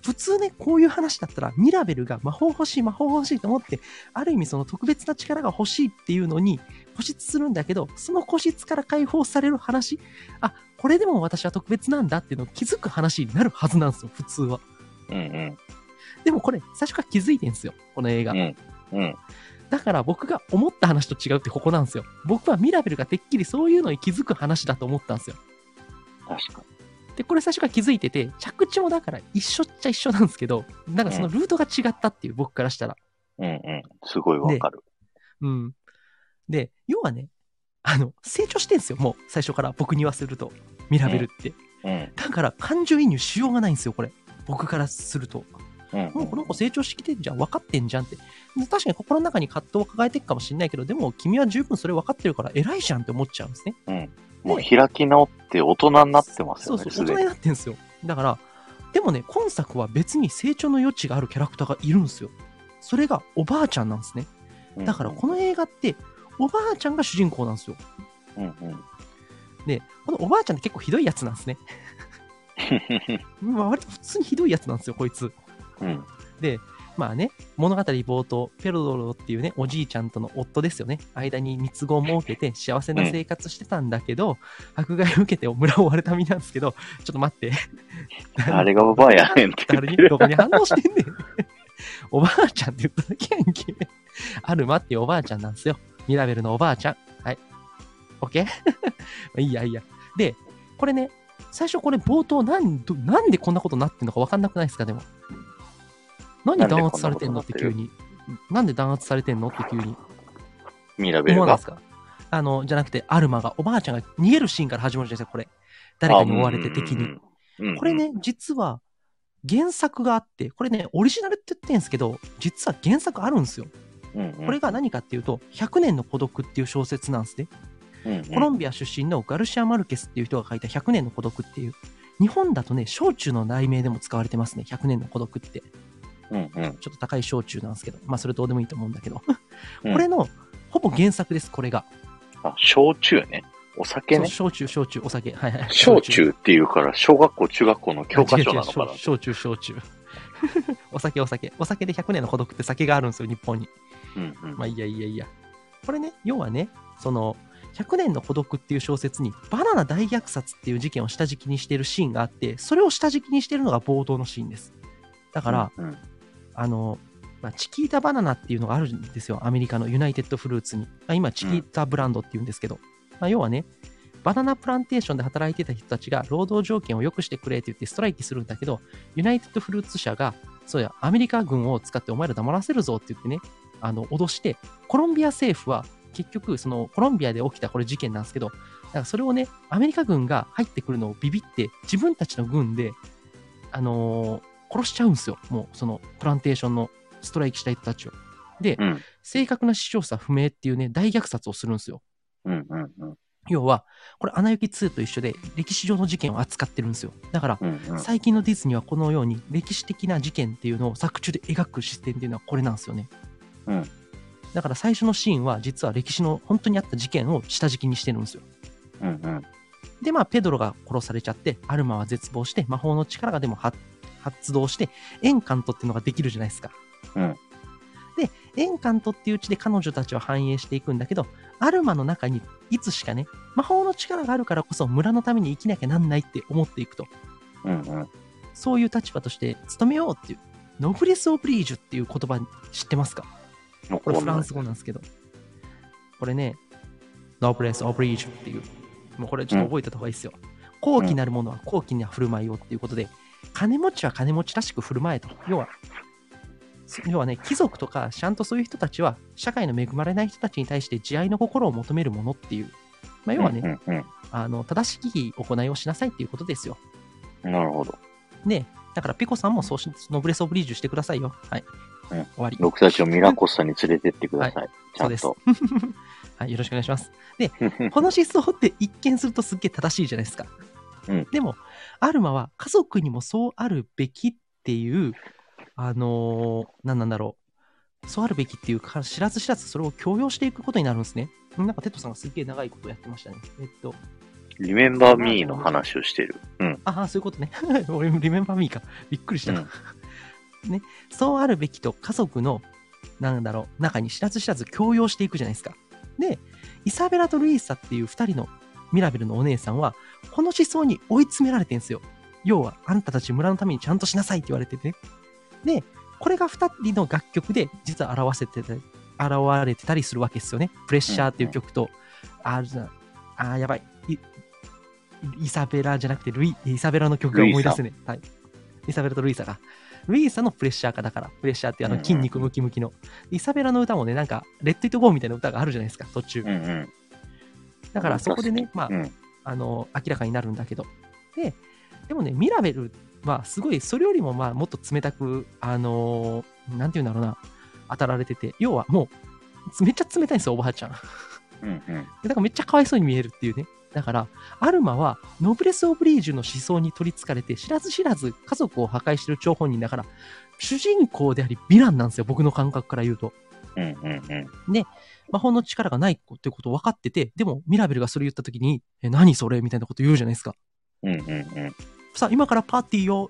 Speaker 2: 普通ね、こういう話だったら、ミラベルが魔法欲しい、魔法欲しいと思って、ある意味その特別な力が欲しいっていうのに固執するんだけど、その固執から解放される話、あ、これでも私は特別なんだっていうのを気づく話になるはずなんですよ、普通は。
Speaker 1: うん
Speaker 2: でもこれ、最初から気づいてんすよ、この映画
Speaker 1: う。ん。うん。うん。
Speaker 2: だから僕が思った話と違うってここなんですよ。僕はミラベルがてっきりそういうのに気づく話だと思ったんですよ。
Speaker 1: 確か
Speaker 2: で、これ最初から気づいてて、着地もだから一緒っちゃ一緒なんですけど、なんかそのルートが違ったっていう僕からしたら。
Speaker 1: に。うんうん。すごいわかる。
Speaker 2: うん。で、要はね、あの、成長してんすよ、もう最初から僕に言わせると。ミラベルって。
Speaker 1: うん。
Speaker 2: だから感情移入しようがないんですよ、これ。僕からすると。
Speaker 1: うん。
Speaker 2: もうこの子成長してきてんじゃん、分かってんじゃんって。確かに心の中に葛藤を抱えていくかもしれないけど、でも君は十分それ分かってるから偉いじゃんって思っちゃうんですね。
Speaker 1: もう開き直って大人になってますよね、
Speaker 2: そうそ
Speaker 1: す
Speaker 2: う、大
Speaker 1: で
Speaker 2: 人に
Speaker 1: に。
Speaker 2: なってんすよ。だから、でもね、今作は別に成長の余地があるキャラクターがいるんですよ。それがおばあちゃんなんですね。だからこの映画って、おばあちゃんが主人公なんですよ。
Speaker 1: うん うん。
Speaker 2: で、このおばあちゃんって結構ひどいやつなんですね。まあ割と普通にひどいやつなんですよ、こいつ。
Speaker 1: うん。
Speaker 2: で、まあね、物語冒頭、ペロドロっていうね、おじいちゃんとの夫ですよね。間に三つ子を設けて幸せな生活してたんだけど、迫害を受けて村を追われた身なんですけど、ちょっと待って。
Speaker 1: あれがおばあやねんって言っ
Speaker 2: 誰
Speaker 1: て
Speaker 2: に
Speaker 1: る。
Speaker 2: どこに反応してん ねん。おばあちゃんって言っただけやんけ。アルマっていうおばあちゃんなんですよ。ミラベルのおばあちゃん。はい。OK? まあいいや、いいや。で、これね、最初これ冒頭なん、どなんでこんなことになってんのか分かんなくないですか、でも。何
Speaker 1: なんで
Speaker 2: 弾圧されてんのって
Speaker 1: こんな
Speaker 2: 急
Speaker 1: こと
Speaker 2: に。なんで弾圧されてんのって急に。
Speaker 1: ミラベ
Speaker 2: 思
Speaker 1: ル
Speaker 2: わな
Speaker 1: が
Speaker 2: いです。かあの、じゃなくて、アルマが、おばあちゃんが逃げるシーンから始まるじゃないですか、これ。誰かに追われて敵に。
Speaker 1: に
Speaker 2: これ。ね、実は原作があって、これね、オリジナルって言ってんすけど、実は原作あるんですよ。こ
Speaker 1: こ
Speaker 2: れが何かっていうと、100年の孤独っていう小説なんですね。コロンビア出身のガルシア・マルケスっていう人が書いた100年の孤独っていう。日本だとね、焼酎の題名でも使われてますね。100年の孤独って。
Speaker 1: うんうん。
Speaker 2: ちょっと高い焼酎なんですけど、まあそれどうでもいいと思うんだけど。
Speaker 1: うん
Speaker 2: これの、ほぼ原作です、これが。
Speaker 1: あ、焼酎ね。お酒
Speaker 2: そう
Speaker 1: ね。
Speaker 2: 焼酎、焼酎、お酒。はいはい。
Speaker 1: 焼酎っていうから、小学校、中学校の教科書なの
Speaker 2: あ
Speaker 1: か
Speaker 2: 違う
Speaker 1: な
Speaker 2: 違う。焼酎、焼酎。焼酎 お酒、お酒。お酒で100年の孤独って酒があるんですよ、日本に。
Speaker 1: うんうん
Speaker 2: まあいいやいいやいいや。これね、要はね、その、100年の孤独っていう小説にバナナ大虐殺っていう事件を下敷きにしてるシーンがあって、それを下敷きにしてるのが冒頭のシーンです。だから、
Speaker 1: うんうん
Speaker 2: あの、まあ、チキータバナナっていうのがあるんですよ、アメリカのユナイテッドフルーツに。まあ、今、チキータブランドっていうんですけど、まあ、要はね、バナナプランテーションで働いてた人たちが労働条件を良くしてくれって言ってストライキするんだけど、ユナイテッドフルーツ社が、そうや、アメリカ軍を使ってお前ら黙らせるぞって言ってね、あの脅して、コロンビア政府は結局、そのコロンビアで起きたこれ事件なんですけど、だからそれをね、アメリカ軍が入ってくるのをビビって、自分たちの軍で、あのー殺しちゃうんですよ、もうそのプランテーションのストライキした人たちを。で、
Speaker 1: うん
Speaker 2: 正確な死傷者不明っていうね、大虐殺をするんですよ。
Speaker 1: うんうんうん
Speaker 2: 要は、これ、アナ雪2と一緒で、歴史上の事件を扱ってるんですよ。だから、
Speaker 1: うんうん。
Speaker 2: 最近のディズニーはこのように歴史的な事件っていうのを作中で描く視点っていうのはこれなんですよね。
Speaker 1: うん
Speaker 2: だから最初のシーンは実は歴史の本当にあった事件を下敷きにしてるんですよ。
Speaker 1: うんうん
Speaker 2: で、まあ、ペドロが殺されちゃって、アルマは絶望して、魔法の力がでも発発動して、エンカントっていうのができるじゃないですか。
Speaker 1: うん
Speaker 2: で、エンカントっていううちで彼女たちは繁栄していくんだけど、アルマの中にいつしかね、魔法の力があるからこそ村のために生きなきゃなんないって思っていくと。
Speaker 1: うんうん。
Speaker 2: そういう立場として務めようっていう、ノブレス・オブリージュっていう言葉知ってますかこれフランス語なんですけど。これね、ノブレス・オブリージュっていう、もうこれちょっと覚えてた方がいいですよ。高貴なるものは高貴な振る舞いをっていうことで、金持ちは金持ちらしく振る舞えと。要は、そ要はね、貴族とか、ちゃんとそういう人たちは、社会の恵まれない人たちに対して慈愛の心を求めるものっていう、まあ、要はね、
Speaker 1: ね。
Speaker 2: あの正しき行いをしなさいっていうことですよ。
Speaker 1: なるほど。
Speaker 2: で、だから、ピコさんもそうし、ノブレス・オブリージュしてくださいよ。はい。
Speaker 1: うん
Speaker 2: 終わり。
Speaker 1: 僕たちをミラコスさんに連れてってください。ち
Speaker 2: そ
Speaker 1: ゃ
Speaker 2: うんです
Speaker 1: と。。
Speaker 2: はい、よろしくお願いします。
Speaker 1: うん
Speaker 2: この思想って一見するとすっげえ正しいじゃないですか。
Speaker 1: うん
Speaker 2: でも、アルマは家族にもそうあるべきっていう、あのー何なんだろう。そうあるべきっていうか、知らず知らずそれを強要していくことになるんですね。なんかテッドさんがすっげえ長いことやってましたね。えっと、
Speaker 1: リメンバーミーの話をしてる。うん。
Speaker 2: ああ、そういうことね。 俺もリメンバーミーか。びっくりした。
Speaker 1: うん
Speaker 2: ね、そうあるべきと家族の、なんだろう、中に知らず知らず強要していくじゃないですか。で、イサベラとルイーサっていう二人のミラベルのお姉さんは、この思想に追い詰められてんですよ。要は、あんたたち村のためにちゃんとしなさいって言われてて。で、これが二人の楽曲で、実は表せてた、現れてたりするわけですよね。プレッシャーっていう曲と、あじゃあ、あやばい。いイサベラじゃなくてルイ、イサベラの曲が思い出せね。はい。イサベラとルイーサが。ルイーサのプレッシャーかだから、プレッシャーっていうあ
Speaker 1: う
Speaker 2: の
Speaker 1: んうん
Speaker 2: 筋肉ムキムキの。イサベラの歌もね、なんか、レッド・イット・ゴーみたいな歌があるじゃないですか、途中
Speaker 1: うん。うん。
Speaker 2: だからそこでね、まあ
Speaker 1: う、ん。
Speaker 2: あの明らかになるんだけど。で、でもね、ミラベルはすごい、それよりもまあもっと冷たく、あのーなんていうんだろうな、当たられてて、要はもう、めっちゃ冷たいんですよ、おばあちゃん。
Speaker 1: うん。うん。
Speaker 2: だからめっちゃかわいそうに見えるっていうね。だから、アルマは、ノブレス・オブリージュの思想に取りつかれて、知らず知らず家族を破壊してる張本人だから、主人公であり、ヴィランなんですよ、僕の感覚から言うと。
Speaker 1: うん。うん。うん。
Speaker 2: 魔法の力がないってことを分かってて、でも、ミラベルがそれ言った時に、え、何それみたいなこと言うじゃないですか。
Speaker 1: うん。うん。うん。
Speaker 2: さ、今からパーティーを、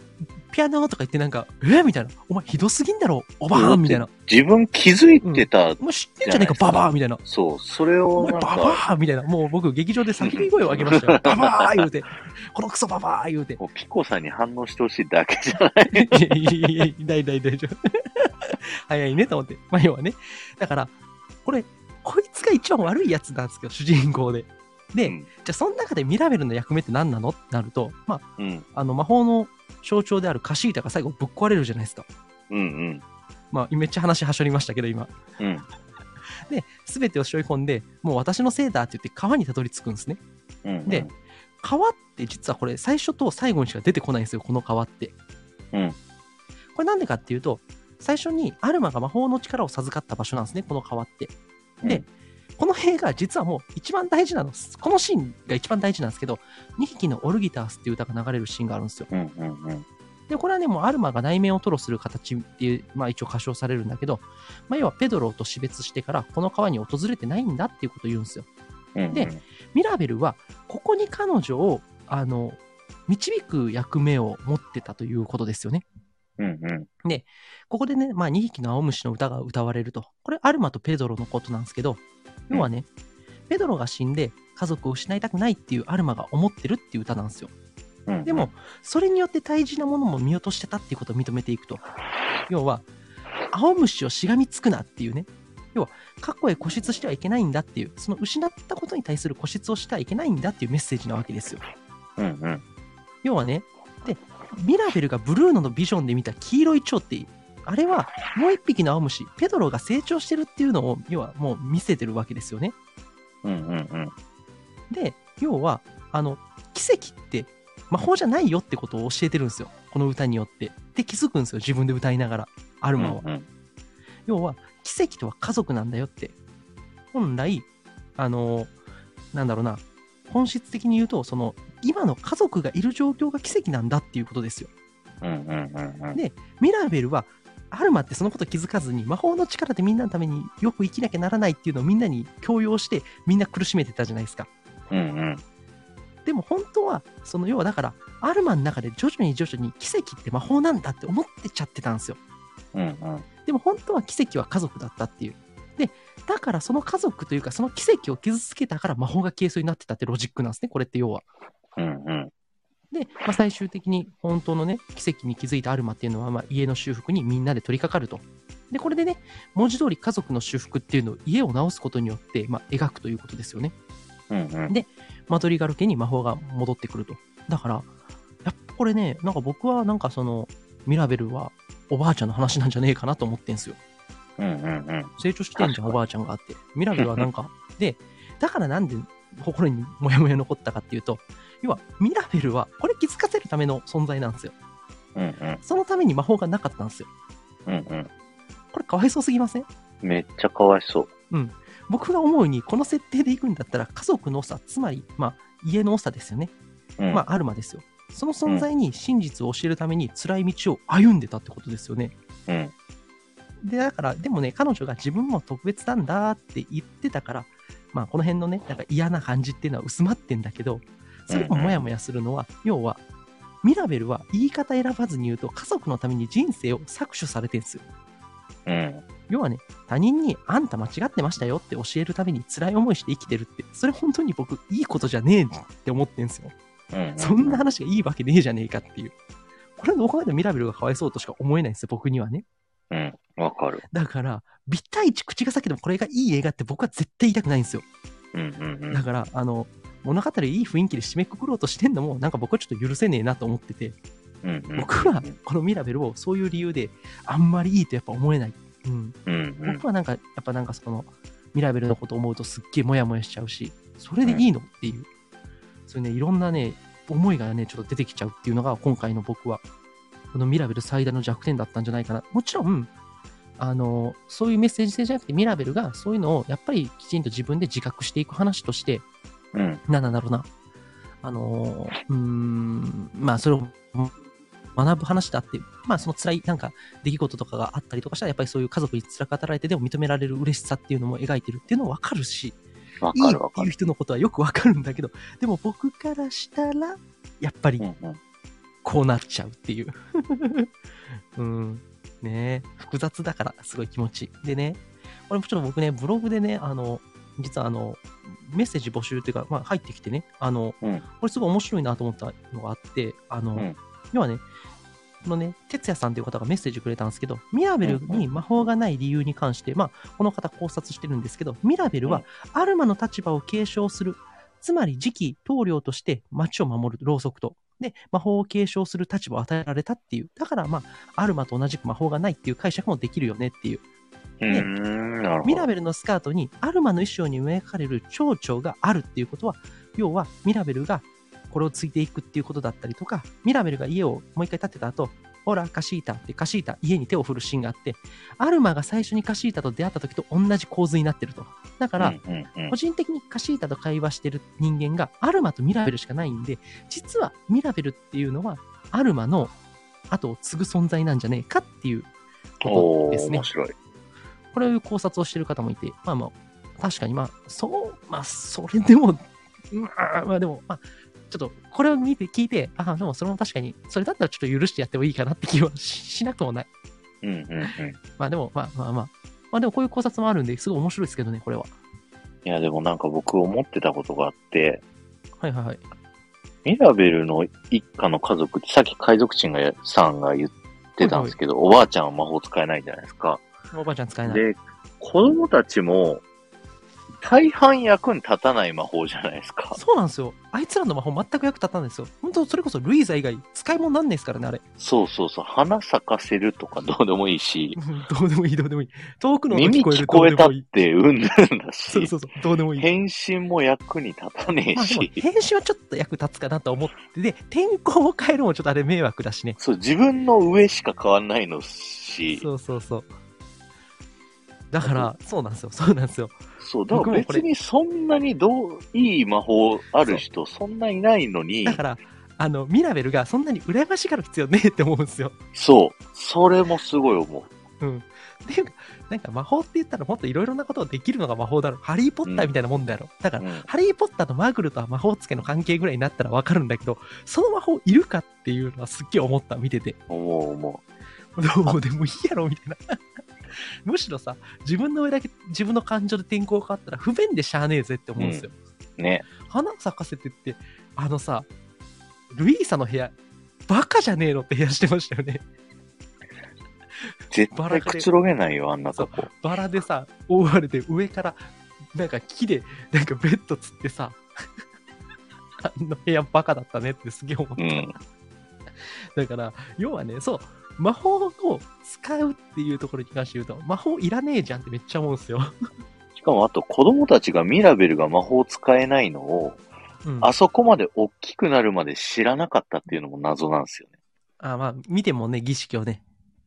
Speaker 2: ピアノとか言ってなんか、えみたいな。お前ひどすぎんだろ、おばあんみたいな。
Speaker 1: 自分気づいてた。
Speaker 2: お前知ってんじゃねえか、ババアみたいな。
Speaker 1: そう。それ
Speaker 2: お
Speaker 1: を
Speaker 2: 前
Speaker 1: なん
Speaker 2: バ
Speaker 1: か、
Speaker 2: バアみたいな。もう僕、劇場で叫び声を上げま したよ。ババア言うて。このクソババア言うて。
Speaker 1: こうピコさんに反応してほしいだけじゃ ない。
Speaker 2: いやいやいや大大大丈夫。 早いねと思って。まあ要はね。だから、これ、こいつが一番悪いやつなんですけど、主人公で。で、
Speaker 1: うん
Speaker 2: じゃあその中でミラベルの役目って何なのってなると、まあ、
Speaker 1: うん。
Speaker 2: あの魔法の象徴であるカシータが最後ぶっ壊れるじゃないですか。
Speaker 1: うん。
Speaker 2: まあ、めっちゃ話はしょりましたけど、今。
Speaker 1: うん。うん。
Speaker 2: で、すべてを背負い込んで、もう私のせいだって言って川にたどり着くんですね。
Speaker 1: うん。
Speaker 2: で、川って実はこれ最初と最後にしか出てこないんですよ、この川って。
Speaker 1: うん
Speaker 2: これなんでかっていうと、最初にアルマが魔法の力を授かった場所なんですね、この川って。で、
Speaker 1: うん
Speaker 2: この映画実はもう一番大事なの、このシーンが一番大事なんですけど、2匹のオルギタースっていう歌が流れるシーンがあるんですよ。
Speaker 1: うん。うん。うん。
Speaker 2: で、これはね、もうアルマが内面を吐露する形っていう、まあ一応歌唱されるんだけど、まあ要はペドロと死別してから、この川に訪れてないんだっていうことを言うんですよ。
Speaker 1: うん。
Speaker 2: でミラベルは、ここに彼女を、あの、導く役目を持ってたということですよね。
Speaker 1: うん。うん。
Speaker 2: ここでね、まあ、2匹の青虫の歌が歌われると。これ、アルマとペドロのことなんですけど、要はね、ペドロが死んで家族を失いたくないっていうアルマが思ってるっていう歌なんですよ。
Speaker 1: うん。
Speaker 2: でも、それによって大事なものも見落としてたっていうことを認めていくと。要は、青虫をしがみつくなっていうね。要は、過去へ固執してはいけないんだっていう、その失ったことに対する固執をしてはいけないんだっていうメッセージなわけですよ。
Speaker 1: うん。うん。
Speaker 2: 要はね、で、ミラベルがブルーノのビジョンで見た黄色い蝶って、あれはもう一匹の青虫、ペドロが成長してるっていうのを、要はもう見せてるわけですよね。
Speaker 1: うん。うん。うん。
Speaker 2: で、要は、あの、奇跡って魔法じゃないよってことを教えてるんですよ。この歌によって。で、気づくんですよ。自分で歌いながら、アルマは。要は、奇跡とは家族なんだよって。本来、あのなんだろうな、本質的に言うと、その、今の家族がいる状況が奇跡なんだっていうことですよ。
Speaker 1: うんうんうんうん
Speaker 2: でミラベルは、アルマってそのこと気づかずに、魔法の力でみんなのためによく生きなきゃならないっていうのをみんなに強要して、みんな苦しめてたじゃないですか。
Speaker 1: うんうん
Speaker 2: でも本当は、その要はだから、アルマの中で徐々に徐々に奇跡って魔法なんだって思ってちゃってたんですよ。
Speaker 1: うんうん
Speaker 2: でも本当は奇跡は家族だったっていう。で、だからその家族というか、その奇跡を傷つけたから魔法が消えそうになってたってロジックなんですね、これって要は。
Speaker 1: うんうん
Speaker 2: で、まあ、最終的に本当のね、奇跡に気づいたアルマっていうのは、まあ、家の修復にみんなで取り掛かると。で、これでね、文字通り家族の修復っていうのを家を直すことによって、まあ、描くということですよね。
Speaker 1: うんうん
Speaker 2: マトリガル家に魔法が戻ってくると。だから、やっぱこれね、なんか僕はなんかその、ミラベルはおばあちゃんの話なんじゃねえかなと思ってんすよ。
Speaker 1: うんうんうん
Speaker 2: 成長してんじ
Speaker 1: 確
Speaker 2: ゃ
Speaker 1: か
Speaker 2: ん、
Speaker 1: に
Speaker 2: おばあちゃんがあって。ミラベルはなんか、で、だからなんで心にモヤモヤ残ったかっていうと、要は、ミラベルはこれ気づかせるための存在なんですよ。
Speaker 1: うんうん。
Speaker 2: そのために魔法がなかったんですよ。
Speaker 1: うん
Speaker 2: これかわいそうすぎません
Speaker 1: うん。めっちゃかわいそう。
Speaker 2: 僕が思うに、この設定で行くんだったら、家族の長、つまり、まあ、家の長ですよね。
Speaker 1: うん。
Speaker 2: まあ、アルマですよ。その存在に真実を教えるために辛い道を歩んでたってことですよね。
Speaker 1: うん。
Speaker 2: で、だから、でもね、彼女が自分も特別なんだって言ってたから、まあ、この辺のね、なんか嫌な感じっていうのは薄まってんだけど、それもモヤモヤするのは、要は、ミラベルは言い方選ばずに言うと、家族のために人生を搾取されてるんですよ。
Speaker 1: うん。
Speaker 2: 要はね、他人にあんた間違ってましたよって教えるために辛い思いして生きてるって、それ本当に僕、いいことじゃねえって思ってんですよ。
Speaker 1: うん。
Speaker 2: そんな。話がいいわけねえじゃねえかっていう。これはどう考えてもミラベルがかわいそうとしか思えないんですよ、僕にはね。
Speaker 1: うん。わかる。
Speaker 2: だから、ビ対一口が裂けてもこれがいい映画って僕は絶対言いたくないんですよ。
Speaker 1: うんうんうん。
Speaker 2: だから、あの、物語をいい雰囲気で締めくくろうとしてんのも、なんか僕はちょっと許せねえなと思ってて、
Speaker 1: うんうん、
Speaker 2: 僕はこのミラベルをそういう理由で、あんまりいいとやっぱ思えない。うん。
Speaker 1: うんうん
Speaker 2: 僕はなんか、やっぱなんかその、ミラベルのこと思うとすっげえモヤモヤしちゃうし、それでいいのっていう、そういうね、いろんなね、思いがね、ちょっと出てきちゃうっていうのが、今回の僕は、このミラベル最大の弱点だったんじゃないかな。もちろん、あの、そういうメッセージ性じゃなくて、ミラベルがそういうのをやっぱりきちんと自分で自覚していく話として、
Speaker 1: うん
Speaker 2: なんなんだろうな。あのーうーん、まあ、それを学ぶ話だって、まあ、その辛い、なんか、出来事とかがあったりとかしたら、やっぱりそういう家族に辛く働いてでも認められる嬉しさっていうのも描いてるっていうのもわかるし、
Speaker 1: わ
Speaker 2: いい
Speaker 1: か
Speaker 2: っ
Speaker 1: るわ
Speaker 2: て
Speaker 1: か
Speaker 2: いう
Speaker 1: る。
Speaker 2: 人のことはよくわかるんだけど、でも僕からしたら、やっぱり
Speaker 1: うんうん
Speaker 2: こうなっちゃう っていう。うん。ねえ複雑だから、すごい気持ち。でね、これもちょっと僕ね、ブログでね、あの、実はあの、メッセージ募集っていうか、まあ入ってきてね、あの、
Speaker 1: うん
Speaker 2: これすごい面白いなと思ったのがあって、あの、
Speaker 1: うん
Speaker 2: 要はね、このね、哲也さんという方がメッセージくれたんですけど、ミラベルに魔法がない理由に関して、まあ、この方考察してるんですけど、ミラベルはアルマの立場を継承する、つまり次期棟梁として町を守るろうそくと、で、魔法を継承する立場を与えられたっていう、だからまあ、アルマと同じく魔法がないっていう解釈もできるよねっていう、
Speaker 1: うーん。なるほ
Speaker 2: ミ
Speaker 1: ど
Speaker 2: ラ。ベルのスカートにアルマの衣装に描かれる蝶々があるっていうことは、要はミラベルがこれを継いでいくっていうことだったりとか、ミラベルが家をもう一回建てた後、ほら、カシータってカシータ、家に手を振るシーンがあって、アルマが最初にカシータと出会った時と同じ構図になってると。だから、
Speaker 1: うんうんうん
Speaker 2: 個人的にカシータと会話してる人間がアルマとミラベルしかないんで、実はミラベルっていうのはアルマの後を継ぐ存在なんじゃねえかっていうこと
Speaker 1: お
Speaker 2: で
Speaker 1: ー
Speaker 2: すね
Speaker 1: 面。白い。
Speaker 2: これを考察をしてる方もいて、まあまあ、確かにまあ、そう、まあ、それでも、まあ、まあでも、まあ、ちょっと、これを見て聞いて、ああ、でもそれも確かに、それだったらちょっと許してやってもいいかなって気はししなくもない。
Speaker 1: うんうんうん。
Speaker 2: まあでも、まあまあまあ、まあでもこういう考察もあるんで、すごい面白いですけどね、これは。
Speaker 1: いや、でもなんか僕思ってたことがあって、
Speaker 2: はいはいはい。
Speaker 1: ミラベルの一家の家族って、さっき海賊人がやさんが言ってたんですけど、おばあちゃんは魔法使えないじゃないですか。
Speaker 2: おばあちゃん使えない。
Speaker 1: で、子供たちも、大半役に立たない魔法じゃないですか。
Speaker 2: そうなんですよ。あいつらの魔法全く役立たないですよ。本当それこそルイーザ以外使い物になんないですからね、あれ。
Speaker 1: そうそうそう、花咲かせるとかどうでもいいし、
Speaker 2: どうでもいい、どうでもいい。遠くの音
Speaker 1: 耳聞こえ
Speaker 2: ど
Speaker 1: たっ
Speaker 2: うでもいい。
Speaker 1: てうんぬんだ
Speaker 2: そう
Speaker 1: し
Speaker 2: そ、うそう、どうでもいい。
Speaker 1: 変身も役に立たねえ
Speaker 2: まあでも
Speaker 1: し、
Speaker 2: 編集はちょっと役立つかなと思ってで天候を変えるのもちょっとあれ迷惑だしね
Speaker 1: そう、自分の上しか変わんないのし、
Speaker 2: そうそうそうだからそうなんですよそうなんですよ
Speaker 1: そう、だから
Speaker 2: 僕もこれ
Speaker 1: 別にそんなにどう、いい魔法ある人、そんないないのに
Speaker 2: だ、からあのミラベルがそんなに羨ましがる必要ねえって思うんですよ
Speaker 1: そう、それもすごい思う。
Speaker 2: うんっていうかなんか魔法って言ったらもっといろいろなことをできるのが魔法だろハリー・ポッターみたいなもんだろ、だから
Speaker 1: うん
Speaker 2: ハリー・ポッターとマーグルとは魔法つけの関係ぐらいになったらわかるんだけどその魔法いるかっていうのはすっげえ思った見てて
Speaker 1: 思う思
Speaker 2: どうでもいいやろみたいな。 むしろさ、自分の上だけ自分の感情で天候変わったら不便でしゃあねえぜって思うんですよ。
Speaker 1: う。ね。
Speaker 2: 花を咲かせてって、あのさ、ルイーサの部屋、バカじゃねえのって部屋してましたよね。
Speaker 1: 絶
Speaker 2: バラ
Speaker 1: 対
Speaker 2: が
Speaker 1: く
Speaker 2: 出る
Speaker 1: つろげないよ、あんなとこ。
Speaker 2: バラでさ、覆われて上から、なんか木で、なんかベッドつってさ、あの部屋バカだったねってすげえ思った。
Speaker 1: うん。
Speaker 2: だから、要はね、そう、魔法を使うっていうところに関して言うと、魔法いらねえじゃんってめっちゃ思うんですよ。
Speaker 1: しかも、あと子供たちがミラベルが魔法使えないのを、
Speaker 2: うん
Speaker 1: あそこまで大きくなるまで知らなかったっていうのも謎なんですよね。
Speaker 2: あまあ、見てもね、儀式をね。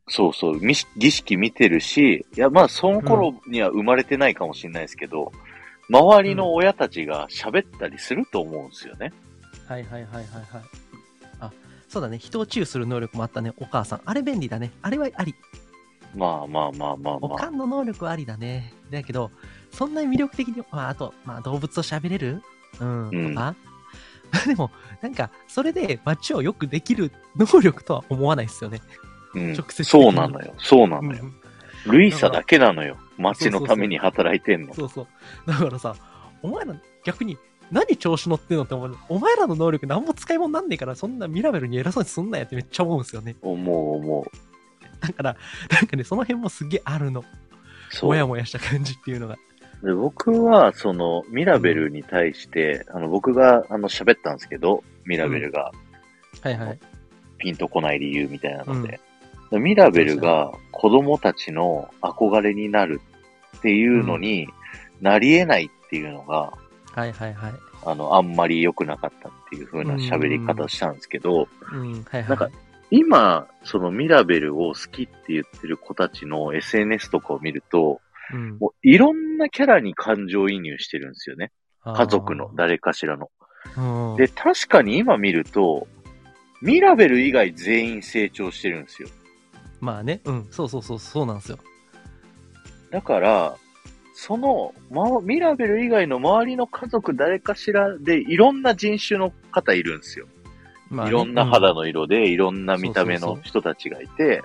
Speaker 1: そうそう、みし儀式見てるし、いや、まあ、その頃には生まれてないかもしれないですけど、周りの親たちが喋ったりすると思うんですよね。
Speaker 2: はいはいはいはいはい。あ、そうだね。人をチューする能力もあったね、お母さん。あれ便利だね。あれはあり。
Speaker 1: まあまあまあまあ
Speaker 2: お
Speaker 1: ま
Speaker 2: か
Speaker 1: あ。
Speaker 2: んの能力はありだね。だけど、そんなに魅力的に、まあ、あと、まあ、動物と喋れるうん、
Speaker 1: うん
Speaker 2: とか。 でも、なんか、それで街をよくできる能力とは思わないですよね。
Speaker 1: うん
Speaker 2: 直接的に
Speaker 1: そうなのよ。そうなのよ。
Speaker 2: うん
Speaker 1: ルイサだけなのよ。街のために働いてんの。
Speaker 2: そうそう。だからさ、お前ら、逆に、何調子乗ってんのって思う。お前らの能力なんも使い物になんねえから、そんなミラベルに偉そうにすんなよってめっちゃ思うんですよね。
Speaker 1: 思う思う。
Speaker 2: だから、なんかね、その辺もすげえあるの。
Speaker 1: そう
Speaker 2: もやもやした感じっていうのが。
Speaker 1: で僕は、その、ミラベルに対して、あの、僕が、あの、喋ったんですけど、ミラベルが
Speaker 2: はいはい。
Speaker 1: ピンとこない理由みたいなので、でミラベルが子供たちの憧れになるっていうのになり得ないっていうのが、
Speaker 2: はいはいはい。
Speaker 1: あの、あんまり良くなかったっていう風な喋り方をしたんですけど、
Speaker 2: うん、はいはい。
Speaker 1: なんか今、そのミラベルを好きって言ってる子たちの SNS とかを見ると、
Speaker 2: うん、
Speaker 1: もういろんなキャラに感情移入してるんですよね。家族の誰かしらの。
Speaker 2: うん
Speaker 1: で、確かに今見ると、ミラベル以外全員成長してるんですよ。
Speaker 2: まあね、うん、そうそうそう、そうなんですよ。
Speaker 1: だから、その、ま、ミラベル以外の周りの家族誰かしらでいろんな人種の方いるんですよ。
Speaker 2: まあね
Speaker 1: いろんな肌、の色でいろんな見た目
Speaker 2: そう
Speaker 1: の
Speaker 2: そう
Speaker 1: 人たちがいて、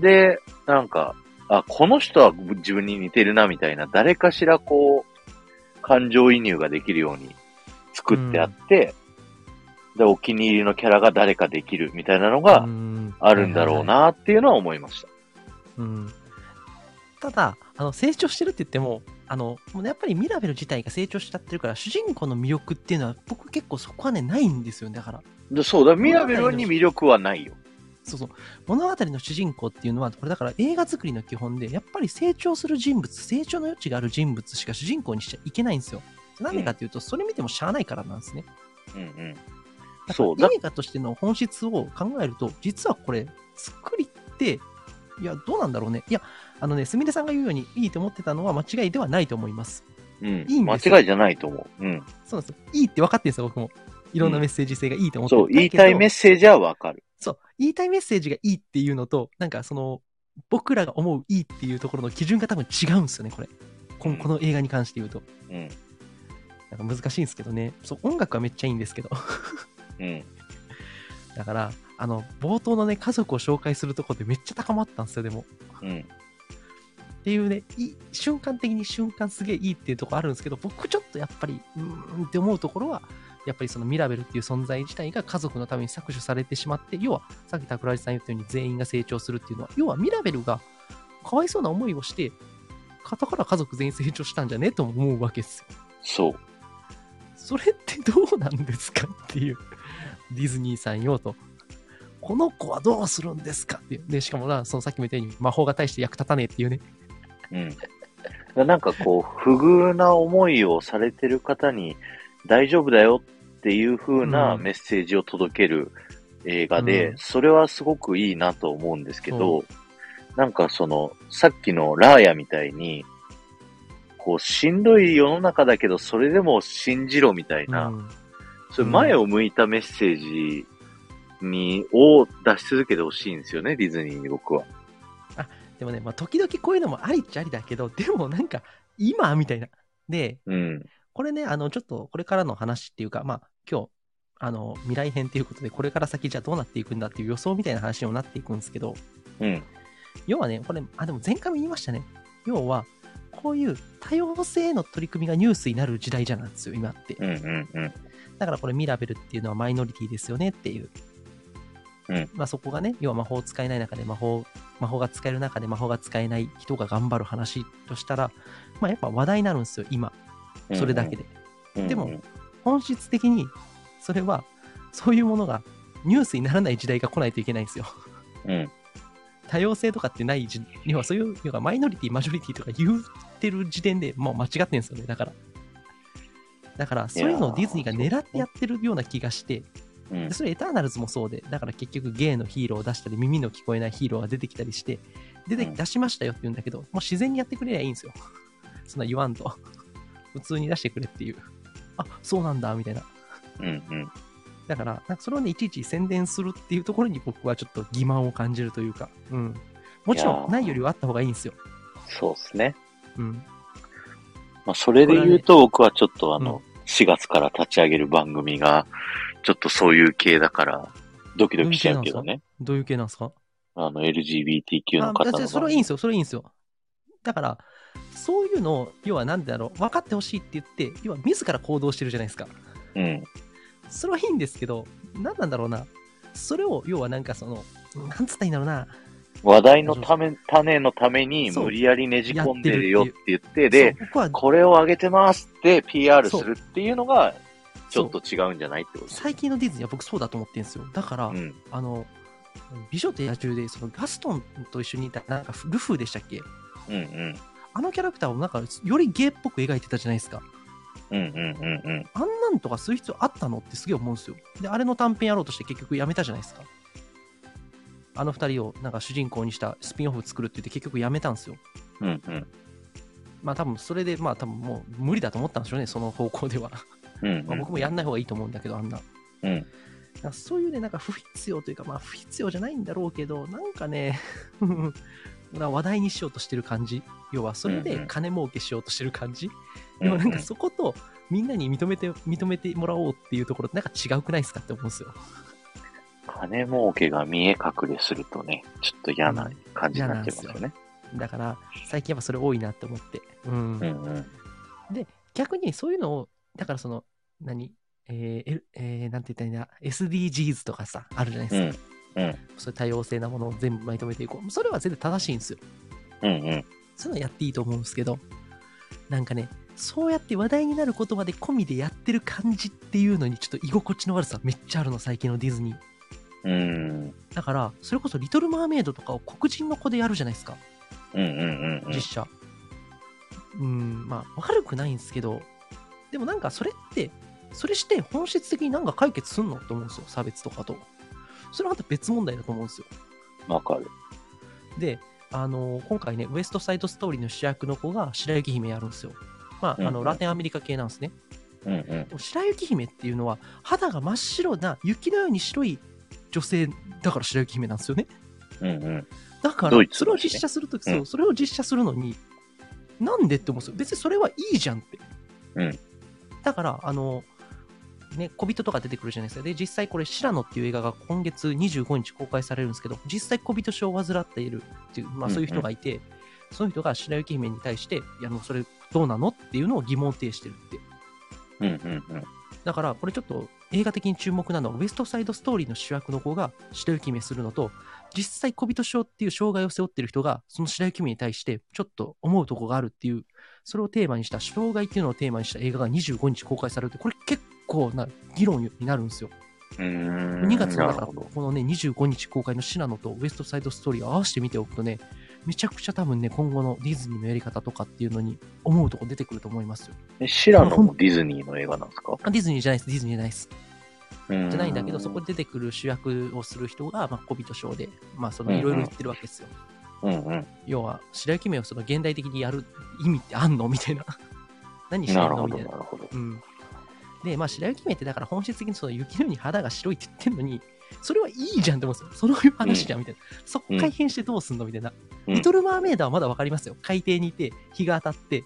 Speaker 1: で、なんか、あ、この人は自分に似てるなみたいな、誰かしらこう、感情移入ができるように作ってあって、で、お気に入りのキャラが誰かできるみたいなのがあるんだろう
Speaker 2: は
Speaker 1: なっていうのは思いました。
Speaker 2: いはいはい。うんただあの、成長してるって言っても、あのもうねやっぱりミラベル自体が成長しちゃってるから、主人公の魅力っていうのは、僕結構そこはね、ないんですよね、だから。
Speaker 1: でそうだ、ミラベルに魅力はないよ。
Speaker 2: そうそう物語の主人公っていうのはこれだから映画作りの基本でやっぱり成長する人物成長の余地がある人物しか主人公にしちゃいけないんですよなんでかっていうと、それ見てもしゃあないからなんですね
Speaker 1: うんうん。
Speaker 2: だか
Speaker 1: そうだ
Speaker 2: ら映画としての本質を考えると実はこれ作りっていやどうなんだろうねいやあのねすみれさんが言うようにいいと思ってたのは間違いではないと思います
Speaker 1: うん
Speaker 2: いいん
Speaker 1: 間
Speaker 2: ですよ
Speaker 1: 違いじゃないと思う。うん。
Speaker 2: そうなんですよいいって分かってるんですよ僕もいろんなメッセージ性がいいと思って
Speaker 1: そう、
Speaker 2: るんだ
Speaker 1: 言い
Speaker 2: けど
Speaker 1: たいメッセージはわかる。
Speaker 2: そう、言いたいメッセージがいいっていうのと、なんかその、僕らが思ういいっていうところの基準が多分違うんですよね、これ。こ
Speaker 1: うん
Speaker 2: んこの映画に関して言うと。
Speaker 1: うん。
Speaker 2: なんか難しいんですけどね。そう、音楽はめっちゃいいんですけど。
Speaker 1: うん。
Speaker 2: だから、あの、冒頭のね、家族を紹介するとこでめっちゃ高まったんですよ、でも。
Speaker 1: うん。
Speaker 2: っていうね、いい瞬間的に瞬間すげえいいっていうところあるんですけど、僕ちょっとやっぱり、うーんって思うところは、やっぱりそのミラベルっていう存在自体が家族のために搾取されてしまって、要は、さっき桜井さん言ったように全員が成長するっていうのは、要はミラベルがかわいそうな思いをして、片から家族全員成長したんじゃねとも思うわけですよ。
Speaker 1: そう。
Speaker 2: それってどうなんですかっていう。ディズニーさん用と。この子はどうするんですかっていう。で、しかもな、そのさっきも言ったように魔法が大して役立たねえっていうね。
Speaker 1: うん。なんかこう、不遇な思いをされてる方に大丈夫だよっていう風な
Speaker 2: うん
Speaker 1: メッセージを届ける映画で、
Speaker 2: うん
Speaker 1: それはすごくいいなと思うんですけど、なんかその、さっきのラーヤみたいに、こう、しんどい世の中だけど、それでも信じろみたいな、
Speaker 2: うん
Speaker 1: そういう前を向いたメッセージに、を出し続けてほしいんですよね、ディズニーに僕は。
Speaker 2: でもね、まあ、時々こういうのもありっちゃありだけど、でもなんか、今みたいな。で、
Speaker 1: うん。
Speaker 2: これね、あの、ちょっとこれからの話っていうか、まあ、今日、あの、未来編っていうことで、これから先じゃあどうなっていくんだっていう予想みたいな話にもなっていくんですけど、
Speaker 1: うん。
Speaker 2: 要はね、これ、あ、でも前回も言いましたね。要は、こういう多様性への取り組みがニュースになる時代じゃなんですよ、今って。
Speaker 1: うん。うん。うん。
Speaker 2: だからこれミラベルっていうのはマイノリティですよねっていう。
Speaker 1: うん
Speaker 2: まあそこがね、要は魔法を使えない中で魔法、魔法が使える中で魔法が使えない人が頑張る話としたら、まあやっぱ話題になるんですよ、今。それだけで。
Speaker 1: うん。
Speaker 2: でも
Speaker 1: うん
Speaker 2: 本質的に、それは、そういうものがニュースにならない時代が来ないといけないんですよ。
Speaker 1: うん。
Speaker 2: 多様性とかってない時、要はそういう、要はマイノリティ、マジョリティとか言ってる時点でもう間違ってるんですよね、だから。だから、そういうのをディズニーが狙ってやってるような気がして、
Speaker 1: うん
Speaker 2: で。それエターナルズもそうで、だから結局ゲイのヒーローを出したり、耳の聞こえないヒーローが出てきたりして、出て
Speaker 1: うん
Speaker 2: 出しましたよって言うんだけど、もう自然にやってくれりゃいいんですよ。 そんな言わんと。 普通に出してくれっていう。あ、そうなんだ、みたいな。
Speaker 1: うん。うん。
Speaker 2: だから、なんかそれをね、いちいち宣伝するっていうところに僕はちょっと欺瞞を感じるというか、うん。も
Speaker 1: い
Speaker 2: ち
Speaker 1: や
Speaker 2: ろ
Speaker 1: ー
Speaker 2: ん、ないよりはあった方がいいんですよ。
Speaker 1: そうですね。
Speaker 2: うん。
Speaker 1: まあ、それで言うと、僕はちょっとあ
Speaker 2: う
Speaker 1: の、4月から立ち上げる番組が、ちょっとそういう系だから、ドキドキしちゃうけどね。
Speaker 2: どういう系なんですか
Speaker 1: あの、LGBTQ の
Speaker 2: あ
Speaker 1: 方の
Speaker 2: だって
Speaker 1: 番
Speaker 2: それは
Speaker 1: 組。
Speaker 2: いいんですよ、それはいいんですよ。だから、そういうのを、要は何だろう、分かってほしいって言って、要は自ら行動してるじゃないですか。
Speaker 1: うん。
Speaker 2: それはいいんですけど、何なんだろうな。それを、要はなんかその、なんつったらいいんだろうな。
Speaker 1: 話題のため、種のために
Speaker 2: そう
Speaker 1: 無理やりねじ込んでるよって言って、
Speaker 2: で
Speaker 1: で、、
Speaker 2: 僕は
Speaker 1: これを上げてますって PR す
Speaker 2: そう
Speaker 1: るっていうのが、ちょっと
Speaker 2: そう
Speaker 1: 違うんじゃないってことですね
Speaker 2: 最近のディズニーは僕そうだと思ってるんですよ。だから、
Speaker 1: うん。
Speaker 2: あの、美女と野獣で、そのガストンと一緒にいた、なんかルフーでしたっけ
Speaker 1: うんうん。
Speaker 2: あのキャラクターをなんか、よりゲイっぽく描いてたじゃないですか。
Speaker 1: うんうんうんうん。
Speaker 2: あんなんとかする必要あったのってすげえ思うんですよ。で、あれの短編やろうとして結局やめたじゃないですか。あの二人をなんか主人公にしたスピンオフ作るって言って結局やめたんですよ。
Speaker 1: うんうん。
Speaker 2: まあ多分それでまあ多分もう無理だと思ったんでしょうね、その方向では。
Speaker 1: うん
Speaker 2: まあ僕もやんない方がいいと思うんだけど、あんな。
Speaker 1: うん
Speaker 2: なんかそういうね、なんか不必要というか、まあ不必要じゃないんだろうけど、なんかね、 な話題にしようとしてる感じ。要はそ
Speaker 1: う
Speaker 2: れ
Speaker 1: んう
Speaker 2: で
Speaker 1: ん
Speaker 2: 金儲けしようとしてる感じ。
Speaker 1: うん。
Speaker 2: でもなんかそことみんなに認めて、認めてもらおうっていうところってなんか違うくないですかって思うんですよ。
Speaker 1: 金儲けが見え隠れするとね、ちょっと嫌な感じになっちゃいますよね。
Speaker 2: だから最近やっぱそれ多いなって思って。う
Speaker 1: う
Speaker 2: ん
Speaker 1: んうん。
Speaker 2: で、逆にそういうのを、だからその、何えー、L- えーなんて言ったらいいんだ SDGs とかさ、あるじゃないですか。
Speaker 1: うんうん
Speaker 2: そういう多様性なものを全部まとめていこう。それは全然正しいんですよ。
Speaker 1: うんうん。
Speaker 2: そういうのやっていいと思うんですけど、なんかね、そうやって話題になることまで込みでやってる感じっていうのに、ちょっと居心地の悪さめっちゃあるの、最近のディズニー。
Speaker 1: うん。
Speaker 2: だから、それこそ、リトル・マーメイドとかを黒人の子でやるじゃないですか、
Speaker 1: うんうんうんうん
Speaker 2: 実。写。うん、まあ、悪くないんですけど、でもなんか、それって、それして本質的になんか解決すんのと思うんですよ、差別とかと。それはまた別問題だと思うんですよ。
Speaker 1: わかる。
Speaker 2: で、あの今回ね、ウエストサイドストーリーの主役の子が白雪姫やるんですよ。まあ、あ
Speaker 1: うんう
Speaker 2: の
Speaker 1: ん
Speaker 2: ラテンアメリカ系なんですね。
Speaker 1: うんうん。
Speaker 2: でも白雪姫っていうのは、肌が真っ白な雪のように白い女性だから白雪姫なんですよね。
Speaker 1: うんうん。
Speaker 2: だか
Speaker 1: ド
Speaker 2: ら
Speaker 1: イ、ツ
Speaker 2: そ
Speaker 1: だしね
Speaker 2: れを実写するとき、
Speaker 1: うん
Speaker 2: そう、それを実写するのに、なんでって思うんですよ。別にそれはいいじゃんって。
Speaker 1: うん
Speaker 2: だから、あの、ね、小人とか出てくるじゃないですか。で、実際これ、シラノっていう映画が今月25日公開されるんですけど、実際小人症を患っているっていう、まあそういう人がいて、その人が白雪姫に対して、いや、もうそれどうなのっていうのを疑問呈してるって。
Speaker 1: うんうんうん。
Speaker 2: だから、これちょっと映画的に注目なのは、ウエストサイドストーリーの主役の子が白雪姫するのと、実際小人症っていう障害を背負ってる人が、その白雪姫に対してちょっと思うとこがあるっていう、それをテーマにした、障害っていうのをテーマにした映画が25日公開されるって、これ結構な議論になるんですよ。
Speaker 1: うーん
Speaker 2: 2月のだ
Speaker 1: な
Speaker 2: か
Speaker 1: る
Speaker 2: ら、
Speaker 1: ほ
Speaker 2: こ
Speaker 1: ど。
Speaker 2: のね、25日公開のシナノとウエストサイドストーリーを合わせて見ておくとね、めちゃくちゃ多分ね、今後のディズニーのやり方とかっていうのに思うとこ出てくると思いますよ。
Speaker 1: えシラノもディズニーの映画なんですか
Speaker 2: あディズニーじゃないです、ディズニーじゃないです。
Speaker 1: じ
Speaker 2: じ
Speaker 1: ゃ
Speaker 2: ゃないんだけど、そこで出てくる主役をする人が、まあ、小人症で、まあ、その
Speaker 1: うんうん
Speaker 2: いろいろ言ってるわけですよ。
Speaker 1: うんうん。
Speaker 2: 要は、白雪姫をその現代的にやる意味ってあんのみたいな。 何してん
Speaker 1: なる
Speaker 2: の
Speaker 1: ほ
Speaker 2: み
Speaker 1: ど、
Speaker 2: たい
Speaker 1: なる
Speaker 2: な。
Speaker 1: ほど。
Speaker 2: うん。で、まあ、白雪姫ってだから本質的にその雪のように肌が白いって言ってるのに、それはいいじゃんって思うんですよ。その話じゃんみたいな。そこ改変してどうすんのみたいな。
Speaker 1: うん
Speaker 2: リトル・マーメイドはまだわかりますよ。海底にいて、日が当たって、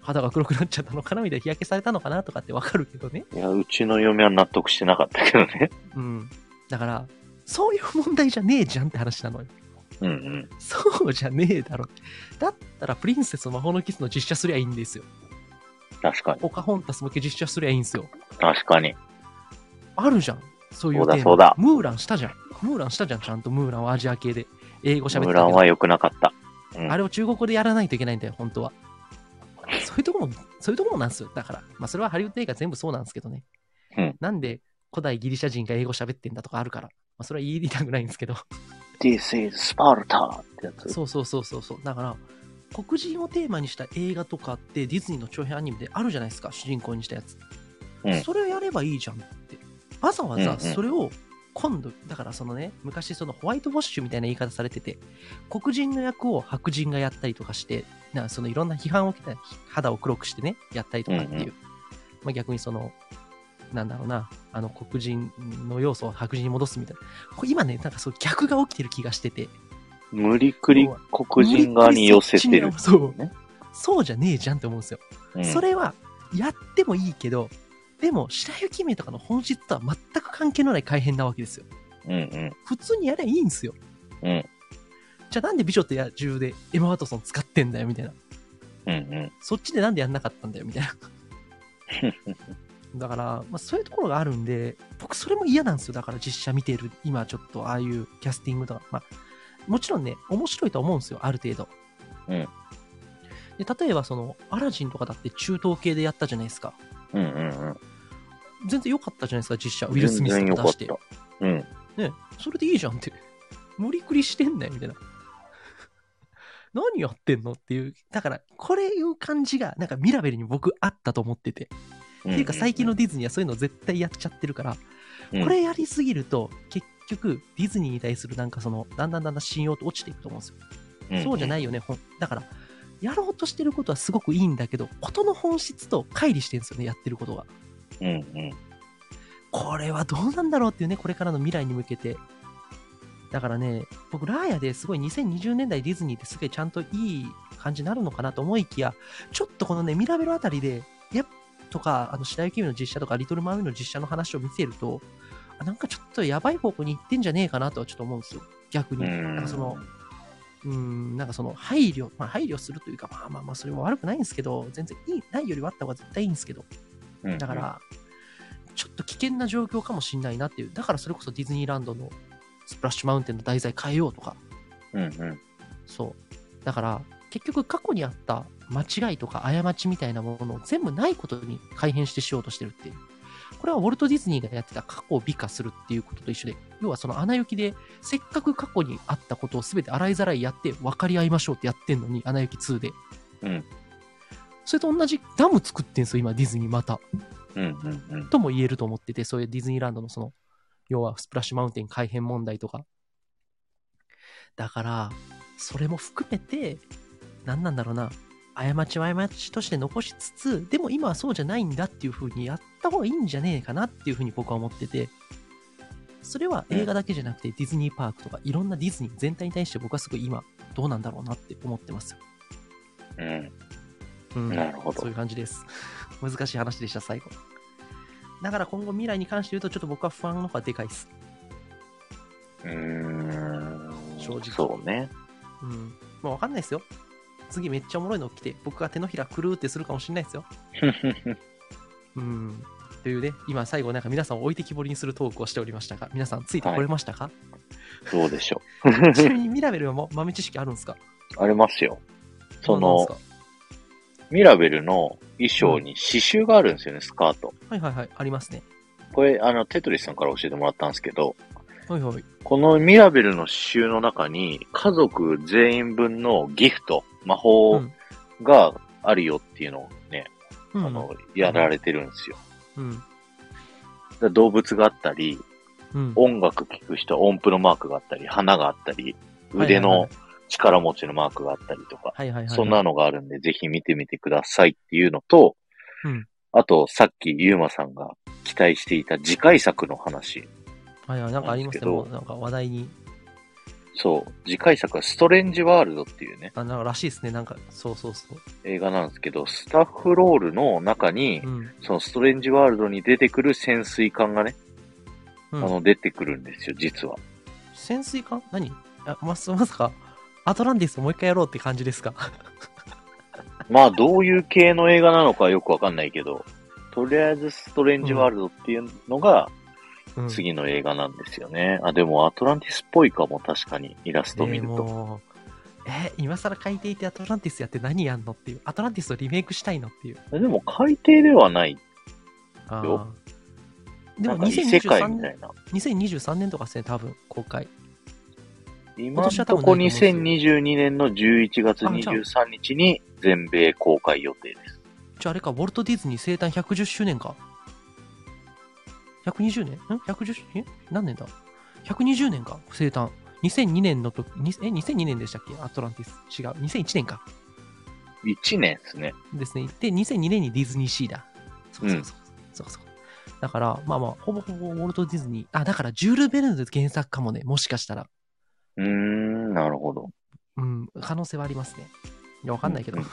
Speaker 2: 肌が黒くなっちゃったのかなみたいな、日焼けされたのかなとかってわかるけどね。
Speaker 1: いや、うちの嫁は納得してなかったけど ね。
Speaker 2: うん。だから、そういう問題じゃねえじゃんって話なのよ。
Speaker 1: うんうん。
Speaker 2: そうじゃねえだろって。だったら、プリンセス魔法のキスの実写すりゃいいんですよ。
Speaker 1: 確かに、
Speaker 2: オカホンタスも実写すりゃいいんですよ。
Speaker 1: 確かに。
Speaker 2: あるじゃん。そういう
Speaker 1: そうだ
Speaker 2: テーマ
Speaker 1: そうだ
Speaker 2: ムーランしたじゃん。ムーランしたじゃん、ちゃんとムーランはアジア系で。英語喋って
Speaker 1: ム
Speaker 2: たけ
Speaker 1: ラ
Speaker 2: ど
Speaker 1: ンは良くなかった。
Speaker 2: あれを中国語でやらないといけないんだよ、本当は。そういうとこも、そういうとこもなんですよ。だから、まあ、それはハリウッド映画全部そうなんですけどね。
Speaker 1: うん
Speaker 2: なんで、古代ギリシャ人が英語喋ってんだとかあるから。まあ、それは言いたくないんですけど。
Speaker 1: This is Sparta! ってやつ。
Speaker 2: そうそうそうそうそう。だから、黒人をテーマにした映画とかってディズニーの長編アニメであるじゃないですか、主人公にしたやつ。
Speaker 1: うん
Speaker 2: それをやればいいじゃんって。わざわ
Speaker 1: うんう
Speaker 2: ざ
Speaker 1: ん
Speaker 2: それを今度、だからそのね、昔そのホワイトウォッシュみたいな言い方されてて、黒人の役を白人がやったりとかして、なそのいろんな批判を受けた肌を黒くしてね、やったりとかってい
Speaker 1: う
Speaker 2: う。
Speaker 1: んうん
Speaker 2: まあ、逆にその、なんだろうな、あの黒人の要素を白人に戻すみたいな。これ今ね、なんかそう逆が起きてる気がしてて。
Speaker 1: 無理くり黒人側に寄せてる。
Speaker 2: そう
Speaker 1: ね。
Speaker 2: そうじゃねえじゃんって思うんですよ。
Speaker 1: うん
Speaker 2: それはやってもいいけど、でも白雪姫とかの本質とは全く関係のない改変なわけですよ。
Speaker 1: うんうん。
Speaker 2: 普通にやればいいんですよ。
Speaker 1: うん
Speaker 2: じゃあなんで美女と野獣でエマ・ワトソン使ってんだよみたいな。
Speaker 1: うんうん。
Speaker 2: そっちでなんでやんなかったんだよみたいな。だから、まあ、そういうところがあるんで、僕それも嫌なんですよ。だから実写見てる、今ちょっとああいうキャスティングとか、まあ、もちろんね、面白いとは思うんですよ、ある程度。
Speaker 1: うん
Speaker 2: で例えば、その、アラジンとかだって中東系でやったじゃないですか。
Speaker 1: うんうんうん。
Speaker 2: 全然良かったじゃないですか、実写。ウィル・スミス
Speaker 1: 全然
Speaker 2: と
Speaker 1: 良
Speaker 2: か
Speaker 1: かっ
Speaker 2: 出して。
Speaker 1: た。うん。
Speaker 2: ね、それでいいじゃんって。無理くりしてんだよ、みたいな。何やってんのっていう。だから、これいう感じが、なんかミラベルに僕あったと思ってて。っていうか、最近のディズニーはそういうの絶対やっちゃってるから、
Speaker 1: うん、
Speaker 2: これやりすぎると、結局、ディズニーに対するなんかその、だんだんだんだん信用と落ちていくと思うんですよ。そうじゃ
Speaker 1: い。
Speaker 2: ないよね、ほんだから、やろうとしてることはすごくいいんだけど、ことの本質と乖離してるんですよね、やってることが。
Speaker 1: うんうん。
Speaker 2: これはどうなんだろうっていうね、これからの未来に向けて。だからね、僕、ラーヤですごい2020年代ディズニーってすごいちゃんといい感じになるのかなと思いきや、ちょっとこのね、ミラベルあたりで、やっとか、あの、白雪姫の実写とか、リトル・マーメイドの実写の話を見てると、あなんかちょっとやばい方向に行ってんじゃねえかなとはちょっと思うんですよ。逆に。
Speaker 1: うん
Speaker 2: なんかその、うーん、なんかその配慮、まあ配慮するというか、まあまあまあ、それも悪くないんですけど、全然いい、ないよりはあった方が絶対いいんですけど、
Speaker 1: うん
Speaker 2: だか、ら、ちょっと危険な状況かもしれないなっていう、だからそれこそディズニーランドのスプラッシュマウンテンの題材変えようとか、
Speaker 1: うんうん。
Speaker 2: そう。だから、結局過去にあった間違いとか過ちみたいなものを全部ないことに改変してしようとしてるっていう。これはウォルト・ディズニーがやってた過去を美化するっていうことと一緒で、要はその穴行きで、せっかく過去にあったことを全て洗いざらいやって分かり合いましょうってやってんのに、穴行き2で。
Speaker 1: うん
Speaker 2: それと同じダム作ってんすよ、今、ディズニーまた。
Speaker 1: うんうんうん。
Speaker 2: とも言えると思ってて、そういうディズニーランドのその、要はスプラッシュマウンテン改変問題とか。だから、それも含めて、何なんだろうな、過ちは過ちとして残しつつ、でも今はそうじゃないんだっていう風にやった方がいいんじゃねえかなっていう風に僕は思ってて、それは映画だけじゃなくてディズニーパークとかいろんなディズニー全体に対して僕はすごい今どうなんだろうなって思ってますよ。
Speaker 1: うん。
Speaker 2: うん、
Speaker 1: なるほど
Speaker 2: そういう感じです。 難しい話でした、最後。だから今後未来に関して言うと、ちょっと僕は不安の方がでかいです。
Speaker 1: うーん。
Speaker 2: 正直
Speaker 1: そうね。
Speaker 2: うん。まあわかんないですよ。次めっちゃおもろいの来て、僕が手のひらくるーってするかもしれないですよ。うん。というね、今最後なんか皆さんを置いてきぼりにするトークをしておりましたが、皆さんついてこれましたか、
Speaker 1: どうでしょ
Speaker 2: ちなみにミラベルはも豆知識あるんですか
Speaker 1: う。ありますよ。その、
Speaker 2: なんです
Speaker 1: ミラベルの衣装に刺繍があるんですよね、スカート。
Speaker 2: かはいはいはい、ありますね。
Speaker 1: これ、あの、テトリスさんから教えてもらったんですけど、
Speaker 2: はいはい。
Speaker 1: このミラベルの刺繍の中に、家族全員分のギフト、魔
Speaker 2: う
Speaker 1: 法
Speaker 2: ん。
Speaker 1: があるよっていうのをね、
Speaker 2: うん
Speaker 1: あの、やられてるんですよ。
Speaker 2: うん。
Speaker 1: だから動物があったり、
Speaker 2: うん。
Speaker 1: 音楽聴く人は音符のマークがあったり、花があったり、腕の力持ちのマークがあったりとか、
Speaker 2: はいはいはいはい。
Speaker 1: そんなのがあるんで、ぜひ見てみてくださいっていうのと、
Speaker 2: うん
Speaker 1: あと、さっきゆうまさんが期待していた次回作の話。
Speaker 2: はいはい、なんかありますね。
Speaker 1: なん
Speaker 2: も
Speaker 1: ですけど
Speaker 2: うなんか話題に
Speaker 1: そう、次回作はストレンジワールドっていうね、
Speaker 2: あなんからしいですね、なんか、そうそうそう。
Speaker 1: 映画なんですけど、スタッフロールの中に
Speaker 2: う、ん。
Speaker 1: そのストレンジワールドに出てくる潜水艦がね、
Speaker 2: う
Speaker 1: あ
Speaker 2: ん、
Speaker 1: の、出てくるんですよ、実は。
Speaker 2: 潜水艦何あま、まさか、アトランティスもう一回やろうって感じですか
Speaker 1: まあ、どういう系の映画なのかよくわかんないけど、とりあえずストレンジワールドっていうのが
Speaker 2: うん。
Speaker 1: 次の映画なんですよね。あ、でもアトランティスっぽいかも、確かに、イラスト見る
Speaker 2: で
Speaker 1: と。
Speaker 2: もう、え、今更書いていてアトランティスやって何やんのっていう、アトランティスをリメイクしたいのっていう。
Speaker 1: でも海底ではない。
Speaker 2: あー
Speaker 1: よ
Speaker 2: で
Speaker 1: な
Speaker 2: も
Speaker 1: んか異世界
Speaker 2: 2023
Speaker 1: みたい
Speaker 2: 年
Speaker 1: な。
Speaker 2: 2023年とかですね、多分公開。
Speaker 1: 今の
Speaker 2: 年は多
Speaker 1: と
Speaker 2: 分
Speaker 1: こ
Speaker 2: ないと思うん
Speaker 1: 2022年の11月
Speaker 2: あじゃあ
Speaker 1: 23日に全米公開予定です。
Speaker 2: じゃああれか、ウォルト・ディズニー生誕110周年か。 120年ん ?110 え何年だ ?120 年か生誕。2002年の時、にえ、2002年でしたっけアトランティス。違う。2001年か。
Speaker 1: 1年ですね。
Speaker 2: ですね。で、2002年にディズニーシーだ。そうそうそう。そうそう。だから、まあまあ、ほぼほぼウォルト・ディズニー。あ、だから、ジュール・ベルヌ原作かもね。もしかしたら。
Speaker 1: うーん、なるほど。
Speaker 2: うん、可能性はありますね。いや、わかんないけど。
Speaker 1: うん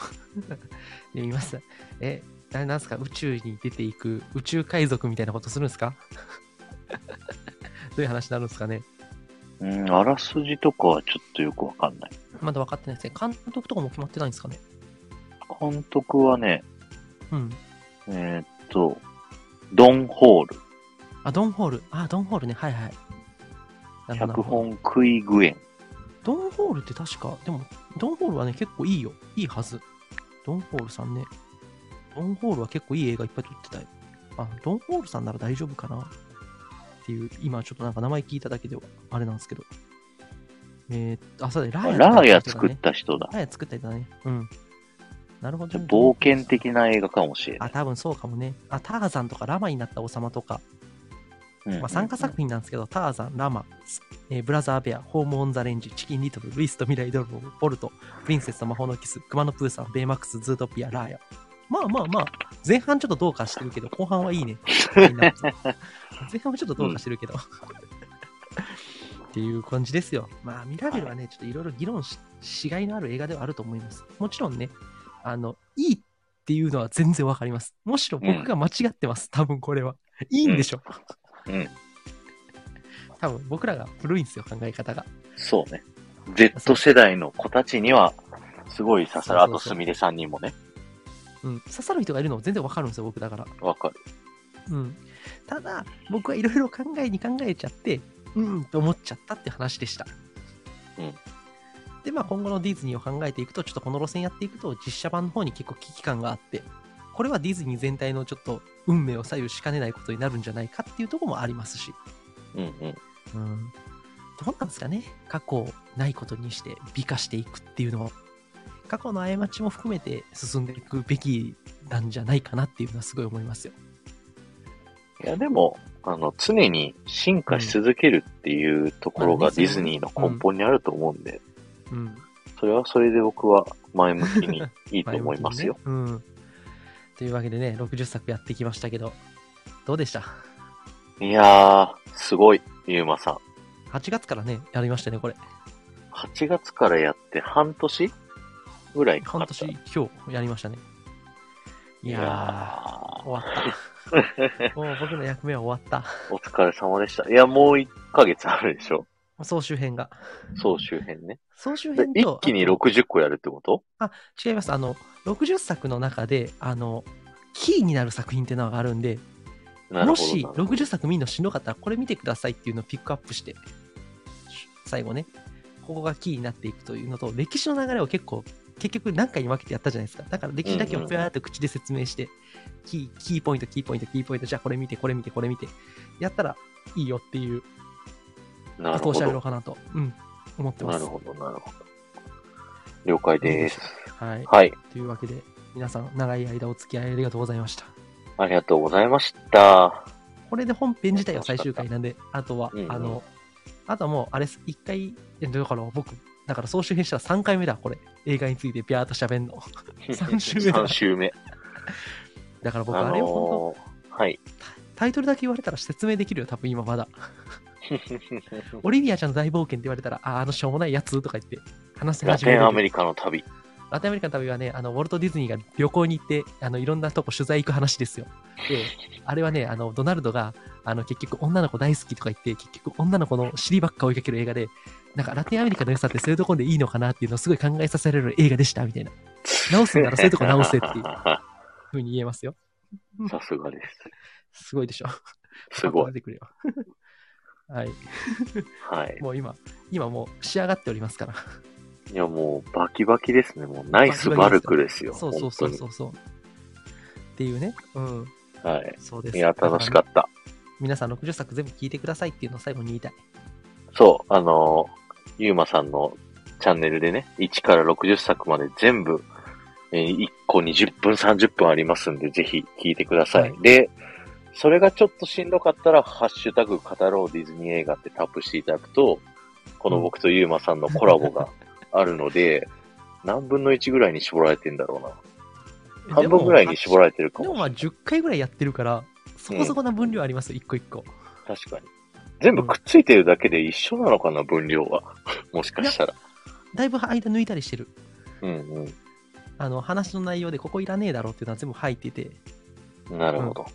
Speaker 2: で、見ます。え、ななんすか宇宙に出ていく宇宙海賊みたいなことするんですか どういう話になるんですかね
Speaker 1: うん、あらすじとかはちょっとよくわかんない。
Speaker 2: まだ分かってないですね。監督とかも決まってないんですかね
Speaker 1: 監督はね、
Speaker 2: うん。
Speaker 1: えーっと、ドン・ホール、
Speaker 2: あ、ドンホール。あ、ドンホールね。はいはい。な
Speaker 1: 脚
Speaker 2: るほどなるほど
Speaker 1: 本クイグエン。
Speaker 2: ドンホールって確か、でも、ドンホールはね、結構いいよ。いいはず。ドンホールさんね。ドンホールは結構いい映画いっぱい撮ってたよ。あ、ドンホールさんなら大丈夫かなっていう、今ちょっとなんか名前聞いただけでは、あれなんですけど。えー、あ、そうだね。
Speaker 1: あラーヤ
Speaker 2: とか
Speaker 1: 作
Speaker 2: ね
Speaker 1: った人だ。
Speaker 2: ラーヤ作った人だね。うん。なるほ
Speaker 1: じ
Speaker 2: ど
Speaker 1: ゃあ
Speaker 2: ね、
Speaker 1: 冒険的な映画かもしれな
Speaker 2: あ、
Speaker 1: い。
Speaker 2: 多分そうかもね。あ、ターザンとかラマになった王様とか、
Speaker 1: うん
Speaker 2: まあ、参加作品なんですけど、ターザン、ラマ、えーブラザーベア、ホームオンザレンジ、チキンリトル、ルイスと未来ドルボルト、プリンセスと魔法のキス、クマのプーさん、ベイマックス、ズートピア、ラーヤ。まあまあまあ、前半ちょっとどうかしてるけど、後半はいいね。ラインナップ前半はちょっとどうかしてるけど。っていう感じですよ。まあ、ミラベルはね、ちょっといろいろ議論ししがいのある映画ではあると思います。もちろんね、あの、いいっていうのは全然わかります。むしろ僕が間違ってます。多分これは。いいんでしょ。
Speaker 1: うん
Speaker 2: 多分僕らが古いんですよ、考え方が。
Speaker 1: そうね。Z 世代の子たちには、すごい刺さる。
Speaker 2: そう
Speaker 1: あ
Speaker 2: そうそう
Speaker 1: と、すみれさんにもね、
Speaker 2: うん。刺さる人がいるのも全然わかるんですよ、僕だから。
Speaker 1: わかる。
Speaker 2: うん。ただ、僕はいろいろ考えに考えちゃって、うんと思っちゃったって話でした。
Speaker 1: うん。
Speaker 2: で、まあ今後のディズニーを考えていくと、ちょっとこの路線やっていくと、実写版の方に結構危機感があって、これはディズニー全体のちょっと運命を左右しかねないことになるんじゃないかっていうところもありますし。
Speaker 1: うんうん。
Speaker 2: うん、どうなんですかね過去をないことにして美化していくっていうのを過去の過ちも含めて進んでいくべきなんじゃないかなっていうのはすごい思いますよ。
Speaker 1: いや、でも、あの、常に進化し続けるっていうところ
Speaker 2: ま
Speaker 1: が
Speaker 2: あね
Speaker 1: ディズニーの根本にあると思うんで、
Speaker 2: うん、
Speaker 1: それはそれで僕は前向き にいいと思いますよ。
Speaker 2: 前向きにねうん、というわけでね60作やってきましたけどどうでした
Speaker 1: いやー、すごい、ゆうまさん。
Speaker 2: ?8 月からねやりましたねこれ
Speaker 1: 8月からやって半年ぐらいかか
Speaker 2: 半
Speaker 1: った。
Speaker 2: 年今日やりましたね。いやー終わった。 もう僕の役目は終わっ
Speaker 1: ーお疲れ様でした。いや、もう1ヶ月あるでしょ
Speaker 2: た。総集編が。
Speaker 1: 総集編ね。
Speaker 2: 総集
Speaker 1: で
Speaker 2: 編と
Speaker 1: 一気に60個やるってこと
Speaker 2: 違います。あの、60作の中で、あの、キーになる作品っていうのがあるんで、
Speaker 1: なるほど
Speaker 2: もし
Speaker 1: なるほど。
Speaker 2: 60作見るのしんどかったら、これ見てくださいっていうのをピックアップして、最後ね、ここがキーになっていくというのと、歴史の流れを結構、結局何回に分けてやったじゃないですか。だから歴史だけ
Speaker 1: う
Speaker 2: を
Speaker 1: んうん
Speaker 2: ふわーっと口で説明して、キー、キーポイント、キーポイント、キーポイント、じゃあこれ見て、これ見て、これ見て、やったらいいよっていう
Speaker 1: なる
Speaker 2: こと
Speaker 1: ほ
Speaker 2: をしゃべろう
Speaker 1: ど。
Speaker 2: かなと、うん、思ってま
Speaker 1: な
Speaker 2: す。
Speaker 1: るほど、なるほど。了解です。
Speaker 2: はい。
Speaker 1: はい。
Speaker 2: というわけで、皆さん、長い間お付き合いありがとうございました。
Speaker 1: ありがとうございました。
Speaker 2: これで本編自体は最終回なんで、あとは、
Speaker 1: うんうん
Speaker 2: あの、あとはもう、あれです、一回、いやだから僕、だから総集編したら3回目だ、これ。映画についてビャーっと喋んの。三週目だ
Speaker 1: 3週目。
Speaker 2: だから僕、
Speaker 1: あ
Speaker 2: あれを本
Speaker 1: のー、 はい。
Speaker 2: 当、タイトルだけ言われたら説明できるよ、多分今まだ。オリビアちゃんの大冒険って言われたら、あー、あのしょうもないやつとか言って、話し
Speaker 1: ラ
Speaker 2: 始め
Speaker 1: テ
Speaker 2: る
Speaker 1: ンアメリカの旅。
Speaker 2: ラテンアメリカの旅はね、あの、ウォルト・ディズニーが旅行に行って、あの、いろんなとこ取材行く話ですよ。で、あれはね、あの、ドナルドが、あの、結局女の子大好きとか言って、結局女の子の尻ばっか追いかける映画で、なんかラテンアメリカの良さってそういうとこでいいのかなっていうのをすごい考えさせられる映画でした、みたいな。直すんならそういうとこ直せっていうふうに言えますよ。
Speaker 1: さすがです。
Speaker 2: すごいでしょ。
Speaker 1: すご
Speaker 2: 出
Speaker 1: い。
Speaker 2: てくるよ。はい。
Speaker 1: はい。
Speaker 2: もう今、今もう仕上がっておりますから。
Speaker 1: いや、もう、バキバキですね。もう、ナイスバルクですよ。
Speaker 2: そうそうそうそうそう。っていうね。うん。
Speaker 1: 本当には
Speaker 2: そうです。
Speaker 1: い。いや、楽しかった。
Speaker 2: 皆さん60作全部聞いてくださいっていうのを最後に言いたい。
Speaker 1: そう、あのー、ゆうまさんのチャンネルでね、1から60作まで全部、えー1個20分、30分ありますんで、ぜひ聞いてください。
Speaker 2: は
Speaker 1: で、それがちょっとしんどかったら、ハッシュタグ語ろうディズニー映画ってタップしていただくと、この僕とユーマさんのコラボがあるので、何分の1ぐらいに絞られてんだろうな。半分ぐらいに絞られてるか
Speaker 2: で
Speaker 1: も
Speaker 2: も
Speaker 1: し
Speaker 2: まあ10回ぐらいやってるから、そこそこな分量ありますよ、一個一個。
Speaker 1: れない。確かに。全部くっついてるだけで一緒なのかな、分量は。もしかしたら。
Speaker 2: だいぶ間抜いたりしてる。
Speaker 1: うん
Speaker 2: あの、話の内容でここいらねえだろうっていうのは全部入ってて、
Speaker 1: うん。なるほど。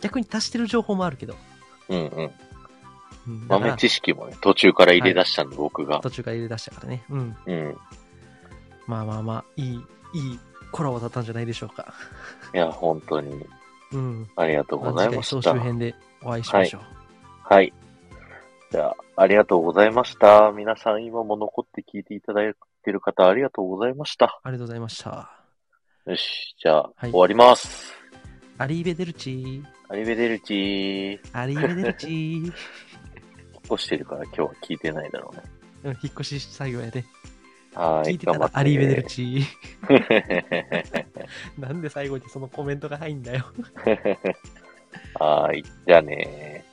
Speaker 2: 逆に足してる情報もあるけど。
Speaker 1: うんうん。
Speaker 2: うんだから
Speaker 1: 豆知識もね、途中から入れ出したんで、僕が。
Speaker 2: 途中から入れ出したからね。うん。
Speaker 1: うん。
Speaker 2: まあまあまあ、いい、いいコラボだったんじゃないでしょうか。
Speaker 1: いや、本当に
Speaker 2: うん。
Speaker 1: ありがとうございまし
Speaker 2: 次回
Speaker 1: た
Speaker 2: 総集。編でお会いしましょう。
Speaker 1: はい。じゃあ、ありがとうございました。皆さん、今も残って聞いていただいてる方、ありがとうございました。
Speaker 2: ありがとうございました。
Speaker 1: よし、じゃあ、
Speaker 2: はい
Speaker 1: 終わります。
Speaker 2: アリーベデルチー。
Speaker 1: アリベデルチー。引っ
Speaker 2: アリーベデルチ ー。
Speaker 1: 越してるから今日は聞いてないだろうね。
Speaker 2: うん、引っ越し作業やで。
Speaker 1: はーい。
Speaker 2: 聞いてた
Speaker 1: 頑張
Speaker 2: ら
Speaker 1: ってね
Speaker 2: アリーベデルチー。
Speaker 1: は
Speaker 2: なんで最後にそのコメントが入んだよ。
Speaker 1: ーい。じゃあねー。